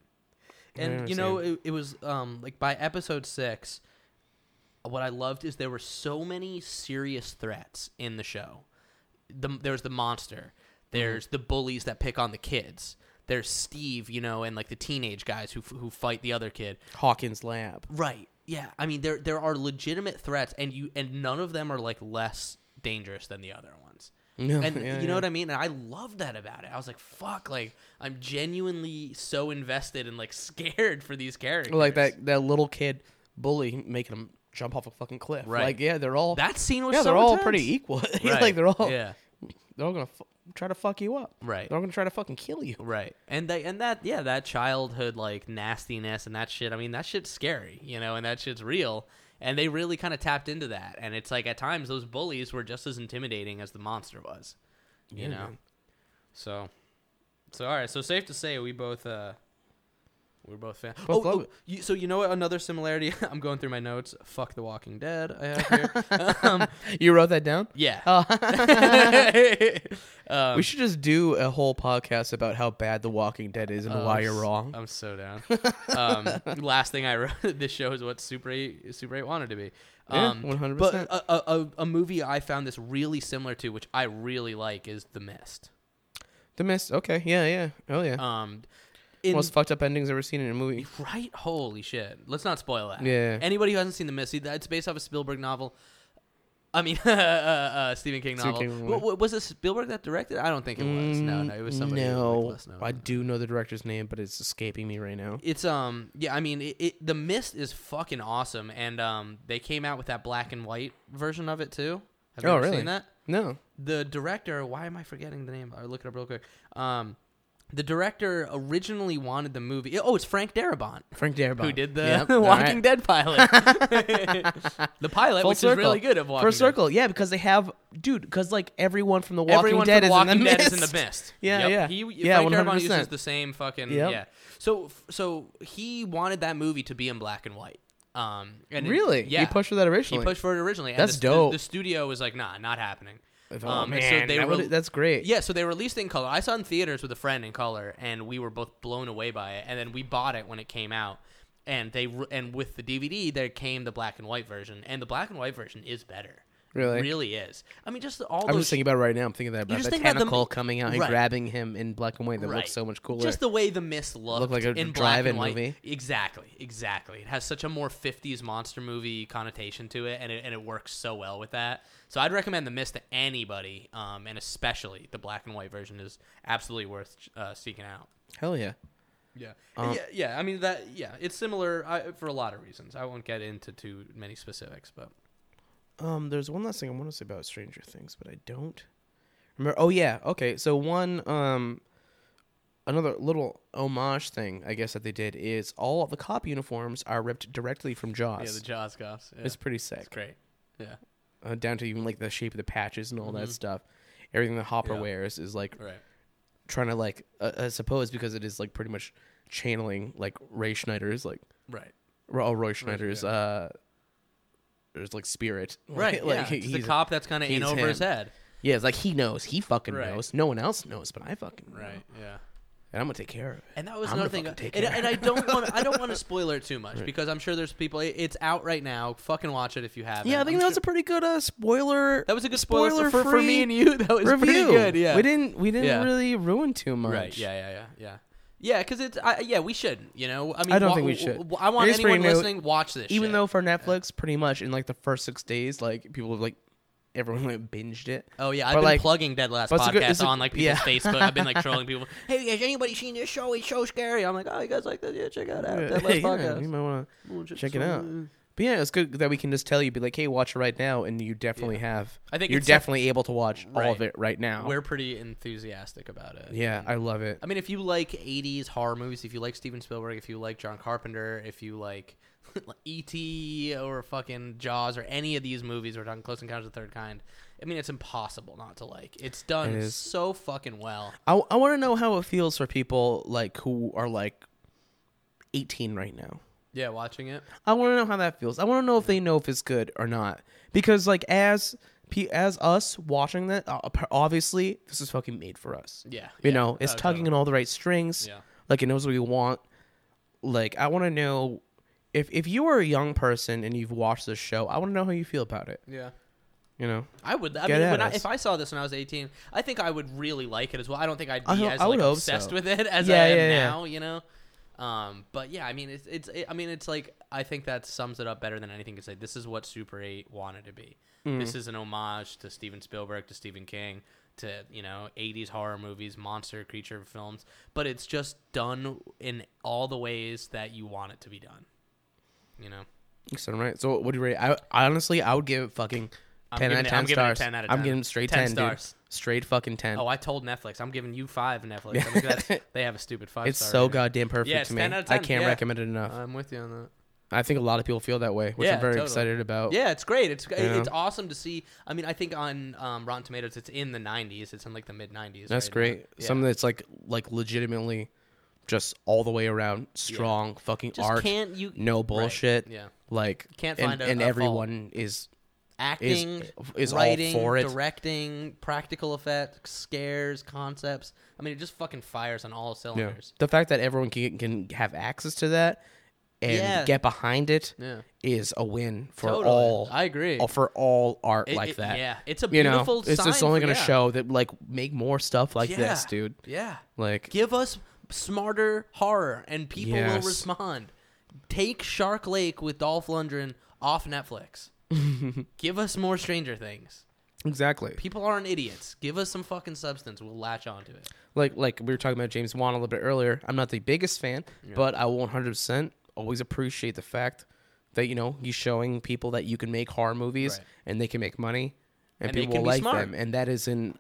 I
And
don't
you know,
understand.
it, it was um like by episode six, what I loved is there were so many serious threats in the show. The, there's the monster. There's the bullies that pick on the kids. There's Steve, you know, and like the teenage guys who f- who fight the other kid.
Hawkins Lab.
Right. Yeah. I mean, there there are legitimate threats, and you and none of them are like less dangerous than the other ones.
No,
and
yeah,
you
yeah.
know what I mean? And I love that about it. I was like, fuck, like I'm genuinely so invested and like scared for these characters.
Or like that that little kid bully making him jump off a fucking cliff.
Right.
Like yeah, they're all
That scene was
yeah,
so
they're all
intense.
pretty equal. Yeah,
Right.
like they're all
yeah,
they're all gonna f- try to fuck you up.
Right.
They're all gonna try to fucking kill you.
right. And they and that yeah, that childhood like nastiness and that shit. I mean, that shit's scary, you know, and that shit's real. And they really kind of tapped into that. And it's like at times those bullies were just as intimidating as the monster was. You know. So, so all right. So safe to say we both uh, we're both fans.
Both
oh,
love
oh
it.
you, so you know what? Another similarity. I'm going through my notes. Fuck the Walking Dead. I uh, have here. um,
You wrote that down?
yeah.
we should just do a whole podcast about how bad The Walking Dead is and why
Uh,
you're wrong.
I'm so down. Um, last thing I wrote, this show is what Super 8, Super 8 wanted to be.
Yeah,
Um,
100%.
But a, a, a, a movie I found this really similar to, which I really like, is The Mist.
the Mist. Okay. Yeah. Yeah. Oh yeah.
Um, in,
Most fucked up endings ever seen in a movie.
Right? Holy shit. Let's not spoil that.
Yeah.
Anybody who hasn't seen The Mist, see, that's based off a Spielberg novel. I mean, uh, uh, Stephen King
Stephen
novel.
King
Wa- wa- was it Spielberg that directed? it? I don't think it was. No, no, it was somebody. like
No,
less known.
I do know the director's name, but it's escaping me right now.
It's um yeah I mean it, it the mist is fucking awesome and um they came out with that black and white version of it too. Have you
Oh,
ever
really?
seen that?
No.
the director why am i forgetting the name i'll look it up real quick um the director originally wanted the movie oh it's frank darabont
Frank Darabont.
who did the
Yep, all
walking
right.
dead pilot the pilot
Full
which is really good of walking
Full
Dead.
circle, yeah, because they have dude, because like everyone from The Walking
Everyone
Dead,
from
is,
Walking
in the
Dead
mist.
is in the mist.
Yeah,
Yep.
yeah.
He,
Yeah,
Frank Darabont
100%.
uses the same fucking.
Yep.
Yeah. So, so he wanted that movie to be in black and white. Um, and it-
Really?
yeah.
He pushed for that originally.
He pushed for it originally. and
That's
the stu-
dope.
The studio was like, nah, not happening. Um,
Oh
and
man, that would- that's great.
Yeah, so they released it in color. I saw it in theaters with a friend in color, and we were both blown away by it. And then we bought it when it came out, and they re- and with the DVD there came the black and white version, and the black and white version is better.
Really?
really is. I mean, just the- all
I'm
those
just thinking about it right now. I'm thinking that about
just
the
think about the-
tentacle coming out and
Right.
grabbing him in black and white. That
Right.
looks so much cooler.
Just the way the mist looked,
Looked like a
in black
drive-in
and white.
movie.
Exactly, exactly. It has such a more '50s monster movie connotation to it, and it, and it works so well with that. So I'd recommend the mist to anybody, um, and especially the black and white version is absolutely worth uh, seeking out.
Hell yeah.
Yeah.
Um,
yeah, yeah. I mean that. Yeah, it's similar I, for a lot of reasons. I won't get into too many specifics, but
Um, there's one last thing I want to say about Stranger Things, but I don't remember. Oh yeah, okay. So one, um, another little homage thing I guess that they did is all of the cop uniforms are ripped directly from Jaws.
yeah, the Jaws cuffs. Yeah.
It's pretty sick.
great. Yeah.
Uh, down to even like the shape of the patches and all that stuff. Everything that Hopper
Yeah.
wears is like
Right.
trying to like uh, I suppose because it is like pretty much channeling like Ray Schneider's like
Right.
oh Roy Schneider's uh, there's like spirit
Right.
like
yeah.
he-
It's the
he's-
cop that's kind of in
he's
over
him.
his head.
Yeah, it's like he knows. He fucking
Right.
knows. No one else knows, but I fucking know.
Right. Yeah.
And I'm gonna take care of it.
And that was
I'm
another
gonna
thing,
fucking
and,
take care
and
of
I
it.
don't want I don't want to spoiler it too much because I'm sure there's people. it- It's out right now. Fucking watch it if you haven't.
yeah, I think
I'm
that was
sure-
a pretty good uh, spoiler.
that was a good spoiler, for, for
spoiler-free
me and you. That was pretty
review.
good. Yeah,
we didn't we didn't
Yeah.
really ruin too much.
Right. Yeah. Yeah. Yeah. Yeah. Yeah, because it's I, yeah we shouldn't you know I mean
I don't
wa-
think we
w-
should.
w- I want
It is pretty
anyone
new.
listening watch this.
Even
shit.
though for Netflix, pretty much in like the first six days, like people have like everyone like binged it.
oh yeah I've
But,
been
like,
plugging Dead Last
but it's a good-
podcast
it's a-
on like people's
yeah.
Facebook. I've been like trolling people. Hey, has anybody seen this show? It's so scary. I'm like, oh, you guys like this? Yeah, check out
Yeah,
Dead Last
yeah,
podcast.
you might want to check it out. But yeah, it's good that we can just tell you, be like, hey, watch it right now, and you definitely have.
I think
you're
it's-
definitely able to watch all of
Right.
it right now.
We're pretty enthusiastic about it.
yeah, I love it.
I mean, if you like 80s horror movies, if you like Steven Spielberg, if you like John Carpenter, if you like E.T. or fucking Jaws or any of these movies we're talking Close Encounters of the Third Kind, I mean, it's impossible not to like. It's done
It is.
so fucking well.
I, I want to know how it feels for people like who are like 18 right now.
Yeah, watching it.
I want to know how that feels. I want to know if they know if it's good or not. Because like as pe- as us watching that, uh, obviously this is fucking made for us.
Yeah,
you
yeah.
know, it's
Oh,
tugging
totally.
on all the right strings.
Yeah.
like it knows what we want. Like I want to know if if you are a young person and you've watched this show, I want to know how you feel about it.
Yeah.
You know,
I would. I
Get
mean,
at
when I,
us.
if I saw this when I was 18, I think I would really like it as well. I don't think I'd be
I ho-
as
I would
like,
hope
obsessed
so.
with it as
Yeah,
I am
yeah, yeah.
now, you know. Um, but yeah, I mean, it's it's. It, I mean, it's like I think that sums it up better than anything could say. This is what Super 8 wanted to be.
Mm.
This is an homage to Steven Spielberg, to Stephen King, to you know 80s horror movies, monster creature films, but it's just done in all the ways that you want it to be done. You know.
so right. So what do you rate? I honestly, I would give it fucking
I'm
ten out of
giving it- I'm
ten
giving it
stars.
10 out of
I'm
10.
giving it straight
10
ten,
stars.
dude. Straight fucking ten.
Oh, I told Netflix. I'm giving you five Netflix. I think that's, they have a stupid five.
it's
star
so
rating.
goddamn perfect
Yeah, it's
to me.
10 out of
I
10,
can't
yeah.
recommend it enough.
I'm with you on that.
I think a lot of people feel that way, which
yeah,
I'm very
totally.
excited about.
Yeah, it's great. It's
Yeah.
it's awesome to see. I mean, I think on um, Rotten Tomatoes, it's in the 90s. It's in like the mid 90s.
that's
right now.
great.
Yeah.
Something that's like like legitimately just all the way around strong fucking
Just
art.
can't you
no
right,
bullshit.
Yeah,
Like
Can't
and,
find a-
and
a fault.
everyone is
acting
is all
writing,
for it.
directing, practical effects, scares, concepts. I mean, it just fucking fires on all
Yeah.
cylinders.
The fact that everyone can can have access to that and
Yeah.
get behind it is
Yeah.
a win for
Totally.
all.
I agree.
For all art
It-
like
it-
that.
yeah. It's a
You know,
beautiful
it's just
sign
only
for-
going to
yeah.
show that like make more stuff like this,
Yeah.
dude.
Yeah.
Like
Give us smarter horror, and people
Yes.
will respond. Take Shark Lake with Dolph Lundgren off Netflix. Give us more Stranger Things.
exactly.
People aren't idiots. Give us some fucking substance. We'll latch onto it.
Like like we were talking about James Wan a little bit earlier. I'm not the biggest fan, but I will 100% always appreciate the fact that you know he's showing people that you can make horror movies
Right.
and they can make money and,
And they
people
can
will
be
like
smart.
them and that is an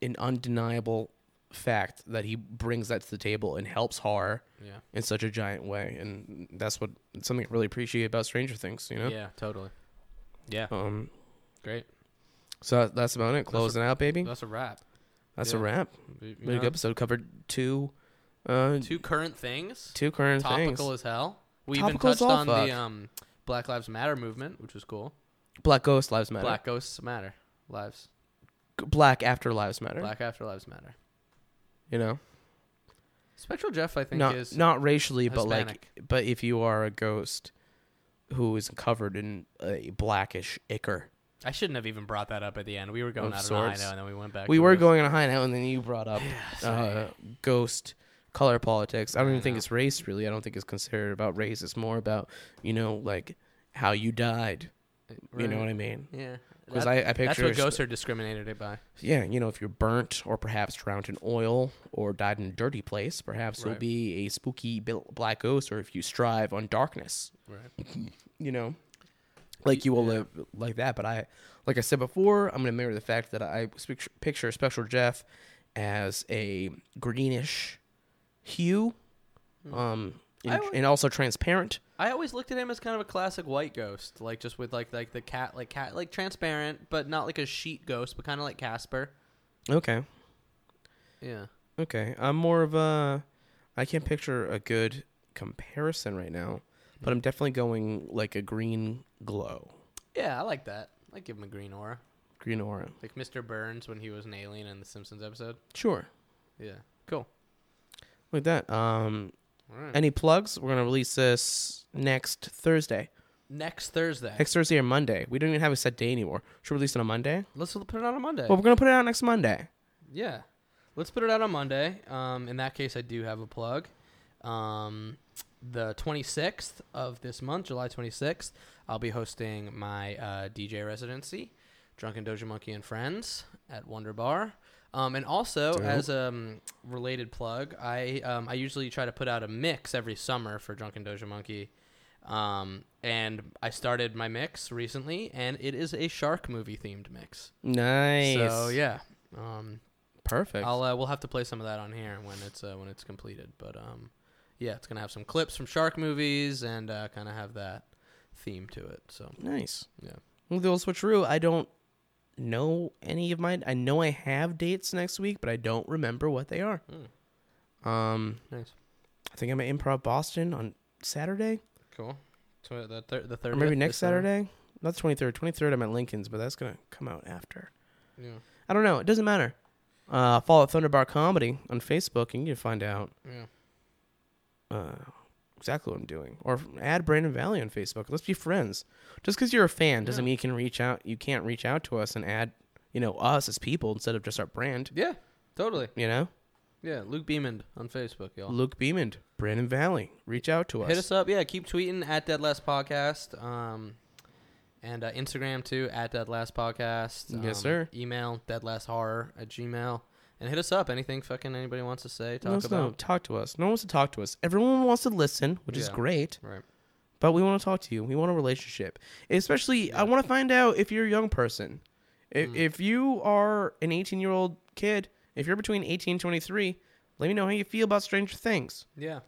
an undeniable fact that he brings that to the table and helps horror
Yeah.
in such a giant way and that's what something I really appreciate about Stranger Things, you know.
Yeah, totally. Yeah,
Um
great.
so that- that's about it. Closing out, baby.
That's a wrap.
That's a
yeah.
wrap.
You
Big
know?
episode covered two uh
Two current things.
two current things.
Topical as hell. We even
Topical as
touched
all
on
fuck.
the um, Black Lives Matter movement, which was cool.
Black Ghost Lives Matter.
Black Ghosts Matter. Lives.
black after lives matter.
Black After Lives Matter.
You know,
Spectral Jeff, I think,
not
is
not racially, but like,
Hispanic.
but if you are a ghost who is covered in a blackish ichor,
I shouldn't have even brought that up at the end. We were going
Of
out on a high
sorts.
note, and then we went back.
we
to
were
this.
going on a high note, and then you brought up uh, ghost color politics. I don't even think it's race, really. I don't think it's considered about race. It's more about you know, like how you died. You know
Right.
what I mean?
Yeah,
'Cause
That-
I- I
that's
picture-
what ghosts are discriminated by.
yeah, you know, if you're burnt or perhaps drowned in oil or died in a dirty place, perhaps you'll
Right.
be a spooky bil- black ghost, or if you strive on darkness,
Right.
you know, like you will live like that. But I, like I said before, I'm going to mirror the fact that I spic- picture Special Jeff as a greenish hue, um, and,
I would-
and also transparent.
I always looked at him as kind of a classic white ghost, like just with like like the cat, like cat, like transparent, but not like a sheet ghost, but kind of like Casper.
Okay,
Yeah.
Okay, I'm more of a. I can't picture a good comparison right now, but I'm definitely going like a green glow,
Yeah, I like that. I give him a green aura,
green aura.
like Mr. Burns when he was an alien in the Simpsons episode.
Sure,
Yeah. Cool.
like that. Um,
All right.
any plugs? We're gonna release this next Thursday,
Next Thursday.
next Thursday or Monday. We don't even have a set day anymore. Should we release it on Monday?
Let's put it out on Monday.
Well, we're gonna put it out next Monday.
Yeah. Let's put it out on Monday. Um, in that case, I do have a plug. Um, the 26th of this month, July 26th, I'll be hosting my uh, DJ residency, Drunken Doja Monkey and Friends at Wonder Bar. Um, and also, as a um, related plug, I um, I usually try to put out a mix every summer for Drunken Doja Monkey Um, and I started my mix recently, and it is a shark movie themed mix.
Nice.
So yeah, um,
Perfect.
I'll uh, we'll have to play some of that on here when it's uh, when it's completed. But um, yeah, it's gonna have some clips from shark movies and uh, kind of have that theme to it. So
nice.
yeah,
Well, the old switcheroo. I don't know any of mine. I know I have dates next week, but I don't remember what they are.
Hmm.
Um,
nice,
I think I'm at Improv Boston on Saturday,
cool. So the thir- the third
or maybe next Saturday. Not the 23rd. 23rd, I'm at Lincoln's, but that's gonna come out after.
Yeah.
I don't know. It doesn't matter. Uh, follow Thunderbar Comedy on Facebook, and you can find out
Yeah.
uh, exactly what I'm doing. Or add Brandon Valley on Facebook. Let's be friends. Just because you're a fan doesn't mean you can reach out. You can't reach out to us and add, you know, us as people instead of just our brand.
Yeah, totally.
You know,
Yeah, Luke Beamond on Facebook, y'all.
Luke Beamond, Brandon Valley, reach out to us.
Hit us up. Yeah, keep tweeting at Dead Last Podcast. Um, and uh, Instagram too, at Dead Last Podcast. Um,
Yes, sir.
Email deadlasthorror at gmail. And hit us up. Anything fucking anybody wants to say,
No,
talk
it's not-
about.
talk to us. No one wants to talk to us. Everyone wants to listen, which is
Yeah.
great.
Right.
But we want to talk to you. We want a relationship. Especially, I want to find out if you're a young person. If,
Mm.
if you are an 18 year old kid, if you're between 18 and 23, let me know how you feel about Stranger Things.
Yeah.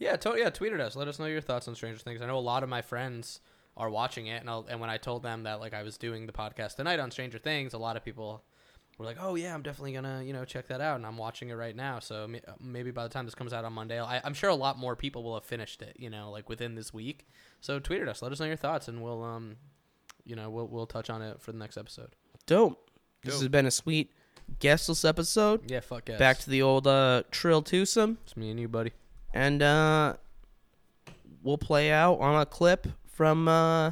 Yeah, to- yeah, tweet at us. Let us know your thoughts on Stranger Things. I know a lot of my friends are watching it and I'll, and when I told them that like I was doing the podcast tonight on Stranger Things, a lot of people were like, "Oh yeah, I'm definitely going to, you know, check that out." And I'm watching it right now. So may- uh, maybe by the time this comes out on Monday, I I'm sure a lot more people will have finished it, you know, like within this week. So tweet at us. Let us know your thoughts and we'll um you know, we'll we'll touch on it for the next episode.
Dope. This
Dope.
has been a sweet guestless episode.
Yeah, fuck yes.
Back to the old uh, Trill twosome.
it's me and you, buddy.
And uh, we'll play out on a clip from uh,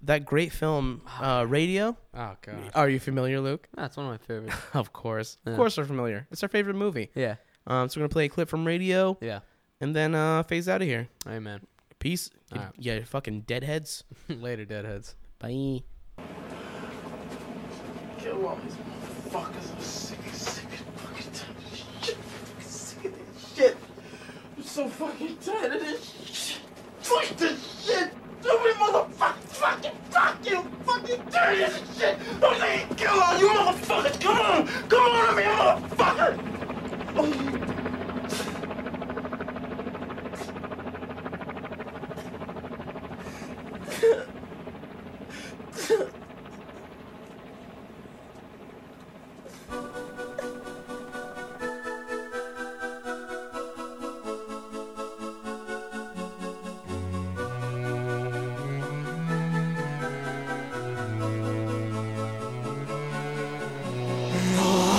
that great film, uh, Radio.
Oh god.
Are you familiar, Luke?
That's one of my favorites.
Of course.
Yeah.
Of course, we're familiar. It's our favorite movie.
yeah.
Um, so we're going to play a clip from Radio
Yeah.
and then uh, phase out of here.
Amen.
Peace.
All right.
Yeah, you fucking deadheads.
Later, deadheads.
Bye.
Kill all these motherfuckers. I'm sick of sick of fucking tired of this shit. I'm sick of this shit. I'm so fucking tired of this shit. Fuck this shit. So many motherfuckers fucking fuck you. Fucking tired of this shit. I'm saying kill all you motherfuckers. Come on. Come on to me, motherfucker. Oh.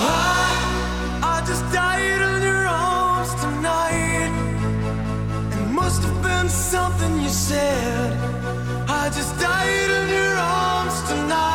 I just died in your arms tonight. It must have been something you said. I just died in your arms tonight.
Oh,